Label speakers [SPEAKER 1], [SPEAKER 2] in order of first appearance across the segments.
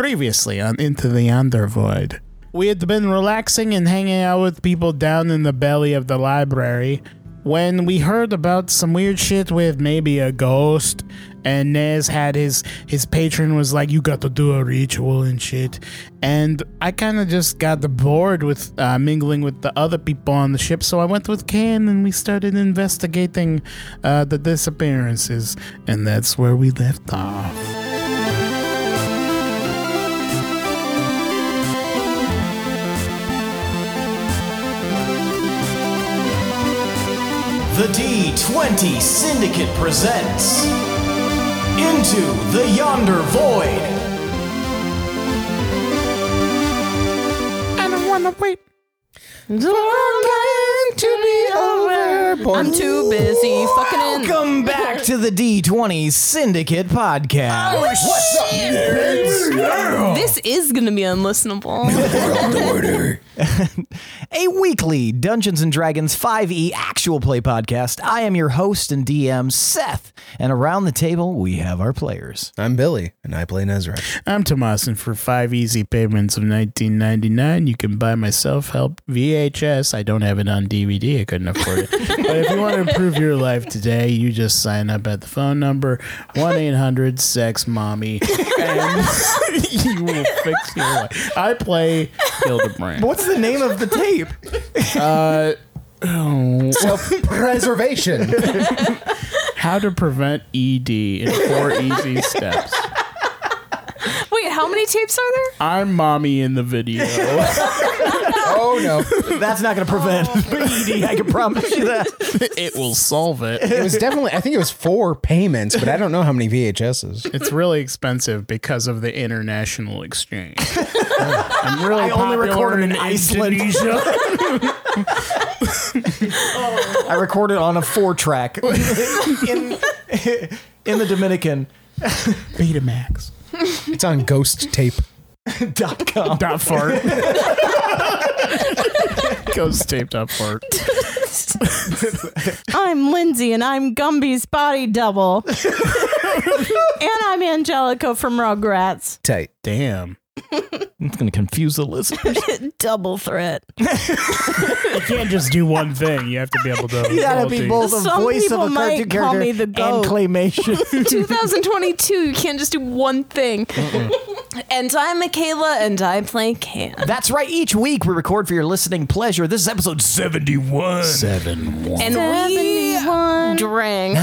[SPEAKER 1] Previously on Into the Undervoid, we had been relaxing and hanging out with people down in the belly of the library when we heard about some weird shit with maybe a ghost and Nez had his his patron was like you got to do a ritual and shit and I kind of just got bored with uh, mingling with the other people on the ship so I went with Can and we started investigating uh, the disappearances and that's where we left off.
[SPEAKER 2] The D20 Syndicate presents Into the Yonder Void.
[SPEAKER 1] I don't wanna wait.
[SPEAKER 3] I'm too busy fucking in.
[SPEAKER 2] Welcome back to the D20 Syndicate podcast. What's up,
[SPEAKER 3] Oh, This is gonna be unlistenable.
[SPEAKER 2] A weekly Dungeons and Dragons 5e actual play podcast. I am your host and DM, Seth, and around the table we have our players.
[SPEAKER 4] I'm Billy, and I play Nezra.
[SPEAKER 1] I'm Tomas, and for five easy payments of 19.99, you can buy my self-help VHS. I don't have it on DVD; I couldn't afford it. but if you want to improve your life today, you just sign up at the phone number one eight hundred Sex Mommy, and you will fix your life. I play Hildebrand. Uh,
[SPEAKER 2] What's the name of the tape?
[SPEAKER 1] oh.
[SPEAKER 4] Preservation.
[SPEAKER 1] How to prevent ED in four easy steps.
[SPEAKER 3] Wait, how many tapes are there?
[SPEAKER 1] I'm mommy in the video.
[SPEAKER 4] oh no,
[SPEAKER 2] That's not going to prevent
[SPEAKER 3] Oh.
[SPEAKER 2] ED, I can promise you that.
[SPEAKER 1] it will solve it.
[SPEAKER 4] it was definitely. I think it was four payments, but I don't know how many VHSs.
[SPEAKER 1] It's really expensive because of the international exchange. I'm really
[SPEAKER 2] I only
[SPEAKER 1] popular
[SPEAKER 2] recorded in Iceland.
[SPEAKER 1] Indonesia.
[SPEAKER 5] Oh.
[SPEAKER 2] I recorded on a four track in, in the Dominican.
[SPEAKER 1] Betamax.
[SPEAKER 4] It's on ghost tape.
[SPEAKER 2] dot com.
[SPEAKER 1] Dot fart. Ghost tape dot fart.
[SPEAKER 5] I'm Lindsay, and I'm Gumby's body double. and I'm Angelico from Rugrats.
[SPEAKER 4] Tight.
[SPEAKER 1] Damn.
[SPEAKER 2] It's going to confuse the listeners.
[SPEAKER 5] Double threat.
[SPEAKER 1] You can't just do one thing. You have to be able to.
[SPEAKER 2] You gotta be both a
[SPEAKER 5] Some
[SPEAKER 2] voice of
[SPEAKER 5] people
[SPEAKER 2] a cartoon
[SPEAKER 5] might call
[SPEAKER 2] character
[SPEAKER 5] me the
[SPEAKER 2] and
[SPEAKER 5] goat.
[SPEAKER 2] claymation.
[SPEAKER 3] 2022. You can't just do one thing. and I'm Michaela, and I play Can.
[SPEAKER 2] That's right. Each week we record for your listening pleasure. This is episode seventy-one.
[SPEAKER 1] Seven one.
[SPEAKER 3] And we drank.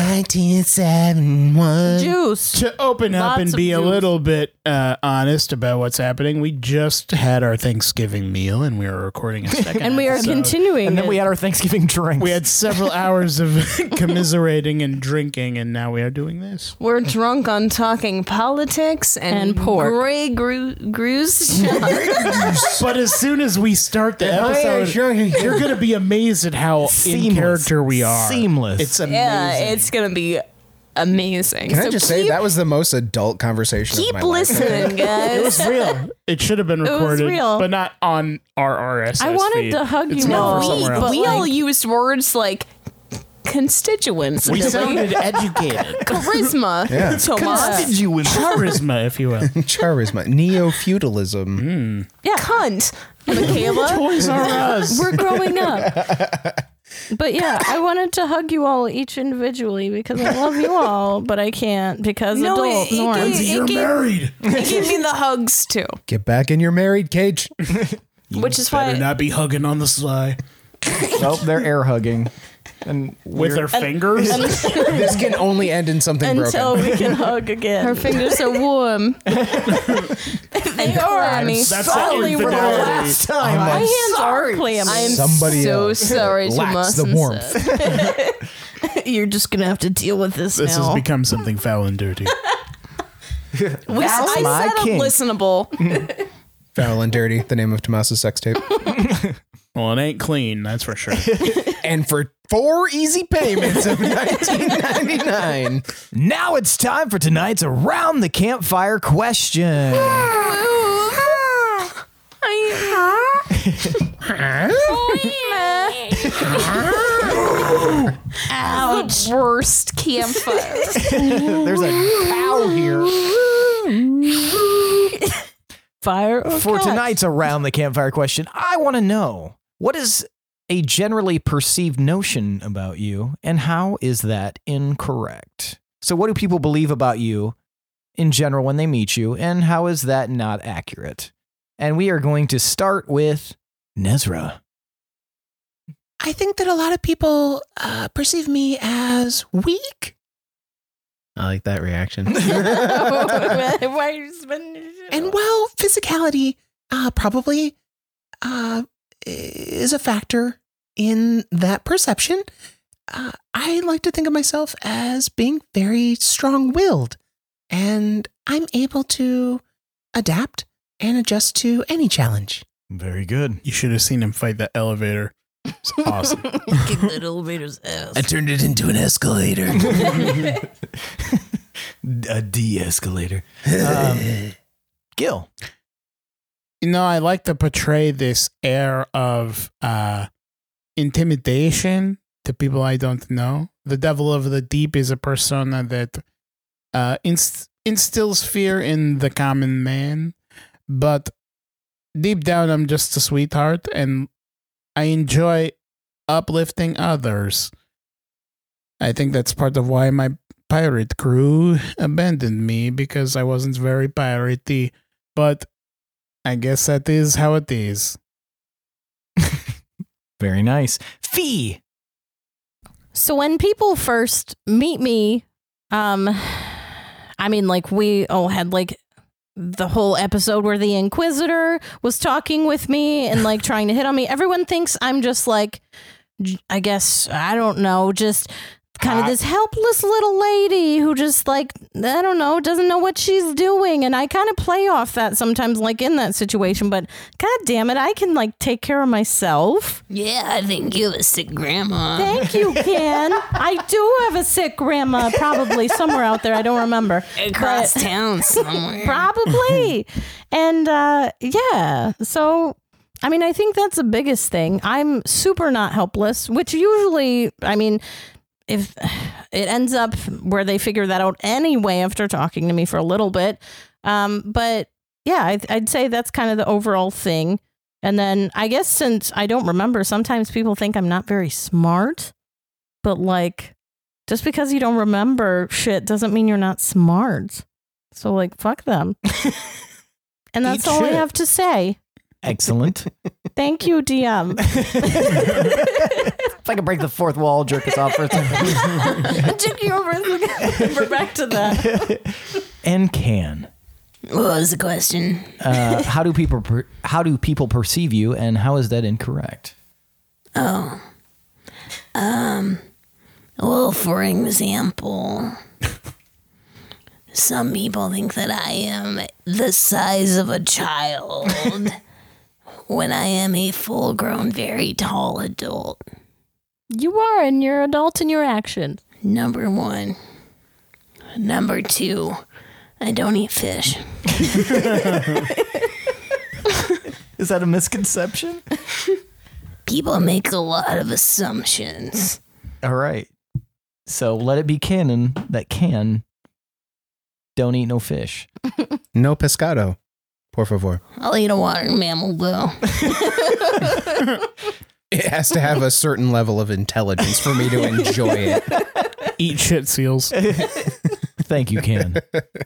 [SPEAKER 5] Juice.
[SPEAKER 1] to open up
[SPEAKER 5] Lots
[SPEAKER 1] and
[SPEAKER 5] of
[SPEAKER 1] be a
[SPEAKER 5] news.
[SPEAKER 1] little bit uh, honest about what's happening, we just had our Thanksgiving meal and we were recording a second.
[SPEAKER 5] And we are
[SPEAKER 1] episode.
[SPEAKER 5] continuing.
[SPEAKER 2] And then
[SPEAKER 5] it.
[SPEAKER 2] we had our Thanksgiving drinks.
[SPEAKER 1] We had several hours of commiserating and drinking, and now we are doing this.
[SPEAKER 3] We're drunk on talking politics and,
[SPEAKER 5] And pork.
[SPEAKER 3] Gray gru- Gru's
[SPEAKER 1] But as soon as we start the episode, you're gonna be amazed at how in
[SPEAKER 2] Seamless.
[SPEAKER 1] character we are.
[SPEAKER 2] Seamless.
[SPEAKER 1] It's amazing.
[SPEAKER 3] yeah, it's gonna be amazing.
[SPEAKER 4] Can
[SPEAKER 3] So
[SPEAKER 4] I just
[SPEAKER 3] keep,
[SPEAKER 4] say that was the most adult conversation of
[SPEAKER 3] Keep
[SPEAKER 4] my
[SPEAKER 3] listening, guys.
[SPEAKER 1] it was real. It should have been
[SPEAKER 5] was
[SPEAKER 1] recorded,
[SPEAKER 5] real.
[SPEAKER 1] but not on our RSS.
[SPEAKER 5] I wanted
[SPEAKER 1] feed.
[SPEAKER 5] to hug
[SPEAKER 1] It's
[SPEAKER 5] you
[SPEAKER 1] meant for
[SPEAKER 5] all.
[SPEAKER 1] somewhere
[SPEAKER 3] we,
[SPEAKER 1] else.
[SPEAKER 5] but
[SPEAKER 3] we all
[SPEAKER 5] like-
[SPEAKER 3] used words like constituents,
[SPEAKER 1] We
[SPEAKER 3] and
[SPEAKER 1] sounded educated,
[SPEAKER 3] charisma,
[SPEAKER 4] Yeah.
[SPEAKER 3] Tomas,
[SPEAKER 2] did you win?
[SPEAKER 1] charisma, if you will. Hmm.
[SPEAKER 4] life. Charisma, neo feudalism.
[SPEAKER 3] cunt, Michaela.
[SPEAKER 1] Toys R Us.
[SPEAKER 5] We're growing up. But yeah, I wanted to hug you all each individually because I love you all, but I can't because
[SPEAKER 3] No,
[SPEAKER 5] adult
[SPEAKER 3] it- it
[SPEAKER 5] norms.
[SPEAKER 3] gave- it gave-
[SPEAKER 1] married.
[SPEAKER 3] it gave me the hugs too,
[SPEAKER 4] Get back in your married cage.
[SPEAKER 3] which is
[SPEAKER 1] Better
[SPEAKER 3] why
[SPEAKER 1] not be hugging on the sly
[SPEAKER 2] Nope, Oh, they're air hugging. And
[SPEAKER 1] with their fingers.
[SPEAKER 4] This can only end in something
[SPEAKER 5] Until
[SPEAKER 4] broken.
[SPEAKER 5] we can hug again.
[SPEAKER 3] her fingers are warm. they are.
[SPEAKER 5] clammy.
[SPEAKER 1] That's
[SPEAKER 5] Sorry,
[SPEAKER 1] the
[SPEAKER 5] we're
[SPEAKER 1] infidelity.
[SPEAKER 2] last time.
[SPEAKER 5] My hands are
[SPEAKER 3] I am
[SPEAKER 5] clammy.
[SPEAKER 4] Somebody
[SPEAKER 3] so
[SPEAKER 4] else
[SPEAKER 3] sorry, Tomas.
[SPEAKER 4] lacks the warmth.
[SPEAKER 5] You're just gonna have to deal with this,
[SPEAKER 1] This has
[SPEAKER 5] now.
[SPEAKER 1] become something foul and dirty.
[SPEAKER 3] We, I
[SPEAKER 2] my
[SPEAKER 3] said
[SPEAKER 2] kink.
[SPEAKER 3] unlistenable.
[SPEAKER 4] Foul and dirty. The name of Tomas's sex tape.
[SPEAKER 1] Well, it ain't clean, that's for sure.
[SPEAKER 4] and for four easy payments of nineteen ninety nine.
[SPEAKER 2] Now it's time for tonight's around the campfire question.
[SPEAKER 3] Ouch. Worst campfire.
[SPEAKER 2] There's a cow here.
[SPEAKER 5] campfire or
[SPEAKER 2] For
[SPEAKER 5] cats?
[SPEAKER 2] tonight's around the campfire question, I want to know what is a generally perceived notion about you, and how is that incorrect? So, what do people believe about you in general when they meet you, and how is that not accurate? And we are going to start with Nezra.
[SPEAKER 6] I think that a lot of people uh, perceive me as weak.
[SPEAKER 4] I like that reaction.
[SPEAKER 5] Why are you spinning your shit?
[SPEAKER 6] And while physicality uh, probably uh, is a factor in that perception, uh, I like to think of myself as being very strong willed. And I'm able to adapt and adjust to any challenge.
[SPEAKER 2] Very good.
[SPEAKER 1] You should have seen him fight the elevator. It's awesome.
[SPEAKER 7] Kick that elevator's ass.
[SPEAKER 6] turned it into an escalator.
[SPEAKER 2] A de escalator. Um, Gil.
[SPEAKER 1] you know, I like to portray this air of uh, intimidation to people I don't know. The devil of the deep is a persona that uh, inst- instills fear in the common man, but deep down, I'm just a sweetheart and I enjoy uplifting others. I think that's part of why my pirate crew abandoned me because I wasn't very piratey, but I guess that is how it is.
[SPEAKER 2] Very nice. Fee.
[SPEAKER 5] So when people first meet me, um I mean like we all had like the whole episode where the inquisitor was talking with me and like trying to hit on me. Everyone thinks I'm just like j- I guess I don't know, just kind of this helpless little lady who just like I don't know, doesn't know what she's doing and I kind of play off that sometimes like in that situation, but god damn it, I can like take care of myself.
[SPEAKER 7] Yeah, I think you're a sick grandma.
[SPEAKER 5] Thank you, Ken. I do have a sick grandma, probably somewhere out there. I don't remember.
[SPEAKER 7] Across
[SPEAKER 5] But-
[SPEAKER 7] town somewhere.
[SPEAKER 5] probably. and uh, yeah, so I mean, I think that's the biggest thing. I'm super not helpless, which usually, I mean, if it ends up where they figure that out anyway after talking to me for a little bit. Um, but yeah, I'd, I'd say that's kind of the overall thing. And then I guess since I don't remember, sometimes people think I'm not very smart, but like just because you don't remember shit doesn't mean you're not smart. So like fuck them. and that's
[SPEAKER 1] Eat
[SPEAKER 5] all
[SPEAKER 1] shit.
[SPEAKER 5] I have to say.
[SPEAKER 2] Excellent.
[SPEAKER 5] Thank you, DM.
[SPEAKER 2] if I could break the fourth wall, jerk us off for a second.
[SPEAKER 5] I took you over. We're back to that.
[SPEAKER 2] and can.
[SPEAKER 7] What was the question?
[SPEAKER 2] Uh, how do people per- how do people perceive you, and how is that incorrect?
[SPEAKER 7] Oh. Um, Well, for example, some people think that I am the size of a child when I am a full grown, very tall adult.
[SPEAKER 5] You are, and you're adult in your actions.
[SPEAKER 7] Number one. Number two, I don't eat fish.
[SPEAKER 2] Is that a misconception?
[SPEAKER 7] People make a lot of assumptions.
[SPEAKER 2] All right. So let it be canon that can don't eat no fish.
[SPEAKER 4] no pescado, por favor.
[SPEAKER 7] I'll eat a water mammal though.
[SPEAKER 4] It has to have a certain level of intelligence for me to enjoy it.
[SPEAKER 1] Eat shit seals.
[SPEAKER 2] Thank you, can.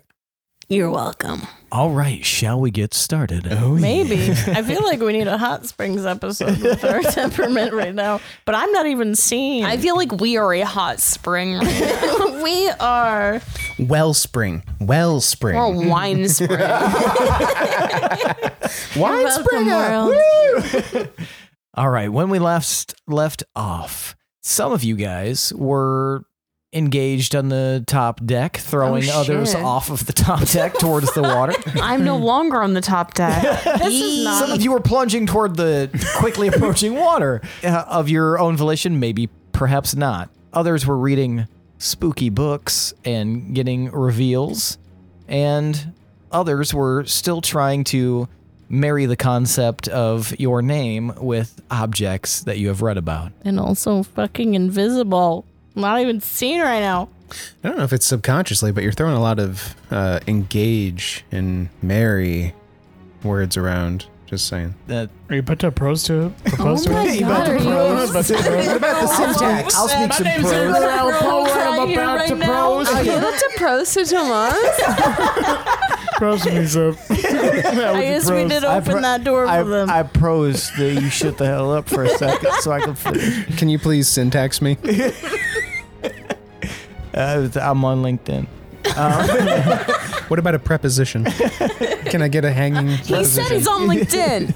[SPEAKER 7] You're welcome.
[SPEAKER 2] All right, shall we get started?
[SPEAKER 1] Oh,
[SPEAKER 5] Maybe. I feel like we need a hot springs episode with our temperament right now. But I'm not even seeing.
[SPEAKER 7] I feel like we are a hot spring right
[SPEAKER 5] we are.
[SPEAKER 4] Wellspring, wellspring.
[SPEAKER 7] now. or wine spring.
[SPEAKER 4] Wine
[SPEAKER 5] Welcome, world.
[SPEAKER 2] All right, when we left left off, some of you guys were engaged on the top deck, throwing
[SPEAKER 7] Oh,
[SPEAKER 2] others
[SPEAKER 7] shit.
[SPEAKER 2] off of the top deck towards the water.
[SPEAKER 7] I'm no longer on the top deck.
[SPEAKER 5] This is not.
[SPEAKER 2] Some of you were plunging toward the quickly approaching water uh, of your own volition, maybe, perhaps not. Others were reading spooky books and getting reveals, and others were still trying to marry the concept of your name with objects that you have read about.
[SPEAKER 5] and also fucking invisible. Not even seen right now.
[SPEAKER 4] I don't know if it's subconsciously, but you're throwing a lot of uh, engage and marry words around. Just saying.
[SPEAKER 2] That
[SPEAKER 1] Are you put to prose to it? Propose
[SPEAKER 5] my
[SPEAKER 1] to it?
[SPEAKER 5] God, are you-
[SPEAKER 1] About to prose?
[SPEAKER 2] about the syntax. I'll speak some prose.
[SPEAKER 1] Israel Power. I'm about to
[SPEAKER 3] Are
[SPEAKER 1] prose.
[SPEAKER 3] you about to prose to Tomas?
[SPEAKER 1] Prose means up.
[SPEAKER 5] I guess we did
[SPEAKER 2] I
[SPEAKER 5] open
[SPEAKER 2] pro-
[SPEAKER 5] that door for them.
[SPEAKER 2] I, I prose the you shut the hell up for a second so I can finish.
[SPEAKER 4] Can you please syntax me?
[SPEAKER 2] Uh, I'm on LinkedIn. Um,
[SPEAKER 4] What about a preposition? Can I get a hanging
[SPEAKER 3] He said
[SPEAKER 4] preposition?
[SPEAKER 3] he's on LinkedIn.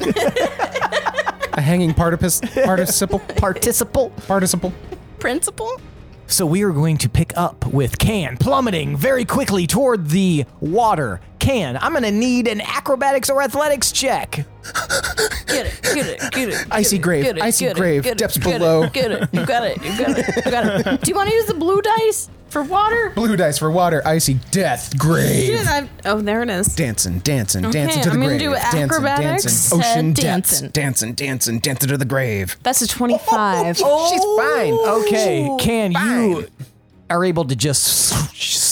[SPEAKER 4] a hanging partipus, participle?
[SPEAKER 2] Participle.
[SPEAKER 4] Participle.
[SPEAKER 5] Principal?
[SPEAKER 2] So we are going to pick up with Can plummeting very quickly toward the water. Can, I'm going to need an acrobatics or athletics check.
[SPEAKER 5] Get it, get it, get it.
[SPEAKER 4] Icy
[SPEAKER 5] get it,
[SPEAKER 4] grave,
[SPEAKER 5] get it,
[SPEAKER 4] icy
[SPEAKER 5] get it,
[SPEAKER 4] grave,
[SPEAKER 5] get it,
[SPEAKER 4] depths
[SPEAKER 5] get it,
[SPEAKER 4] below.
[SPEAKER 5] Get it, you got it, you got it, you got it. Do you want to use the blue dice for water?
[SPEAKER 4] Blue dice for water, icy death, grave.
[SPEAKER 3] Shit, I've- oh, there it is.
[SPEAKER 4] Dancing, dancing, dancing to the
[SPEAKER 3] I'm gonna
[SPEAKER 4] grave.
[SPEAKER 3] do
[SPEAKER 4] dancing,
[SPEAKER 3] acrobatics,
[SPEAKER 4] dancing, ocean
[SPEAKER 5] uh,
[SPEAKER 4] depths.
[SPEAKER 5] dancing.
[SPEAKER 4] Dancing, dancing, dancing to the grave.
[SPEAKER 3] That's a 25.
[SPEAKER 2] Okay, Can, you
[SPEAKER 4] fine.
[SPEAKER 2] are able to just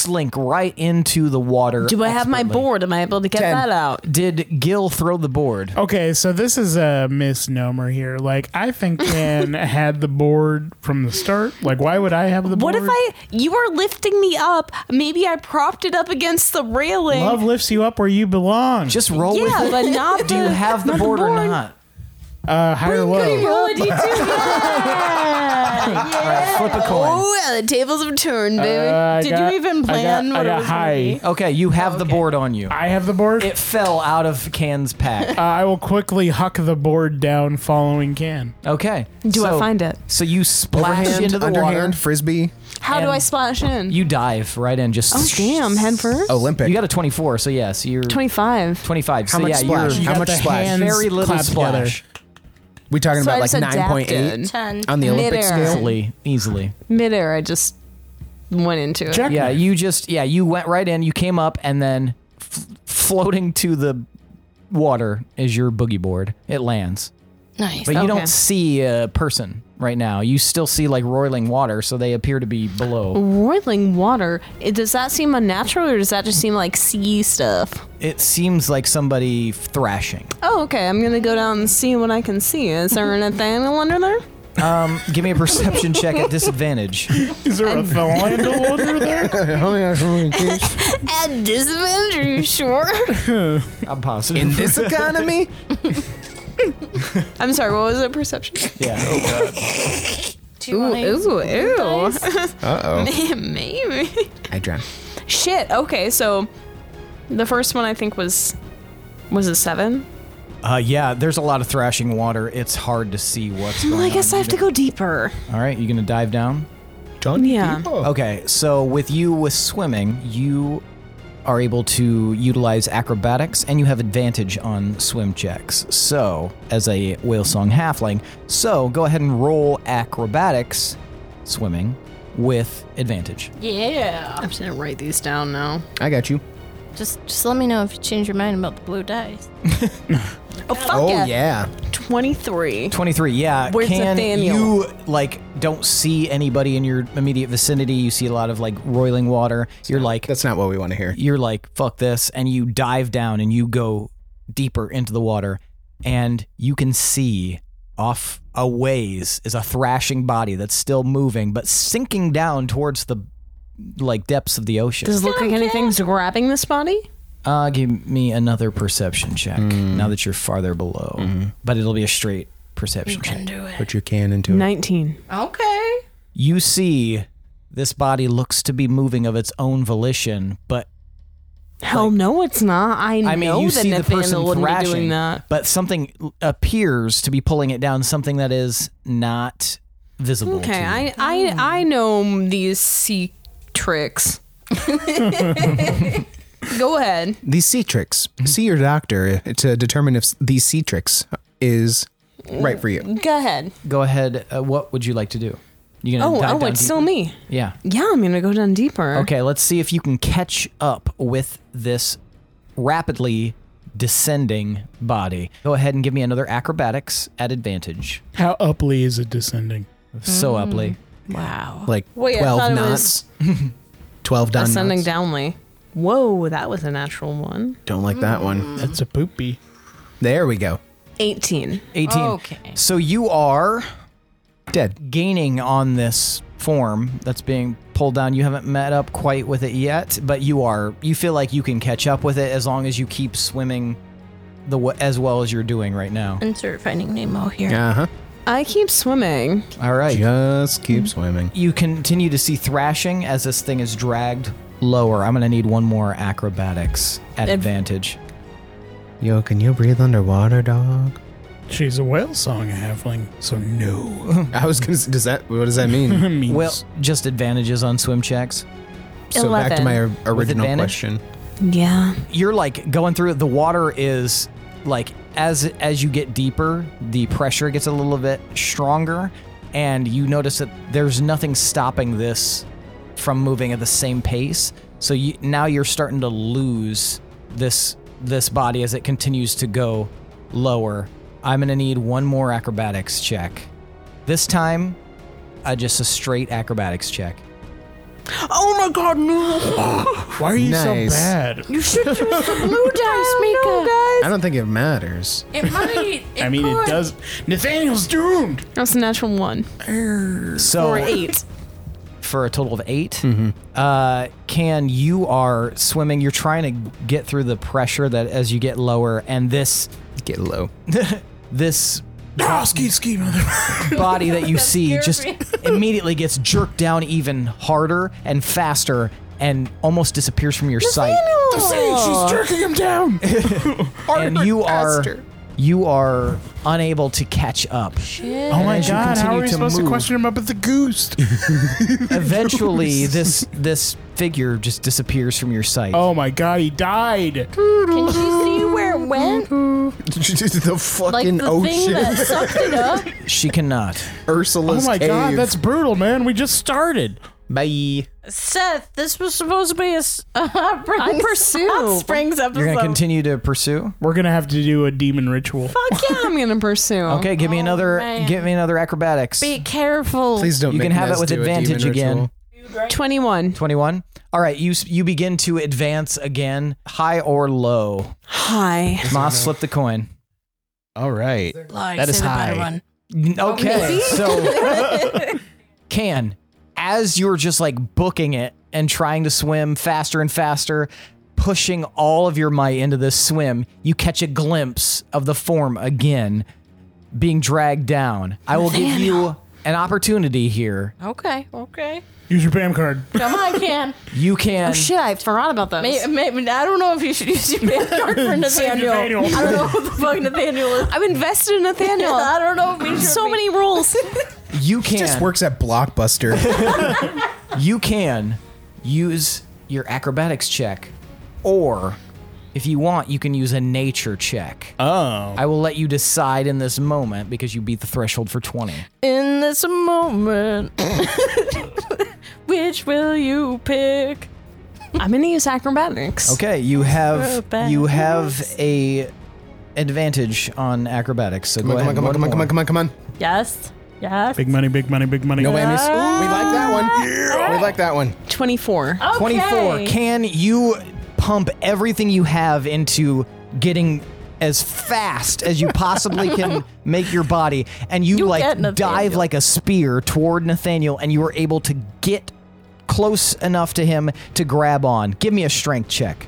[SPEAKER 2] slink right into the water.
[SPEAKER 3] Do I have my
[SPEAKER 2] expertly.
[SPEAKER 3] board? Am I able to get
[SPEAKER 2] Ten.
[SPEAKER 3] that out?
[SPEAKER 2] Did Gil throw the board?
[SPEAKER 1] Okay, so this is a misnomer here. Like, I think Can had the board from the start. Like, why would I have the
[SPEAKER 3] What if
[SPEAKER 1] board?
[SPEAKER 3] I? You are lifting me up. Maybe I propped it up against the railing.
[SPEAKER 1] Love lifts you up where you belong.
[SPEAKER 2] Just roll with
[SPEAKER 3] yeah,
[SPEAKER 2] it.
[SPEAKER 3] but not.
[SPEAKER 2] Do you
[SPEAKER 3] the-
[SPEAKER 2] have the
[SPEAKER 3] not
[SPEAKER 2] board, or not?
[SPEAKER 1] uh, high or low?
[SPEAKER 3] Roll a d2.
[SPEAKER 2] All right, flip a coin.
[SPEAKER 3] Oh, yeah, the tables have turned, baby.
[SPEAKER 1] Uh, I
[SPEAKER 5] Did you
[SPEAKER 1] got-
[SPEAKER 5] even plan
[SPEAKER 1] I got,
[SPEAKER 5] what it
[SPEAKER 1] I got
[SPEAKER 5] was gonna
[SPEAKER 1] high.
[SPEAKER 5] be?
[SPEAKER 2] Okay, you have the board on you.
[SPEAKER 1] I have the board.
[SPEAKER 2] It fell out of Can's pack.
[SPEAKER 1] uh, I will quickly huck the board down following Can.
[SPEAKER 2] Okay.
[SPEAKER 3] Do I
[SPEAKER 2] so-
[SPEAKER 3] find it?
[SPEAKER 2] So you splash
[SPEAKER 4] Overhand,
[SPEAKER 2] into the
[SPEAKER 4] underhand,
[SPEAKER 2] water.
[SPEAKER 4] frisbee,
[SPEAKER 3] How do
[SPEAKER 2] and
[SPEAKER 3] I splash in?
[SPEAKER 2] You dive right in. Just
[SPEAKER 3] oh, damn, head first.
[SPEAKER 4] Olympic.
[SPEAKER 2] You got a 24, so yeah, so you're
[SPEAKER 3] 25.
[SPEAKER 2] 25.
[SPEAKER 4] How
[SPEAKER 2] so
[SPEAKER 4] much
[SPEAKER 2] yeah,
[SPEAKER 4] splash?
[SPEAKER 2] you're
[SPEAKER 4] How
[SPEAKER 1] got
[SPEAKER 4] much
[SPEAKER 1] the
[SPEAKER 4] splash?
[SPEAKER 1] hand-
[SPEAKER 2] very
[SPEAKER 1] Hands
[SPEAKER 2] little
[SPEAKER 1] clapped together.
[SPEAKER 2] splash.
[SPEAKER 4] We talking
[SPEAKER 3] So I
[SPEAKER 4] about like
[SPEAKER 3] just
[SPEAKER 4] nine point eight
[SPEAKER 3] adapted.
[SPEAKER 4] on the Olympic
[SPEAKER 3] Midair.
[SPEAKER 4] scale.
[SPEAKER 2] Easily, easily.
[SPEAKER 3] Midair, I just went into it.
[SPEAKER 1] Check.
[SPEAKER 2] Yeah, you just yeah, you went right in. You came up and then f- floating to the water is your boogie board. It lands,
[SPEAKER 7] Nice.
[SPEAKER 2] but you
[SPEAKER 3] Okay.
[SPEAKER 2] don't see a person right now. You still see like roiling water, so they appear to be below.
[SPEAKER 3] Roiling water. It, does that seem unnatural or does that just seem like sea stuff?
[SPEAKER 2] It seems like somebody thrashing.
[SPEAKER 3] Oh, okay. I'm going to go down and see what I can see. Is there an Nathaniel under there?
[SPEAKER 2] Um, give me a perception check at disadvantage.
[SPEAKER 1] Is there a philander under there?
[SPEAKER 7] At disadvantage, are you sure?
[SPEAKER 2] I'm positive.
[SPEAKER 4] In this economy,
[SPEAKER 3] I'm sorry. What was the perception?
[SPEAKER 2] yeah. Oh,
[SPEAKER 7] Do you wanna use
[SPEAKER 3] ooh, ew.
[SPEAKER 4] uh oh,
[SPEAKER 3] Maybe.
[SPEAKER 4] I drowned.
[SPEAKER 3] Shit. Okay. So the first one I think was. Was it seven?
[SPEAKER 2] Uh, yeah, there's a lot of thrashing water. It's hard to see what's going
[SPEAKER 3] Well, I guess I
[SPEAKER 2] on.
[SPEAKER 3] have to go deeper.
[SPEAKER 2] All right, you gonna dive down?
[SPEAKER 3] Yeah.
[SPEAKER 2] Okay, so with you with swimming, you are able to utilize acrobatics and you have advantage on swim checks. So, as a whale song halfling, so go ahead and roll acrobatics swimming with advantage.
[SPEAKER 3] I'm just going to write these down now.
[SPEAKER 4] I got you.
[SPEAKER 5] Just, just let me know if you change your mind about the blue dice.
[SPEAKER 3] Oh, fuck
[SPEAKER 4] Oh
[SPEAKER 3] yeah.
[SPEAKER 4] yeah,
[SPEAKER 3] 23.
[SPEAKER 2] 23 yeah
[SPEAKER 3] Where's
[SPEAKER 2] can
[SPEAKER 3] Nathaniel?
[SPEAKER 2] you like don't see anybody in your immediate vicinity you see a lot of like roiling water you're like
[SPEAKER 4] that's not what we want to hear.
[SPEAKER 2] you're like fuck this and you dive down and you go deeper into the water and you can see off a ways is a thrashing body that's still moving but sinking down towards the like depths of the ocean
[SPEAKER 3] Does it look like anything's grabbing this body?
[SPEAKER 2] uh give me another perception check
[SPEAKER 4] Hmm.
[SPEAKER 2] now that you're farther below
[SPEAKER 4] Mm-hmm.
[SPEAKER 2] but it'll be a straight perception check
[SPEAKER 4] Put your can into it.
[SPEAKER 3] 19.
[SPEAKER 5] Okay.
[SPEAKER 2] you see this body looks to be moving of its own volition, but
[SPEAKER 3] Hell no, it's not. I,
[SPEAKER 2] I mean,
[SPEAKER 3] know
[SPEAKER 2] you
[SPEAKER 3] that
[SPEAKER 2] see the
[SPEAKER 3] Nathaniel
[SPEAKER 2] person
[SPEAKER 3] wouldn't
[SPEAKER 2] thrashing,
[SPEAKER 3] be doing that.
[SPEAKER 2] but something l- appears to be pulling it down, something that is not visible. to
[SPEAKER 3] Okay,
[SPEAKER 2] you.
[SPEAKER 3] I,
[SPEAKER 2] Hmm.
[SPEAKER 3] I, I know these sea tricks. Go ahead.
[SPEAKER 4] These sea tricks. See your doctor to determine if these sea tricks is right for you.
[SPEAKER 3] Go ahead.
[SPEAKER 2] go ahead. Uh, what would you like to do? You gonna
[SPEAKER 3] Oh,
[SPEAKER 2] dive
[SPEAKER 3] oh,
[SPEAKER 2] down
[SPEAKER 3] it's
[SPEAKER 2] deep-
[SPEAKER 3] still me.
[SPEAKER 2] yeah.
[SPEAKER 3] Yeah, I'm gonna go down deeper.
[SPEAKER 2] Okay, let's see if you can catch up with this rapidly descending body. Go ahead and give me another acrobatics at advantage.
[SPEAKER 1] How uply is it descending?
[SPEAKER 2] So uply.
[SPEAKER 3] Mm. Wow.
[SPEAKER 4] Like
[SPEAKER 3] Wait, I thought
[SPEAKER 4] twelve
[SPEAKER 3] it
[SPEAKER 4] knots. twelve done
[SPEAKER 3] Ascending
[SPEAKER 4] knots.
[SPEAKER 3] downly. Whoa, that was a natural one.
[SPEAKER 5] Mm.
[SPEAKER 2] Hmm.
[SPEAKER 4] Don't like that one.
[SPEAKER 1] That's a poopy.
[SPEAKER 4] There we go.
[SPEAKER 3] 18.
[SPEAKER 2] 18.
[SPEAKER 5] Oh, Okay.
[SPEAKER 2] So you are
[SPEAKER 4] Dead.
[SPEAKER 2] gaining on this form that's being pulled down. You haven't met up quite with it yet, but you are. You feel like you can catch up with it as long as you keep swimming the w- as well as you're doing right now.
[SPEAKER 5] Insert Finding Nemo here.
[SPEAKER 4] Uh huh.
[SPEAKER 3] I keep swimming.
[SPEAKER 2] All right.
[SPEAKER 4] Just keep swimming.
[SPEAKER 2] You continue to see thrashing as this thing is dragged lower. I'm going to need one more acrobatics at advantage.
[SPEAKER 4] Yo, can you breathe underwater, dog?
[SPEAKER 1] She's a whale song halfling, so no.
[SPEAKER 4] I was gonna. s- Does that? What does that mean?
[SPEAKER 1] Means-
[SPEAKER 2] Well, just advantages on swim checks.
[SPEAKER 4] so back to my or- original
[SPEAKER 2] advantage?
[SPEAKER 4] question.
[SPEAKER 3] Yeah.
[SPEAKER 2] you're like going through the water is like as as you get deeper the pressure gets a little bit stronger and you notice that there's nothing stopping this from moving at the same pace so you, now you're starting to lose this this body as it continues to go lower i'm going to need one more acrobatics check this time uh, just a straight acrobatics check
[SPEAKER 5] Oh my god, no.
[SPEAKER 1] Why are you
[SPEAKER 4] Nice.
[SPEAKER 1] so bad?
[SPEAKER 5] You should use the blue dice, Mika.
[SPEAKER 4] I don't think it matters.
[SPEAKER 5] It might.
[SPEAKER 1] I mean, it
[SPEAKER 5] could.
[SPEAKER 1] does. Nathaniel's doomed.
[SPEAKER 3] That's a natural one.
[SPEAKER 2] so
[SPEAKER 3] Or eight.
[SPEAKER 2] for a total of 8
[SPEAKER 4] Mm-hmm.
[SPEAKER 2] Uh, Can, you are swimming. You're trying to get through the pressure that as you get lower, and this
[SPEAKER 4] Get low.
[SPEAKER 2] this
[SPEAKER 1] Ah, ski, ski, mother.
[SPEAKER 2] body that you see just immediately gets jerked down even harder and faster, and almost disappears from your sight.
[SPEAKER 1] She's jerking him down.
[SPEAKER 2] And you are you are unable to catch up.
[SPEAKER 1] Oh my
[SPEAKER 2] as you
[SPEAKER 1] god, how are
[SPEAKER 2] continue
[SPEAKER 1] we
[SPEAKER 2] to
[SPEAKER 1] supposed
[SPEAKER 2] move-
[SPEAKER 1] to question him up at the goose?
[SPEAKER 2] Eventually, this this figure just disappears from your sight.
[SPEAKER 1] oh my god, he died.
[SPEAKER 5] Can she see where it went?
[SPEAKER 4] the
[SPEAKER 5] Like
[SPEAKER 4] fucking
[SPEAKER 5] the thing
[SPEAKER 4] ocean.
[SPEAKER 5] that sucked it up?
[SPEAKER 2] Oh, She cannot.
[SPEAKER 4] Ursula's
[SPEAKER 1] oh my
[SPEAKER 4] cave.
[SPEAKER 1] god, that's brutal, man. We just started.
[SPEAKER 4] bye.
[SPEAKER 5] Seth, this was supposed to be a s- a hot springs,
[SPEAKER 3] I pursue.
[SPEAKER 5] hot springs episode.
[SPEAKER 2] You're gonna continue to pursue.
[SPEAKER 1] We're gonna have to do a demon ritual.
[SPEAKER 3] Fuck yeah, I'm gonna pursue.
[SPEAKER 2] Okay, give me another.
[SPEAKER 5] Oh, man.
[SPEAKER 2] Give me another acrobatics.
[SPEAKER 5] Be careful.
[SPEAKER 4] Please don't.
[SPEAKER 2] you
[SPEAKER 4] make
[SPEAKER 2] can have
[SPEAKER 4] Ness
[SPEAKER 2] it with
[SPEAKER 4] do a demon
[SPEAKER 2] advantage again.
[SPEAKER 4] ritual.
[SPEAKER 3] 21.
[SPEAKER 2] Twenty-one. All right, you s- you begin to advance again, high or low.
[SPEAKER 3] Hi.
[SPEAKER 2] Moss, flip the coin.
[SPEAKER 4] All right.
[SPEAKER 5] Lies,
[SPEAKER 4] That is
[SPEAKER 5] say the better
[SPEAKER 4] high.
[SPEAKER 5] one.
[SPEAKER 2] N- Okay, so can as you're just like booking it and trying to swim faster and faster, pushing all of your might into this swim, you catch a glimpse of the form again, being dragged down. I will give you an opportunity here.
[SPEAKER 5] Okay, okay.
[SPEAKER 1] Use your BAM card.
[SPEAKER 5] Come on, Can.
[SPEAKER 2] You can.
[SPEAKER 3] Oh,
[SPEAKER 5] Oh,
[SPEAKER 3] Shit, I forgot about those.
[SPEAKER 5] May, may, I don't know if you should use your band card for Nathaniel.
[SPEAKER 1] Nathaniel.
[SPEAKER 5] I don't know who the fuck Nathaniel is.
[SPEAKER 3] I'm invested in Nathaniel.
[SPEAKER 5] I don't know if we should
[SPEAKER 3] so
[SPEAKER 5] be-
[SPEAKER 3] many rules.
[SPEAKER 2] You can.
[SPEAKER 4] Just works at Blockbuster.
[SPEAKER 2] you can use your acrobatics check or if you want you can use a nature check
[SPEAKER 1] Oh.
[SPEAKER 2] i will let you decide in this moment because you beat the threshold for 20
[SPEAKER 5] In this moment, which will you pick?
[SPEAKER 3] I'm gonna use acrobatics.
[SPEAKER 2] okay you have you
[SPEAKER 5] Acrobatics.
[SPEAKER 2] have a advantage on acrobatics so
[SPEAKER 4] come
[SPEAKER 2] go
[SPEAKER 4] on,
[SPEAKER 2] ahead
[SPEAKER 4] come on,
[SPEAKER 2] one
[SPEAKER 4] come on, come on,
[SPEAKER 2] more.
[SPEAKER 4] come on, come on.
[SPEAKER 5] Yes, yes.
[SPEAKER 1] Big money, big money, big money.
[SPEAKER 4] No whammies. Ooh,
[SPEAKER 3] Ah.
[SPEAKER 4] we like that one. We like that one.
[SPEAKER 3] 24.
[SPEAKER 2] 24
[SPEAKER 5] Okay.
[SPEAKER 2] can you pump everything you have into getting as fast as you possibly can make your body and you,
[SPEAKER 5] You get
[SPEAKER 2] like
[SPEAKER 5] Nathaniel.
[SPEAKER 2] dive like a spear toward Nathaniel and you are able to get close enough to him to grab on give me a strength check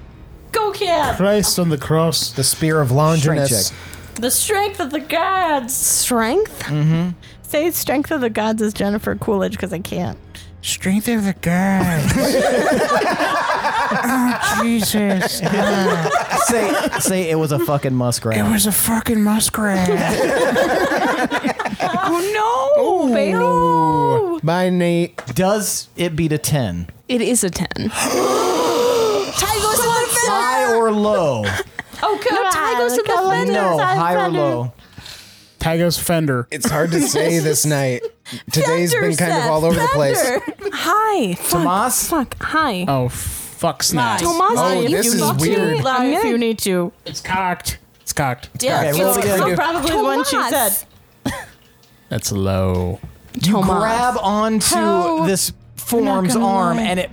[SPEAKER 5] Go, Can.
[SPEAKER 1] Christ on the cross.
[SPEAKER 4] The spear of
[SPEAKER 2] strength
[SPEAKER 4] Longinus.
[SPEAKER 2] check
[SPEAKER 5] The strength of the gods.
[SPEAKER 3] Strength?
[SPEAKER 5] Say strength of the gods is Jennifer Coolidge because I can't.
[SPEAKER 1] Strength of the gods. oh, Jesus.
[SPEAKER 2] say say it was a fucking muskrat
[SPEAKER 1] was a fucking muskrat.
[SPEAKER 3] Oh, Bale.
[SPEAKER 4] Bye, Nate.
[SPEAKER 2] does it beat a 10
[SPEAKER 3] It is a 10.
[SPEAKER 2] high or low
[SPEAKER 5] Oh, come no,
[SPEAKER 3] Ty goes to the
[SPEAKER 5] on.
[SPEAKER 2] no high or low
[SPEAKER 1] Tigo's fender.
[SPEAKER 4] It's hard to say this night. Today's been kind of all over the place.
[SPEAKER 3] Hi.
[SPEAKER 2] Tomas
[SPEAKER 3] Fuck. Hi.
[SPEAKER 1] Oh, fuck snaps.
[SPEAKER 3] Tomas,
[SPEAKER 4] Oh,
[SPEAKER 3] you
[SPEAKER 4] this
[SPEAKER 3] you
[SPEAKER 4] is
[SPEAKER 3] need to-
[SPEAKER 4] weird.
[SPEAKER 3] I'm
[SPEAKER 5] Uh, If
[SPEAKER 3] gonna-
[SPEAKER 5] you need to.
[SPEAKER 1] It's cocked. It's cocked.
[SPEAKER 5] Yeah,
[SPEAKER 2] Okay, roll again.
[SPEAKER 5] so probably the one she said.
[SPEAKER 3] Tomas.
[SPEAKER 1] That's low.
[SPEAKER 2] you
[SPEAKER 3] Tomas.
[SPEAKER 2] grab onto
[SPEAKER 5] How-
[SPEAKER 2] this Form's
[SPEAKER 5] gonna
[SPEAKER 2] arm
[SPEAKER 5] lie.
[SPEAKER 2] and it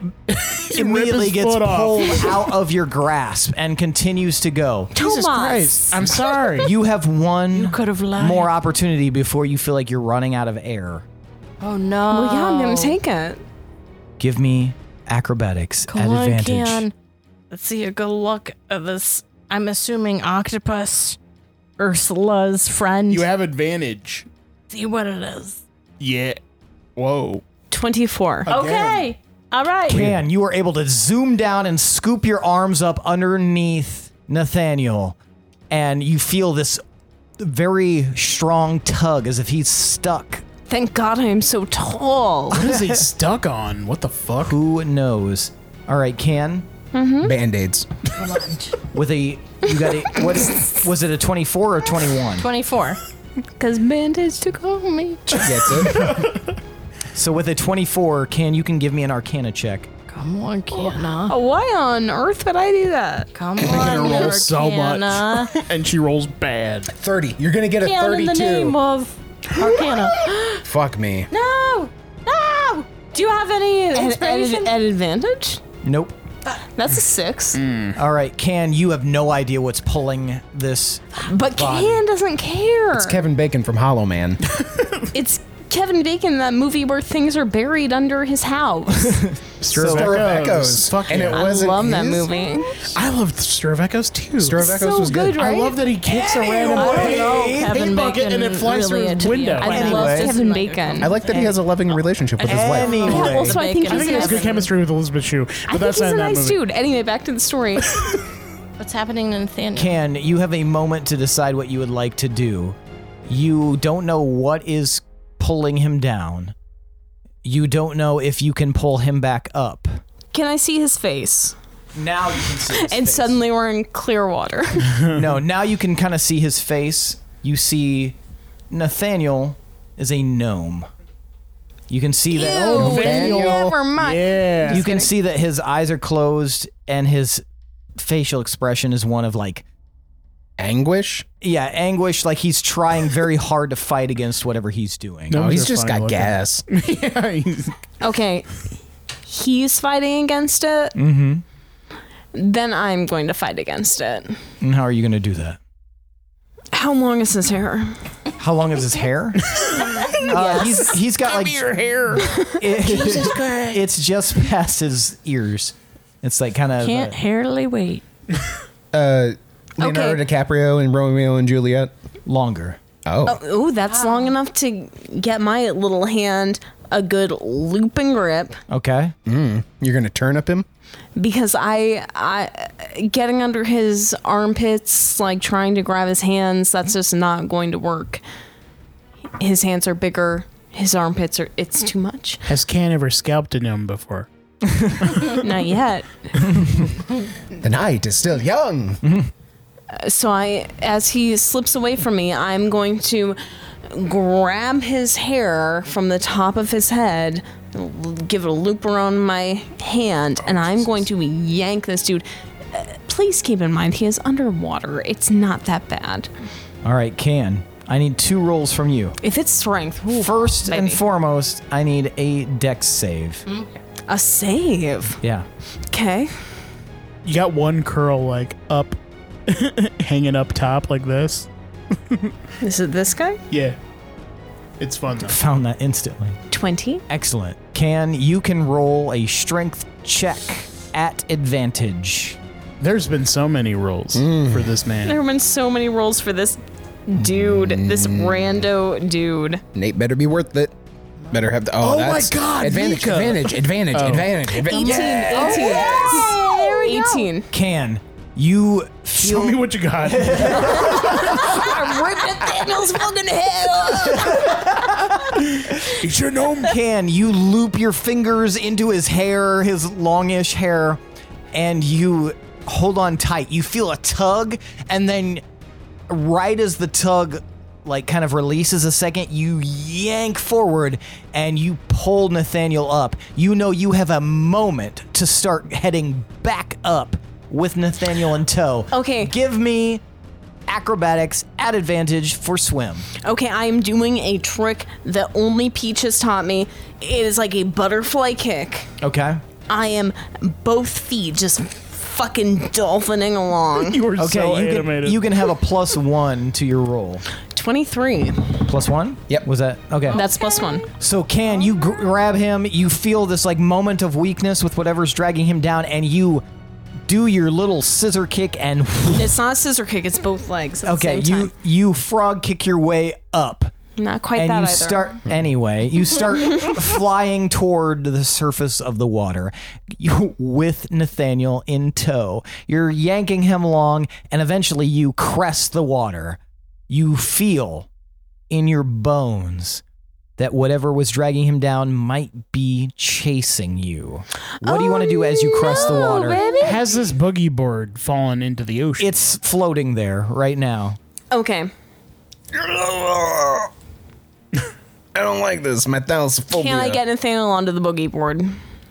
[SPEAKER 2] immediately
[SPEAKER 1] his
[SPEAKER 2] gets
[SPEAKER 1] foot off.
[SPEAKER 2] pulled out of your grasp and continues to go.
[SPEAKER 1] Jesus
[SPEAKER 3] Tomas.
[SPEAKER 1] Christ. I'm sorry.
[SPEAKER 2] You have one
[SPEAKER 3] could've lied.
[SPEAKER 2] more opportunity before you feel like you're running out of air.
[SPEAKER 5] Oh no.
[SPEAKER 3] Well, yeah, I'm gonna take it.
[SPEAKER 2] Give me acrobatics
[SPEAKER 5] Come
[SPEAKER 2] at
[SPEAKER 5] on,
[SPEAKER 2] advantage.
[SPEAKER 5] Keon. Let's see a good look at this. I'm assuming octopus, Ursula's friend.
[SPEAKER 1] you have advantage.
[SPEAKER 5] see what it is.
[SPEAKER 1] Yeah. Whoa.
[SPEAKER 3] 24.
[SPEAKER 5] Okay. All right.
[SPEAKER 2] Can you are able to zoom down and scoop your arms up underneath Nathaniel, and you feel this very strong tug as if he's stuck.
[SPEAKER 3] Thank God I am so tall.
[SPEAKER 1] Oh, What is he stuck on? What the fuck?
[SPEAKER 2] Who knows? All right, Can
[SPEAKER 3] Hmm? Mm-hmm.
[SPEAKER 4] Band aids.
[SPEAKER 2] with a you got a what is, was it a twenty four or twenty one?
[SPEAKER 5] 24.
[SPEAKER 3] Because bandits took hold of me.
[SPEAKER 4] That's it.
[SPEAKER 2] So with a twenty four, Can you can give me an Arcana check.
[SPEAKER 5] Come on, Kiana.
[SPEAKER 3] Oh, why on earth would I do that?
[SPEAKER 5] Come on,
[SPEAKER 1] roll so much.
[SPEAKER 5] Arcana.
[SPEAKER 1] And she rolls bad.
[SPEAKER 4] 30. You're going to get a
[SPEAKER 5] Kiana in the
[SPEAKER 4] 32.
[SPEAKER 5] name of Arcana.
[SPEAKER 4] Fuck me.
[SPEAKER 5] no! No! Do you have any inspiration?
[SPEAKER 3] advantage?
[SPEAKER 2] Nope.
[SPEAKER 3] That's a six.
[SPEAKER 2] All right, Can you have no idea what's pulling this?
[SPEAKER 3] But Can doesn't care. It's,
[SPEAKER 4] Kevin Bacon from Hollow Man.
[SPEAKER 3] Kevin Bacon, that movie where things are buried under his house.
[SPEAKER 4] Stir of Echoes.
[SPEAKER 1] Fuck
[SPEAKER 4] and
[SPEAKER 1] yeah.
[SPEAKER 4] it
[SPEAKER 1] I
[SPEAKER 4] wasn't
[SPEAKER 3] Love that
[SPEAKER 4] his?
[SPEAKER 3] movie.
[SPEAKER 1] I love Stir of Echoes too.
[SPEAKER 4] Stir of Echoes
[SPEAKER 3] so
[SPEAKER 4] was good.
[SPEAKER 3] good, right?
[SPEAKER 1] I love that he kicks a
[SPEAKER 5] I
[SPEAKER 1] random
[SPEAKER 5] don't know.
[SPEAKER 1] paint
[SPEAKER 5] Kevin
[SPEAKER 1] bucket
[SPEAKER 5] Bacon
[SPEAKER 1] and it flies
[SPEAKER 5] really
[SPEAKER 1] through his
[SPEAKER 5] to be
[SPEAKER 1] window.
[SPEAKER 5] a-
[SPEAKER 3] I
[SPEAKER 5] Anyway.
[SPEAKER 3] love Kevin
[SPEAKER 5] Anyway.
[SPEAKER 3] Bacon.
[SPEAKER 4] I like that he has a loving relationship with his wife.
[SPEAKER 2] Anyway.
[SPEAKER 3] also, I think
[SPEAKER 5] Bacon.
[SPEAKER 1] I think he has
[SPEAKER 3] Yes.
[SPEAKER 1] good chemistry with Elizabeth Shue,
[SPEAKER 3] I
[SPEAKER 1] but
[SPEAKER 3] think
[SPEAKER 1] that's
[SPEAKER 3] he's
[SPEAKER 1] not
[SPEAKER 3] a
[SPEAKER 1] in that
[SPEAKER 3] nice
[SPEAKER 1] movie.
[SPEAKER 3] dude. Anyway, back to the story.
[SPEAKER 5] What's happening to Nathaniel?
[SPEAKER 2] Can you have a moment to decide what you would like to do? You don't know what is pulling him down. You don't know if you can pull him back up.
[SPEAKER 3] Can I see his face?
[SPEAKER 2] Now you can see. His
[SPEAKER 3] And
[SPEAKER 2] face.
[SPEAKER 3] suddenly we're in clear water.
[SPEAKER 2] no. Now you can kind of see his face. You see, Nathaniel is a gnome. You can see that. oh,
[SPEAKER 3] Never mind.
[SPEAKER 1] Yeah.
[SPEAKER 2] you can see that his eyes are closed and his facial expression is one of like
[SPEAKER 4] Anguish?
[SPEAKER 2] yeah anguish like he's trying very hard to fight against whatever he's doing
[SPEAKER 4] No,
[SPEAKER 1] Those
[SPEAKER 4] he's
[SPEAKER 1] are funny
[SPEAKER 4] just got
[SPEAKER 1] looking.
[SPEAKER 4] gas.
[SPEAKER 1] yeah, he's-
[SPEAKER 3] Okay. He's fighting against it.
[SPEAKER 2] mm-hmm
[SPEAKER 3] Then I'm going to fight against it.
[SPEAKER 2] And how are you going to do that?
[SPEAKER 3] How long is his hair?
[SPEAKER 2] How long is his hair? uh, he's he's got like your hair. it's just past his ears. It's like kind of
[SPEAKER 5] Can't hardly wait.
[SPEAKER 4] Uh, Leonardo DiCaprio and Romeo and Juliet.
[SPEAKER 2] longer.
[SPEAKER 4] Oh.
[SPEAKER 3] Oh, that's long enough to get my little hand a good looping grip
[SPEAKER 5] Oh.
[SPEAKER 2] Okay.
[SPEAKER 4] Mm. You're going to turn up him?
[SPEAKER 3] because I, I, getting under his armpits, like trying to grab his hands, that's just not going to work. His hands are bigger. His armpits are, it's too much.
[SPEAKER 1] Has Can ever scalped a gnome before?
[SPEAKER 3] Not yet.
[SPEAKER 4] The night is still young.
[SPEAKER 2] Mm-hmm.
[SPEAKER 3] So I, as he slips away from me, I'm going to grab his hair from the top of his head, l- give it a loop around my hand, and I'm going to yank this dude. Uh, Please keep in mind he is underwater. It's not that bad.
[SPEAKER 2] All right, can. I need two rolls from you.
[SPEAKER 3] If it's strength, ooh,
[SPEAKER 2] First and
[SPEAKER 3] baby. Hmm?
[SPEAKER 2] foremost, I need a dex save.
[SPEAKER 3] a save.
[SPEAKER 2] Yeah.
[SPEAKER 3] Okay.
[SPEAKER 1] You got one curl like up, hanging up top like this.
[SPEAKER 3] This is this guy.
[SPEAKER 1] Yeah. It's fun though.
[SPEAKER 2] Found that instantly.
[SPEAKER 3] Twenty.
[SPEAKER 2] Excellent. Can you can roll a strength check at advantage. Mm.
[SPEAKER 1] There's been so many rules for this man.
[SPEAKER 3] There have been so many rolls for this dude, this rando dude.
[SPEAKER 4] Mm. Nate better be worth it. Better have the. Oh,
[SPEAKER 1] my
[SPEAKER 4] that's-
[SPEAKER 1] God,
[SPEAKER 4] Advantage,
[SPEAKER 1] Mika.
[SPEAKER 4] advantage, advantage,
[SPEAKER 2] Oh.
[SPEAKER 4] advantage, advantage.
[SPEAKER 5] E
[SPEAKER 3] Eighteen.
[SPEAKER 5] There we go.
[SPEAKER 3] Eighteen.
[SPEAKER 2] Can you feel
[SPEAKER 1] Show me what you got.
[SPEAKER 7] I ripped Nathaniel's fucking head off.
[SPEAKER 1] it's your gnome.
[SPEAKER 2] can, you loop your fingers into his hair, his longish hair, and you hold on tight. You feel a tug, and then right as the tug like kind of releases a second, you yank forward and you pull Nathaniel up. You know you have a moment to start heading back up with Nathaniel in tow.
[SPEAKER 3] Okay.
[SPEAKER 2] Give me acrobatics at advantage for swim.
[SPEAKER 3] Okay, I am doing a trick that only Peach has taught me. It is like a butterfly kick.
[SPEAKER 2] Okay.
[SPEAKER 3] I am both feet just fucking dolphining along.
[SPEAKER 1] You were
[SPEAKER 2] Okay,
[SPEAKER 1] so
[SPEAKER 2] you,
[SPEAKER 1] animated.
[SPEAKER 2] can, you can have a plus one to your roll.
[SPEAKER 3] 23.
[SPEAKER 2] Plus one? Yep. Was that okay?
[SPEAKER 3] That's plus one.
[SPEAKER 2] So, can you gr- grab him? You feel this like moment of weakness with whatever's dragging him down, and you do your little scissor kick and
[SPEAKER 3] It's not a scissor kick, it's both legs. At
[SPEAKER 2] okay,
[SPEAKER 3] the same
[SPEAKER 2] you
[SPEAKER 3] time.
[SPEAKER 2] you frog kick your way up,
[SPEAKER 3] Not quite
[SPEAKER 2] and
[SPEAKER 3] that
[SPEAKER 2] you
[SPEAKER 3] either.
[SPEAKER 2] start anyway. You start flying toward the surface of the water, you, with Nathaniel in tow. You're yanking him along, and eventually you crest the water. You feel in your bones that whatever was dragging him down might be chasing you. What do you want to do
[SPEAKER 3] Oh,
[SPEAKER 2] as you crest the water?
[SPEAKER 1] Has this boogie board fallen into the ocean?
[SPEAKER 2] It's floating there right now.
[SPEAKER 3] Okay.
[SPEAKER 8] I don't like this. My
[SPEAKER 2] Oh,
[SPEAKER 8] thalassophobia.
[SPEAKER 3] Can I get Nathaniel onto the boogie board?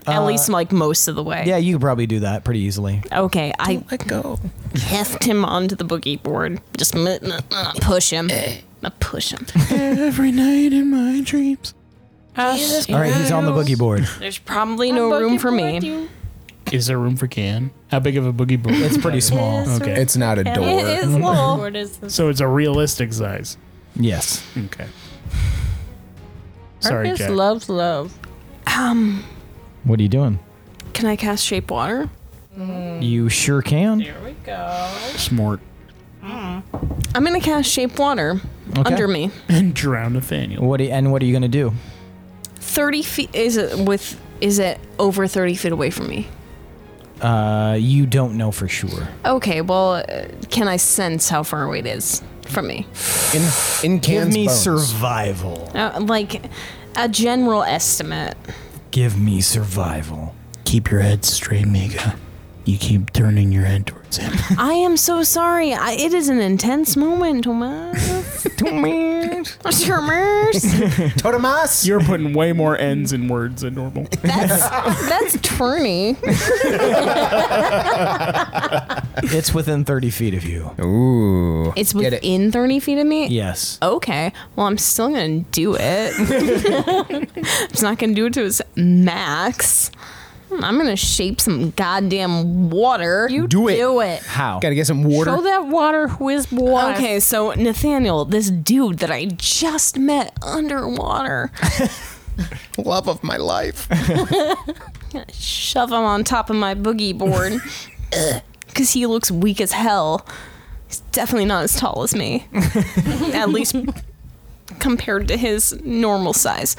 [SPEAKER 3] At least like most of the way.
[SPEAKER 2] Yeah, you could probably do that pretty easily.
[SPEAKER 3] Okay, I
[SPEAKER 8] Let go.
[SPEAKER 3] heft him onto the boogie board. Just m- n- n- push him.
[SPEAKER 2] Eh.
[SPEAKER 3] I push him.
[SPEAKER 1] every night in my dreams.
[SPEAKER 2] All right, he's on the boogie board.
[SPEAKER 3] There's probably no room for me.
[SPEAKER 1] Is there room for Can? How big of a boogie board?
[SPEAKER 2] It's pretty small.
[SPEAKER 1] Okay.
[SPEAKER 4] It's not a door.
[SPEAKER 3] It is little.
[SPEAKER 1] so it's a realistic size.
[SPEAKER 2] Yes.
[SPEAKER 1] Okay. Sorry, Jack.
[SPEAKER 5] loves love.
[SPEAKER 2] What are you
[SPEAKER 3] Um,
[SPEAKER 2] doing?
[SPEAKER 3] Can I cast shape water? Mm.
[SPEAKER 2] You sure can.
[SPEAKER 1] Smart.
[SPEAKER 3] I'm gonna cast shape water under me.
[SPEAKER 1] And drown Nathaniel.
[SPEAKER 2] What do you, and what are you gonna do?
[SPEAKER 3] Thirty feet is it with is it over thirty feet away from me?
[SPEAKER 2] Uh, you don't know for sure.
[SPEAKER 3] Okay, well, uh, can I sense how far away it is from me?
[SPEAKER 4] In, in
[SPEAKER 2] Give
[SPEAKER 4] Can's
[SPEAKER 2] me
[SPEAKER 4] bones.
[SPEAKER 2] survival.
[SPEAKER 3] Uh, like a general estimate.
[SPEAKER 2] Give me survival.
[SPEAKER 1] Keep your head straight, Mika. You keep turning your head towards him.
[SPEAKER 3] I am so sorry. I, it is an intense moment, Tomas. Tomas.
[SPEAKER 4] Totemas.
[SPEAKER 1] You're putting way more ends in words than normal.
[SPEAKER 3] That's turny.
[SPEAKER 2] It's within 30 feet of you.
[SPEAKER 4] Ooh.
[SPEAKER 3] It's
[SPEAKER 4] Get it.
[SPEAKER 3] within 30 feet of me?
[SPEAKER 2] Yes.
[SPEAKER 3] Okay. Well, I'm still going to do it. I'm just not going to do it to its max. Hmm, I'm going to shape some goddamn water. You
[SPEAKER 4] Do it.
[SPEAKER 5] Do it.
[SPEAKER 2] How?
[SPEAKER 4] Gotta get some water.
[SPEAKER 5] Show that water whiz boy.
[SPEAKER 3] Okay, so Nathaniel, this dude that I just met underwater,
[SPEAKER 8] Love of my life.
[SPEAKER 3] shove him on top of my boogie board because he looks weak as hell. He's definitely not as tall as me, at least compared to his normal size.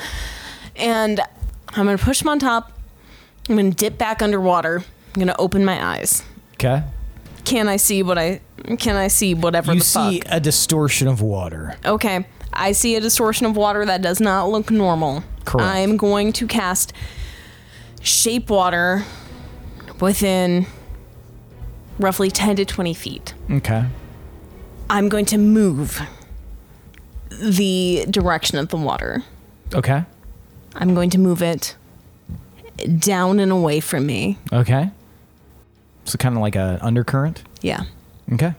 [SPEAKER 3] And I'm gonna push him on top. I'm gonna dip back underwater. I'm gonna open my eyes.
[SPEAKER 2] Okay.
[SPEAKER 3] Can I see what I? Can I see whatever
[SPEAKER 2] You
[SPEAKER 3] the fuck?
[SPEAKER 2] see a distortion of water.
[SPEAKER 3] Okay. I see a distortion of water that does not look normal.
[SPEAKER 2] Correct.
[SPEAKER 3] I'm going to cast shape water within roughly 10 to 20 feet.
[SPEAKER 2] Okay.
[SPEAKER 3] I'm going to move the direction of the water.
[SPEAKER 2] Okay.
[SPEAKER 3] I'm going to move it down and away from me.
[SPEAKER 2] Okay. So kind of like a undercurrent.
[SPEAKER 3] Yeah.
[SPEAKER 2] Okay.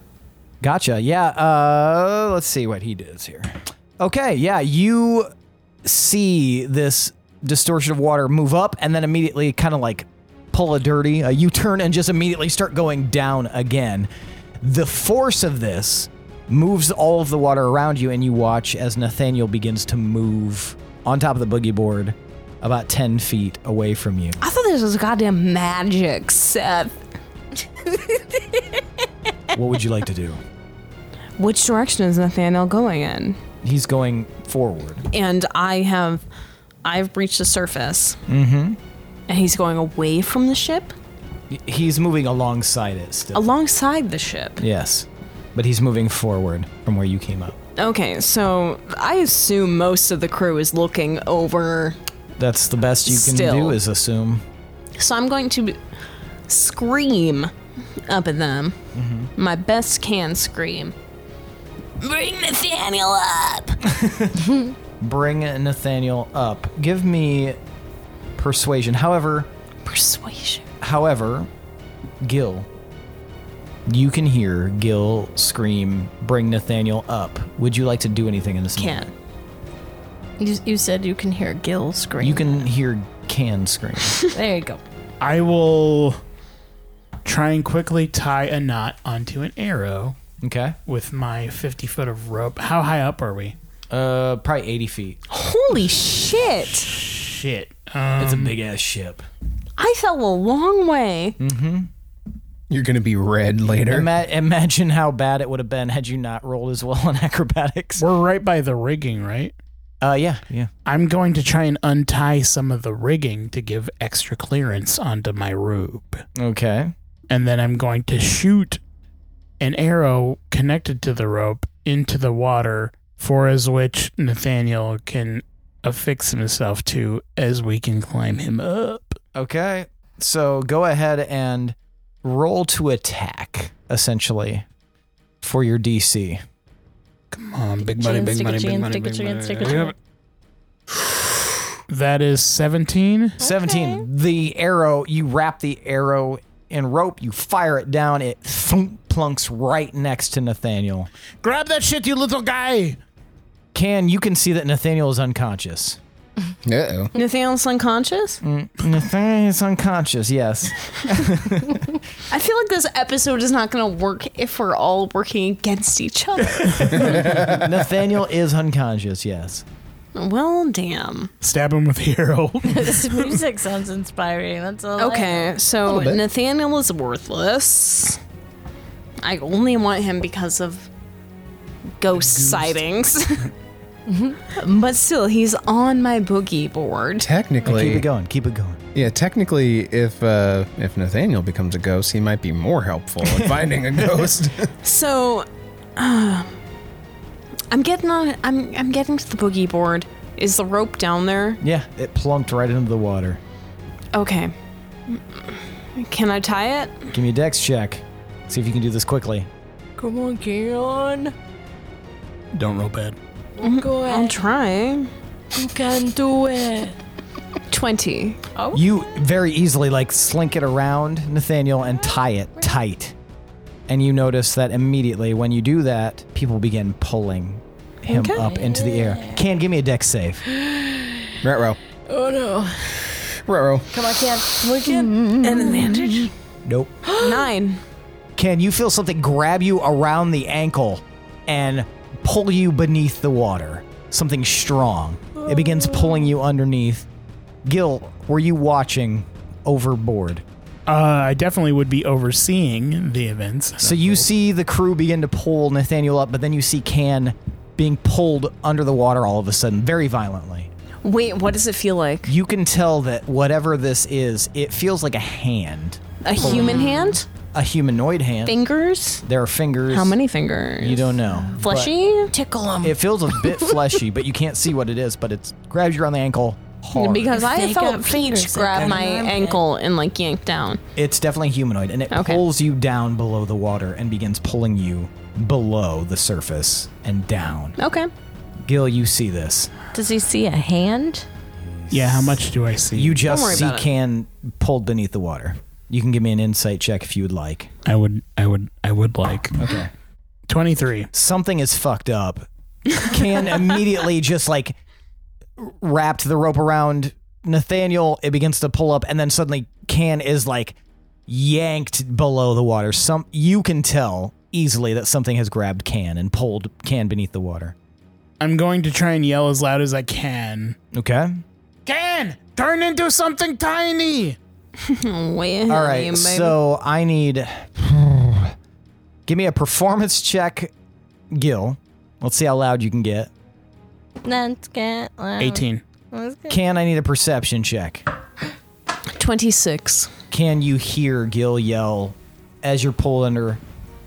[SPEAKER 2] Gotcha. Yeah. Uh, let's see what he does here. Okay. Yeah. You see this distortion of water move up and then immediately kind of like pull a dirty, a U turn, and just immediately start going down again. The force of this moves all of the water around you, and you watch as Nathaniel begins to move on top of the boogie board about 10 feet away from you.
[SPEAKER 3] I thought this was goddamn magic, Seth.
[SPEAKER 2] What would you like to do?
[SPEAKER 3] Which direction is Nathaniel going in?
[SPEAKER 2] He's going forward.
[SPEAKER 3] and I have I've reached the surface. Mm-hmm. And he's going away from the ship,
[SPEAKER 2] He's moving alongside it still.
[SPEAKER 3] alongside the ship.
[SPEAKER 2] Yes. But he's moving forward from where you came up.
[SPEAKER 3] Okay, so I assume most of the crew is looking over.
[SPEAKER 2] That's the best you can
[SPEAKER 3] Still.
[SPEAKER 2] do is assume.
[SPEAKER 3] So I'm going to scream up at them. My best can scream.
[SPEAKER 7] Bring Nathaniel up.
[SPEAKER 2] Bring Nathaniel up. Give me persuasion. However,
[SPEAKER 3] Persuasion.
[SPEAKER 2] however, Gil, You can hear Gil scream, "Bring Nathaniel up!" Would you like to do anything in this? moment?
[SPEAKER 3] Can.
[SPEAKER 5] You, you said you can hear Gil scream.
[SPEAKER 2] You can hear can scream.
[SPEAKER 5] There you go.
[SPEAKER 1] I will try and quickly tie a knot onto an arrow
[SPEAKER 2] okay.
[SPEAKER 1] with my 50 foot of rope. How high up are we?
[SPEAKER 2] Uh, probably eighty feet.
[SPEAKER 3] Holy shit!
[SPEAKER 1] Shit. Um,
[SPEAKER 2] It's a big ass ship.
[SPEAKER 3] I fell a long way.
[SPEAKER 2] Mm-hmm.
[SPEAKER 4] You're gonna be red later.
[SPEAKER 2] Ima- imagine how bad it would have been had you not rolled as well on acrobatics.
[SPEAKER 1] we're right by the rigging, right?
[SPEAKER 2] Uh, yeah, yeah.
[SPEAKER 1] I'm going to try and untie some of the rigging to give extra clearance onto my rope.
[SPEAKER 2] Okay.
[SPEAKER 1] And then I'm going to shoot an arrow connected to the rope into the water, for as which Nathaniel can affix himself to as we can climb him up.
[SPEAKER 2] Okay. So go ahead and roll to attack, essentially, for your DC.
[SPEAKER 1] Come on, big money, big money, big money, big money. That is 17.
[SPEAKER 2] 17. The arrow, you wrap the arrow in rope, you fire it down, it thunk, plunks right next to Nathaniel.
[SPEAKER 1] Grab that shit, you little guy!
[SPEAKER 2] Can, you can see that Nathaniel is unconscious.
[SPEAKER 4] Uh oh.
[SPEAKER 3] Nathaniel's unconscious?
[SPEAKER 2] Mm. Nathaniel is unconscious, yes.
[SPEAKER 3] I feel like this episode is not going to work if we're all working against each other.
[SPEAKER 2] Nathaniel is unconscious, yes.
[SPEAKER 3] well, damn.
[SPEAKER 1] Stab him with the arrow.
[SPEAKER 5] This music sounds inspiring. That's all. I-
[SPEAKER 3] Okay, so
[SPEAKER 4] bit.
[SPEAKER 3] Nathaniel is worthless. I only want him because of ghost sightings. Mm-hmm. but still, he's on my boogie board.
[SPEAKER 2] Keep it
[SPEAKER 4] Technically,
[SPEAKER 2] going, keep it going.
[SPEAKER 4] yeah. Technically, if uh, if Nathaniel becomes a ghost, he might be more helpful in finding a ghost.
[SPEAKER 3] So, uh, I'm getting on. I'm I'm getting to the boogie board. Is the rope down there?
[SPEAKER 2] Yeah, it plunked right into the water.
[SPEAKER 3] Okay. Can I tie it?
[SPEAKER 2] Give me a dex check. See if you can do this quickly.
[SPEAKER 5] Come on, Kion.
[SPEAKER 1] Don't roll bad.
[SPEAKER 3] Mm-hmm.
[SPEAKER 5] Go
[SPEAKER 3] I'll
[SPEAKER 5] ahead.
[SPEAKER 3] try.
[SPEAKER 5] You can do it.
[SPEAKER 3] Twenty.
[SPEAKER 2] You very easily like slink it around Nathaniel and tie it tight. And you notice that immediately when you do that, people begin pulling him
[SPEAKER 3] Okay.
[SPEAKER 2] up into the air. Can give me a dex save.
[SPEAKER 4] Retro.
[SPEAKER 5] Oh no.
[SPEAKER 4] Retro.
[SPEAKER 5] Come on, Can. We can.
[SPEAKER 3] An advantage.
[SPEAKER 2] Nope.
[SPEAKER 3] Mm-hmm. Nine.
[SPEAKER 2] Can you feel something grab you around the ankle and pull you beneath the water? Something strong. It begins pulling you underneath. Gil, were you watching overboard?
[SPEAKER 1] Uh, I definitely would be overseeing the events.
[SPEAKER 2] So you see the crew begin to pull Nathaniel up, but then you see Can being pulled under the water all of a sudden, very violently.
[SPEAKER 3] Wait, what does it feel like?
[SPEAKER 2] You can tell that whatever this is, it feels like a hand,
[SPEAKER 3] A human
[SPEAKER 5] Mm-hmm.
[SPEAKER 3] hand?
[SPEAKER 2] a humanoid hand.
[SPEAKER 3] Fingers?
[SPEAKER 2] There are fingers.
[SPEAKER 3] How many fingers?
[SPEAKER 2] You don't know.
[SPEAKER 3] Fleshy?
[SPEAKER 7] Tickle him.
[SPEAKER 2] But It feels a bit fleshy, but you can't see what it is. But it's grabs you around the ankle hard.
[SPEAKER 3] Because I
[SPEAKER 5] Fake
[SPEAKER 3] felt
[SPEAKER 5] up
[SPEAKER 3] Peach
[SPEAKER 5] fingers
[SPEAKER 3] grab
[SPEAKER 5] like
[SPEAKER 3] my
[SPEAKER 5] that.
[SPEAKER 3] ankle and like yank down.
[SPEAKER 2] it's definitely humanoid, and it
[SPEAKER 3] Okay.
[SPEAKER 2] pulls you down below the water and begins pulling you below the surface and down.
[SPEAKER 3] Okay.
[SPEAKER 2] Gil, you see this.
[SPEAKER 5] Does he see a hand?
[SPEAKER 1] yeah, how much do I see?
[SPEAKER 2] You
[SPEAKER 3] worry
[SPEAKER 2] just see
[SPEAKER 3] about it.
[SPEAKER 2] can pulled beneath the water. You can give me an insight check if you would like.
[SPEAKER 1] I would, I would, I would like.
[SPEAKER 2] Okay.
[SPEAKER 1] 23.
[SPEAKER 2] Something is fucked up. Can immediately just like wrapped the rope around Nathaniel. It begins to pull up, and then suddenly Can is like yanked below the water. Some you can tell easily that something has grabbed Can and pulled Can beneath the water.
[SPEAKER 1] I'm going to try and yell as loud as I can.
[SPEAKER 2] Okay.
[SPEAKER 1] Can! Turn into something tiny!
[SPEAKER 3] Wait.
[SPEAKER 2] All right, so I need. Give me a performance check, Gil. Let's see how loud you can get.
[SPEAKER 5] Let's get.
[SPEAKER 1] 18.
[SPEAKER 2] Can I need a perception check?
[SPEAKER 3] 26.
[SPEAKER 2] Can you hear Gil yell as you're pulled under,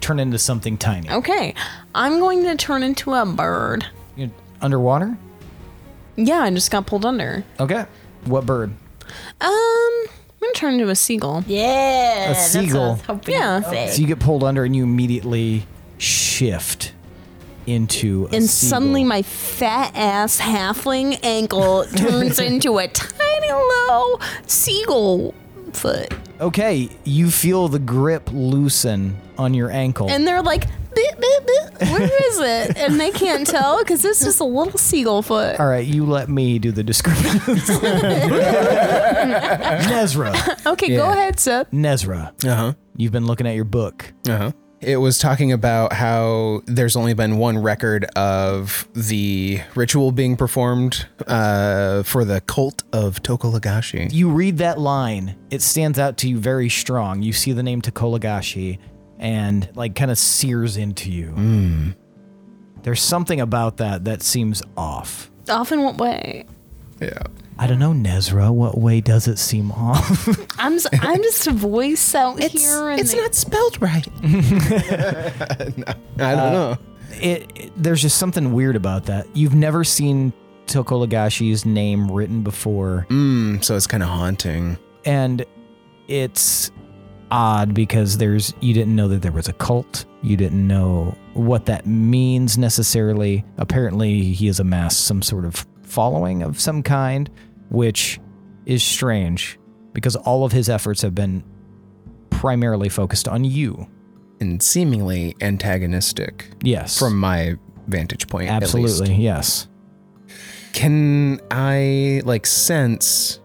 [SPEAKER 2] turn into something tiny?
[SPEAKER 3] Okay. I'm going to turn into a bird.
[SPEAKER 2] You're underwater?
[SPEAKER 3] Yeah, I just got pulled under.
[SPEAKER 2] Okay. What bird?
[SPEAKER 3] Um, I'm going to turn into a seagull.
[SPEAKER 5] Yeah.
[SPEAKER 2] A seagull.
[SPEAKER 5] yeah.
[SPEAKER 3] Yeah.
[SPEAKER 2] So you get pulled under and you immediately shift into a
[SPEAKER 3] And
[SPEAKER 2] seagull.
[SPEAKER 3] suddenly my fat ass halfling ankle turns into a tiny little seagull foot.
[SPEAKER 2] Okay, you feel the grip loosen on your ankle.
[SPEAKER 3] and they're like, "Beep, beep, beep, where is it? And they can't tell because it's just a little seagull foot.
[SPEAKER 2] All right, you let me do the description. Nezra.
[SPEAKER 3] Okay, go
[SPEAKER 2] Yeah.
[SPEAKER 3] ahead, Seth.
[SPEAKER 2] Nezra.
[SPEAKER 4] Uh huh.
[SPEAKER 2] You've been looking at your book.
[SPEAKER 4] Uh huh. It was talking about how there's only been one record of the ritual being performed uh, for the cult of Tokolagashi.
[SPEAKER 2] You read that line, it stands out to you very strong. You see the name Tokolagashi and like kind of sears into you. There's something about that that seems off.
[SPEAKER 3] Off in what way?
[SPEAKER 4] Yeah.
[SPEAKER 2] I don't know, Nezra, what way does it seem off?
[SPEAKER 3] I'm s- I'm just a voice out here, and
[SPEAKER 6] It's
[SPEAKER 3] they-
[SPEAKER 6] not spelled right.
[SPEAKER 4] I don't know.
[SPEAKER 2] it, Uh, it- there's just something weird about that. You've never seen Tokolagachi's name written before,
[SPEAKER 4] Mm, so it's kind of haunting.
[SPEAKER 2] and it's odd because there's you didn't know that there was a cult. You didn't know what that means necessarily. Apparently, he has amassed some sort of following of some kind, which is strange because all of his efforts have been primarily focused on you.
[SPEAKER 4] and seemingly antagonistic
[SPEAKER 2] Yes.
[SPEAKER 4] from my vantage point. at least.
[SPEAKER 2] absolutely. Yes.
[SPEAKER 4] Can I like sense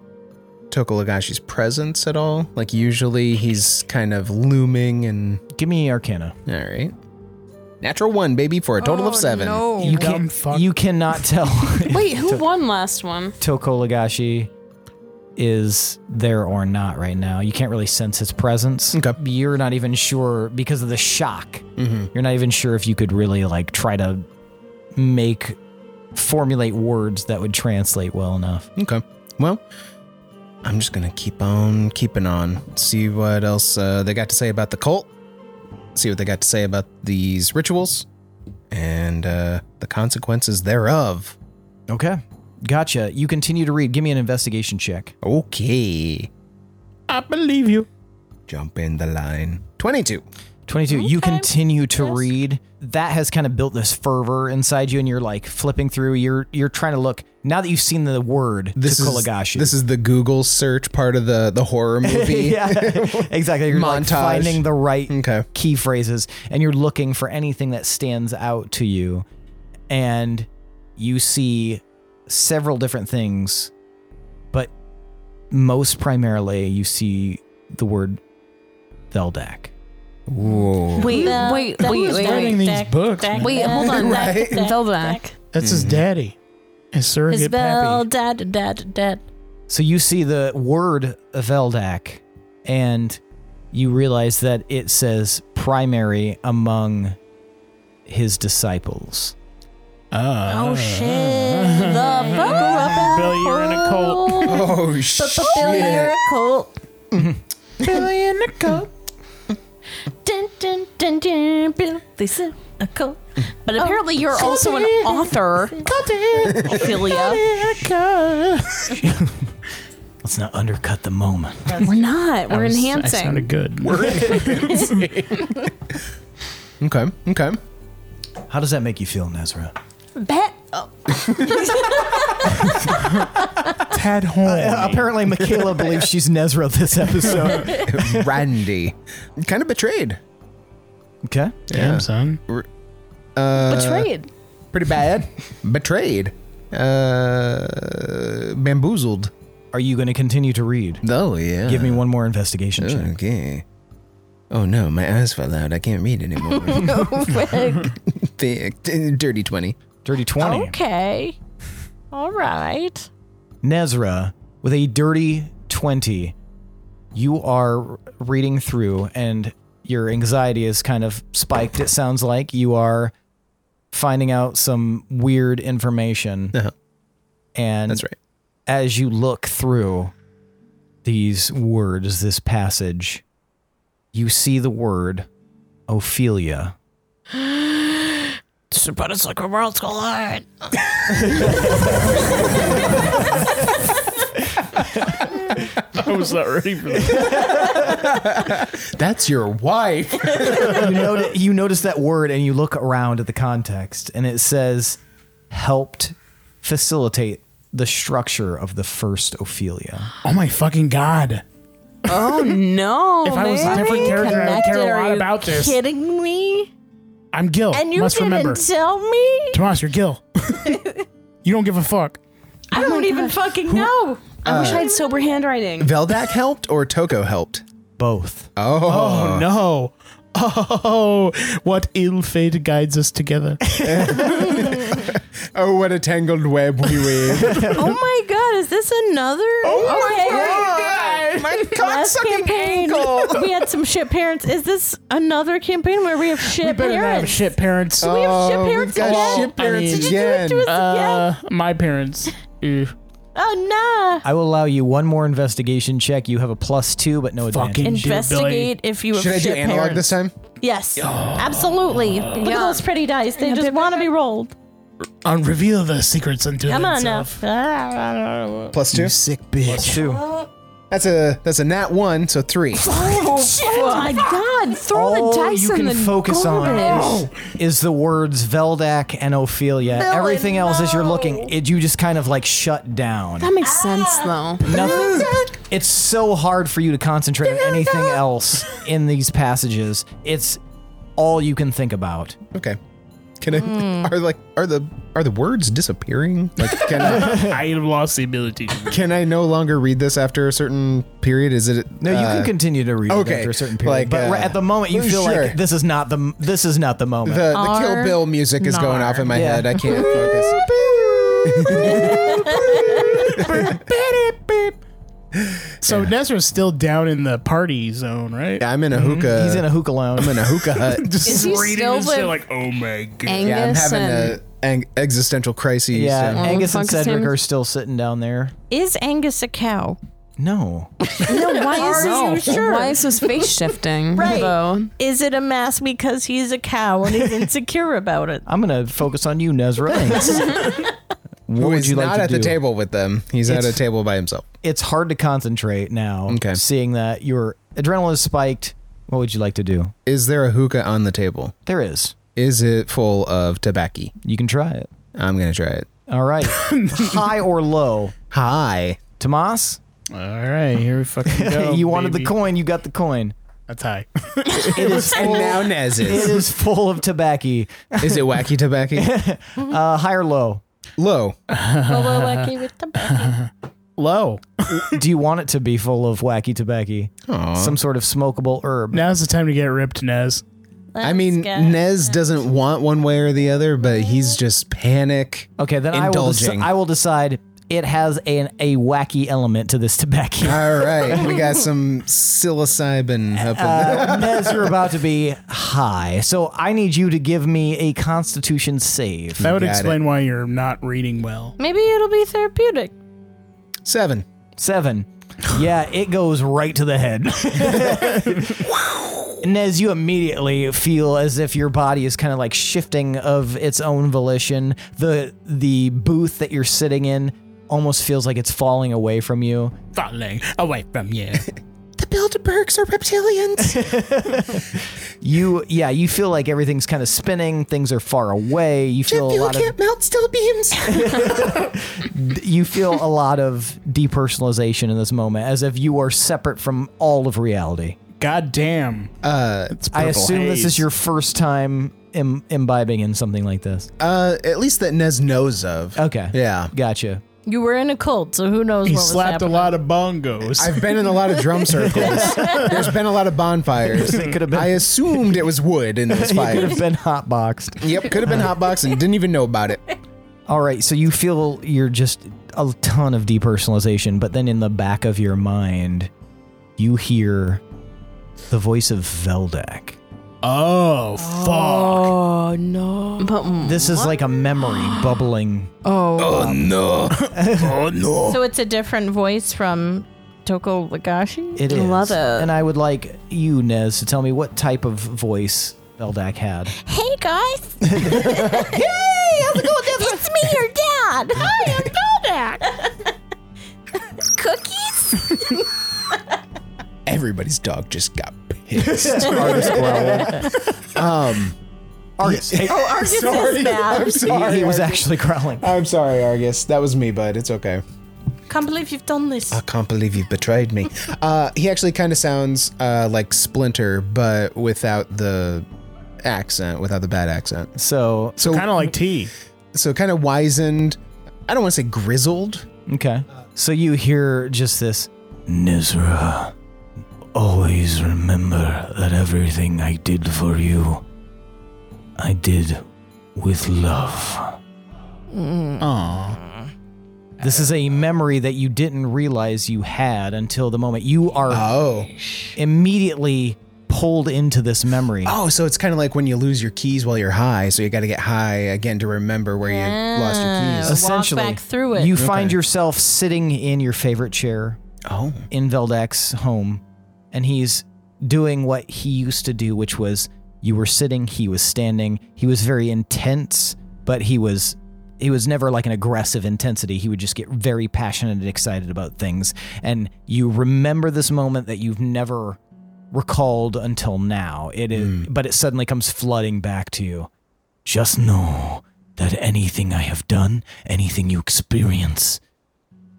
[SPEAKER 4] Tokolagashi's presence at all? Like usually he's kind of looming and
[SPEAKER 2] Give me Arcana.
[SPEAKER 4] all right. Natural one, baby, for a total of seven.
[SPEAKER 2] You
[SPEAKER 1] Dumb
[SPEAKER 2] can't.
[SPEAKER 1] fuck.
[SPEAKER 2] Oh, You cannot tell.
[SPEAKER 3] wait, who won last one?
[SPEAKER 2] Toko Lagashi is there or not right now. You can't really sense his presence.
[SPEAKER 4] Okay. Mm-hmm.
[SPEAKER 2] You're not even sure because of the shock. You're not even sure if you could really like try to make formulate words that would translate well enough.
[SPEAKER 4] Okay. Well, I'm just gonna keep on keeping on. See what else uh, they got to say about the cult. See what they got to say about these rituals and uh, the consequences thereof.
[SPEAKER 2] Okay. Gotcha. You continue to read. Give me an investigation check.
[SPEAKER 4] Oh, Okay.
[SPEAKER 1] I believe you.
[SPEAKER 4] Jump in the line. 22.
[SPEAKER 2] 22 you continue to read that has kind of built this fervor inside you and you're like flipping through you're you're trying to look now that you've seen the word
[SPEAKER 4] This is
[SPEAKER 2] Tokolagashi.
[SPEAKER 4] This is the Google search part of the the horror movie.
[SPEAKER 2] yeah, exactly. You're like
[SPEAKER 4] Montage.
[SPEAKER 2] finding the right
[SPEAKER 4] Okay.
[SPEAKER 2] key phrases, and you're looking for anything that stands out to you, and you see several different things, but most primarily you see the word Veldak.
[SPEAKER 4] Whoa.
[SPEAKER 3] Wait,
[SPEAKER 7] Vel-
[SPEAKER 3] wait,
[SPEAKER 7] Vel-
[SPEAKER 3] wait,
[SPEAKER 1] Who's
[SPEAKER 3] wait,
[SPEAKER 1] writing
[SPEAKER 3] wait,
[SPEAKER 1] these books? man?
[SPEAKER 3] wait. Hold on,
[SPEAKER 7] Right?
[SPEAKER 3] Velvac.
[SPEAKER 1] That's
[SPEAKER 2] Mm-hmm.
[SPEAKER 1] his daddy. His surrogate
[SPEAKER 7] His bell,
[SPEAKER 1] pappy.
[SPEAKER 7] dad, dad, dad.
[SPEAKER 2] So you see the word Veldak, and you realize that it says primary among his disciples.
[SPEAKER 1] Oh,
[SPEAKER 7] Shit. The fuck?
[SPEAKER 1] Billy, you're in a cult.
[SPEAKER 4] Oh shit.
[SPEAKER 7] Billy, you're a cult.
[SPEAKER 1] Billy in a cult.
[SPEAKER 7] Dun, dun, dun, dun. Billy's in a cult.
[SPEAKER 3] But apparently, you're also an author, Ophelia.
[SPEAKER 2] Let's not undercut the moment.
[SPEAKER 3] We're not. We're
[SPEAKER 1] was- I
[SPEAKER 3] enhancing.
[SPEAKER 1] sounded good.
[SPEAKER 4] Okay. Okay.
[SPEAKER 2] How does that make you feel, Nezra?
[SPEAKER 3] Bet. Oh,
[SPEAKER 1] Tad Horn.
[SPEAKER 2] Uh, apparently, Michaela believes she's Nezra this episode.
[SPEAKER 4] Randy. Kind of betrayed.
[SPEAKER 2] okay.
[SPEAKER 1] Damn, son.
[SPEAKER 3] betrayed.
[SPEAKER 4] uh, Pretty bad. betrayed. Uh bamboozled.
[SPEAKER 1] Oh,
[SPEAKER 2] Are you going to continue to read?
[SPEAKER 4] Oh yeah.
[SPEAKER 2] Give me one more investigation check.
[SPEAKER 4] Okay. Oh no, my eyes fell out. I can't read anymore. Thick. Dirty 20.
[SPEAKER 2] Dirty 20.
[SPEAKER 5] Okay. All right.
[SPEAKER 2] Nezra, with a dirty 20, you are reading through and your anxiety is kind of spiked, it sounds like. You are finding out some weird information.
[SPEAKER 4] Uh-huh.
[SPEAKER 2] And
[SPEAKER 4] That's right.
[SPEAKER 2] as you look through these words, this passage, you see the word Ophelia.
[SPEAKER 7] But it's like a world collide.
[SPEAKER 1] I was not ready for that.
[SPEAKER 4] That's your wife.
[SPEAKER 2] you, noti- you notice that word and you look around at the context and it says helped facilitate the structure of the first Ophelia.
[SPEAKER 1] Oh my fucking god.
[SPEAKER 3] Oh no!
[SPEAKER 1] If I was a
[SPEAKER 3] man.
[SPEAKER 1] different character, I would
[SPEAKER 5] Connected?
[SPEAKER 1] care a lot
[SPEAKER 5] Are
[SPEAKER 1] about
[SPEAKER 5] you
[SPEAKER 1] this.
[SPEAKER 5] kidding me?
[SPEAKER 1] I'm Gil.
[SPEAKER 5] And you
[SPEAKER 1] must
[SPEAKER 5] didn't
[SPEAKER 1] remember,
[SPEAKER 5] tell me?
[SPEAKER 1] Tomas, you're Gil. you don't give a fuck.
[SPEAKER 5] I don't even fucking know.
[SPEAKER 3] Oh I
[SPEAKER 2] uh,
[SPEAKER 3] wish I had sober handwriting.
[SPEAKER 4] Veldak helped or Toko helped?
[SPEAKER 2] Both.
[SPEAKER 4] Oh,
[SPEAKER 1] Oh no. Oh, what ill fate guides us together.
[SPEAKER 4] oh, what a tangled web we weave!
[SPEAKER 5] oh my god, is this another? Oh
[SPEAKER 4] my
[SPEAKER 5] Last
[SPEAKER 4] cocksucking
[SPEAKER 5] campaign,
[SPEAKER 4] ankle.
[SPEAKER 5] we had some shit parents. Is this another campaign where we have shit
[SPEAKER 1] We better not
[SPEAKER 5] parents?
[SPEAKER 1] have shit parents.
[SPEAKER 5] We have shit
[SPEAKER 4] Oh,
[SPEAKER 5] parents
[SPEAKER 4] we've got
[SPEAKER 5] again.
[SPEAKER 4] shit parents
[SPEAKER 5] Did you do it to
[SPEAKER 4] again.
[SPEAKER 5] us again?
[SPEAKER 1] Uh, my parents. Ew.
[SPEAKER 5] Oh nah.
[SPEAKER 2] I will allow you one more investigation check. You have a plus two, but no advantage.
[SPEAKER 1] Fucking shit, Billy.
[SPEAKER 5] Investigate if you have
[SPEAKER 4] Should I do
[SPEAKER 5] shit
[SPEAKER 4] analog
[SPEAKER 5] parents.
[SPEAKER 4] this time?
[SPEAKER 5] Yes, absolutely. Look at those pretty dice. They just want to be rolled.
[SPEAKER 1] Unreveal the secrets unto
[SPEAKER 5] Come on now.
[SPEAKER 1] themselves.
[SPEAKER 5] Ah,
[SPEAKER 4] Plus two.
[SPEAKER 1] Sick bitch.
[SPEAKER 2] Plus two.
[SPEAKER 4] That's a that's a nat one, so three.
[SPEAKER 3] Oh my god! Throw
[SPEAKER 2] All
[SPEAKER 3] the dice
[SPEAKER 2] Oh, you
[SPEAKER 3] in
[SPEAKER 2] can
[SPEAKER 3] the
[SPEAKER 2] focus
[SPEAKER 3] garbage.
[SPEAKER 2] on
[SPEAKER 1] Oh!
[SPEAKER 2] is the words Veldak and Ophelia. Everything else as you're looking, it, you just kind of like shut down.
[SPEAKER 3] That makes sense though.
[SPEAKER 2] Nothing. It's so hard for you to concentrate on anything else in these passages. It's all you can think about.
[SPEAKER 4] Okay. Can I? Are like are the are the words disappearing? Like can I,
[SPEAKER 1] I have lost the ability.
[SPEAKER 4] can I no longer read this after a certain period? Is it
[SPEAKER 2] No, you can
[SPEAKER 4] uh,
[SPEAKER 2] continue to read it
[SPEAKER 4] okay.
[SPEAKER 2] after a certain period,
[SPEAKER 4] Like,
[SPEAKER 2] but
[SPEAKER 4] uh,
[SPEAKER 2] right at the moment you feel
[SPEAKER 4] sure.
[SPEAKER 2] like this is not the this is not the moment.
[SPEAKER 4] The, the Kill
[SPEAKER 5] Are
[SPEAKER 4] Bill music is going off in my
[SPEAKER 2] Yeah.
[SPEAKER 4] head. I can't focus.
[SPEAKER 1] So Nesra's still down in the party zone, right?
[SPEAKER 4] I'm in a
[SPEAKER 1] Mm-hmm.
[SPEAKER 4] hookah.
[SPEAKER 2] He's in a hookah lounge.
[SPEAKER 4] I'm in a hookah hut.
[SPEAKER 1] Just
[SPEAKER 3] Is he still
[SPEAKER 1] this shit
[SPEAKER 3] with
[SPEAKER 1] like, oh my god.
[SPEAKER 3] Angus
[SPEAKER 4] yeah, I'm having
[SPEAKER 3] and
[SPEAKER 4] a ang- existential crisis.
[SPEAKER 2] yeah,
[SPEAKER 4] so-
[SPEAKER 2] Angus
[SPEAKER 3] the
[SPEAKER 2] and
[SPEAKER 3] fuck is
[SPEAKER 2] Cedric
[SPEAKER 3] him?
[SPEAKER 2] are still sitting down there.
[SPEAKER 5] Is Angus a cow?
[SPEAKER 2] No,
[SPEAKER 3] no, why is
[SPEAKER 5] Are
[SPEAKER 3] his,
[SPEAKER 5] you sure?
[SPEAKER 3] Why is his face shifting?
[SPEAKER 5] Right.
[SPEAKER 3] Though?
[SPEAKER 5] Is it a mask because he's a cow and he's insecure about it?
[SPEAKER 2] I'm gonna focus on you, Nezra. what
[SPEAKER 4] Who
[SPEAKER 2] would
[SPEAKER 4] is
[SPEAKER 2] you like
[SPEAKER 4] not
[SPEAKER 2] to
[SPEAKER 4] at
[SPEAKER 2] do?
[SPEAKER 4] the table with them. He's at
[SPEAKER 2] It's-
[SPEAKER 4] a table by himself.
[SPEAKER 2] It's hard to concentrate now.
[SPEAKER 4] Okay.
[SPEAKER 2] seeing that your adrenaline is spiked. What would you like to do?
[SPEAKER 4] Is there a hookah on the table?
[SPEAKER 2] There is.
[SPEAKER 4] Is it full of tobacco?
[SPEAKER 2] You can try it.
[SPEAKER 4] I'm gonna try it.
[SPEAKER 2] All right, high or low,
[SPEAKER 4] Hi.
[SPEAKER 2] Tomas.
[SPEAKER 1] All right, here we fucking go.
[SPEAKER 2] you wanted
[SPEAKER 1] baby.
[SPEAKER 2] the coin. You got the coin.
[SPEAKER 1] That's high.
[SPEAKER 2] It is
[SPEAKER 4] And
[SPEAKER 2] full,
[SPEAKER 4] now Nez
[SPEAKER 2] it
[SPEAKER 4] is.
[SPEAKER 2] is full of tobacco.
[SPEAKER 4] Is it wacky tobacco?
[SPEAKER 2] Uh, high or low?
[SPEAKER 4] Low.
[SPEAKER 1] Low.
[SPEAKER 2] Do you want it to be full of wacky tobacco? Some sort of smokable herb.
[SPEAKER 1] Now's the time to get ripped, Nez.
[SPEAKER 4] I mean, Nez doesn't want one way or the other, but he's just panic.
[SPEAKER 2] Okay, then I will, deci-
[SPEAKER 4] Indulging.
[SPEAKER 2] I will decide it has an, a wacky element to this tobacco.
[SPEAKER 4] All right, we got some psilocybin up in there.
[SPEAKER 2] Uh, Nez, you're about to be high, so I need you to give me a Constitution save.
[SPEAKER 1] That would
[SPEAKER 4] Got
[SPEAKER 1] explain why you're not reading well.
[SPEAKER 5] Maybe it'll be therapeutic.
[SPEAKER 4] Seven.
[SPEAKER 2] Seven. Yeah, it goes right to the head. Nez, you immediately feel as if your body is kind of like shifting of its own volition. The the booth that you're sitting in almost feels like it's falling away from you.
[SPEAKER 1] Falling away from you.
[SPEAKER 6] The Bilderbergs are reptilians.
[SPEAKER 2] You yeah, you feel like everything's kind of spinning, things are far away. You feel a
[SPEAKER 6] Fuel
[SPEAKER 2] lot of
[SPEAKER 6] can't melt steel beams.
[SPEAKER 2] you feel a lot of depersonalization in this moment as if you are separate from all of reality.
[SPEAKER 1] God damn.
[SPEAKER 4] Uh,
[SPEAKER 2] I assume this
[SPEAKER 1] haze.
[SPEAKER 2] is your first time Im- imbibing in something like this.
[SPEAKER 4] uh, at least that Nez knows of.
[SPEAKER 2] Okay.
[SPEAKER 4] Yeah.
[SPEAKER 2] Gotcha.
[SPEAKER 5] You were in a cult, so who knows
[SPEAKER 1] He
[SPEAKER 5] what was
[SPEAKER 1] slapped a
[SPEAKER 5] happening.
[SPEAKER 1] lot of bongos.
[SPEAKER 4] I've been in a lot of drum circles. There's been a lot of bonfires.
[SPEAKER 2] It could have been.
[SPEAKER 4] I assumed it was wood in those
[SPEAKER 2] you could have
[SPEAKER 4] fires.
[SPEAKER 2] been hotboxed.
[SPEAKER 4] Yep, could have been hotbox and didn't even know about it.
[SPEAKER 2] All right, so you feel you're just a ton of depersonalization, but then in the back of your mind, you hear the voice of Veldak.
[SPEAKER 1] oh, fuck.
[SPEAKER 5] Oh no.
[SPEAKER 3] But
[SPEAKER 2] This is like a memory bubbling.
[SPEAKER 4] Oh no! oh no!
[SPEAKER 5] So it's a different voice from Toko Wagashi?
[SPEAKER 2] It is.
[SPEAKER 3] Love it.
[SPEAKER 2] And I would like you, Nez, to tell me what type of voice Veldak had.
[SPEAKER 7] Hey guys! hey, how's it going, Desmond? It's me, your dad. Hi, I'm Bodak. Cookies?
[SPEAKER 4] Everybody's dog just got pissed.
[SPEAKER 2] Um, Argus. Hey,
[SPEAKER 4] sorry, I'm
[SPEAKER 2] he,
[SPEAKER 4] sorry.
[SPEAKER 2] he was
[SPEAKER 4] Argus.
[SPEAKER 2] actually growling.
[SPEAKER 4] I'm sorry, Argus. That was me, bud. It's okay.
[SPEAKER 5] Can't believe you've done this.
[SPEAKER 1] Ah,
[SPEAKER 4] I can't believe you betrayed me. uh, he actually kind of sounds uh, like Splinter, but without the accent, without the bad accent.
[SPEAKER 2] So,
[SPEAKER 4] So
[SPEAKER 1] Kind of like tea.
[SPEAKER 4] so kind of wizened. I don't want to say grizzled.
[SPEAKER 2] okay. So you hear just this Nizra, always remember that everything I did for you, I did with love.
[SPEAKER 4] Mm-hmm.
[SPEAKER 1] Aw.
[SPEAKER 2] This is a memory that you didn't realize you had until the moment you are
[SPEAKER 4] Oh,
[SPEAKER 2] immediately pulled into this memory.
[SPEAKER 4] oh. So it's kind of like when you lose your keys while you're high. So you got to get high again to remember where you lost your keys.
[SPEAKER 5] Walk back through it.
[SPEAKER 2] You find yourself sitting in your favorite chair
[SPEAKER 4] Oh,
[SPEAKER 2] in Veldak's home, and he's doing what he used to do, which was you were sitting, he was standing. He was very intense, but he was he was never like an aggressive intensity. He would just get very passionate and excited about things. And you remember this moment that you've never recalled until now. It is
[SPEAKER 4] Hmm.
[SPEAKER 2] but it suddenly comes flooding back to you. Just know that anything I have done, anything you experience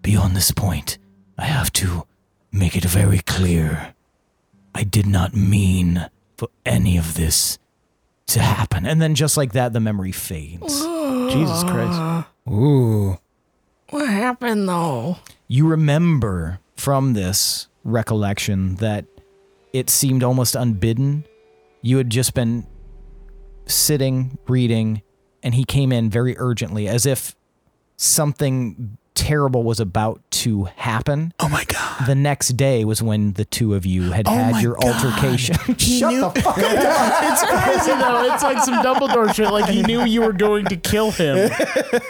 [SPEAKER 2] beyond this point, I have to make it very clear. I did not mean for any of this to happen. And then just like that, the memory fades.
[SPEAKER 1] Jesus Christ.
[SPEAKER 4] ooh.
[SPEAKER 5] What happened though?
[SPEAKER 2] You remember from this recollection that it seemed almost unbidden. You had just been sitting, reading, and he came in very urgently as if something terrible was about to happen.
[SPEAKER 1] Oh my God.
[SPEAKER 2] the next day was when the two of you had
[SPEAKER 1] Oh
[SPEAKER 2] had
[SPEAKER 1] my
[SPEAKER 2] your
[SPEAKER 1] God.
[SPEAKER 2] altercation.
[SPEAKER 1] He Shut knew- the fuck it's crazy though. It's like some Dumbledore shit. Like he knew you were going to kill him.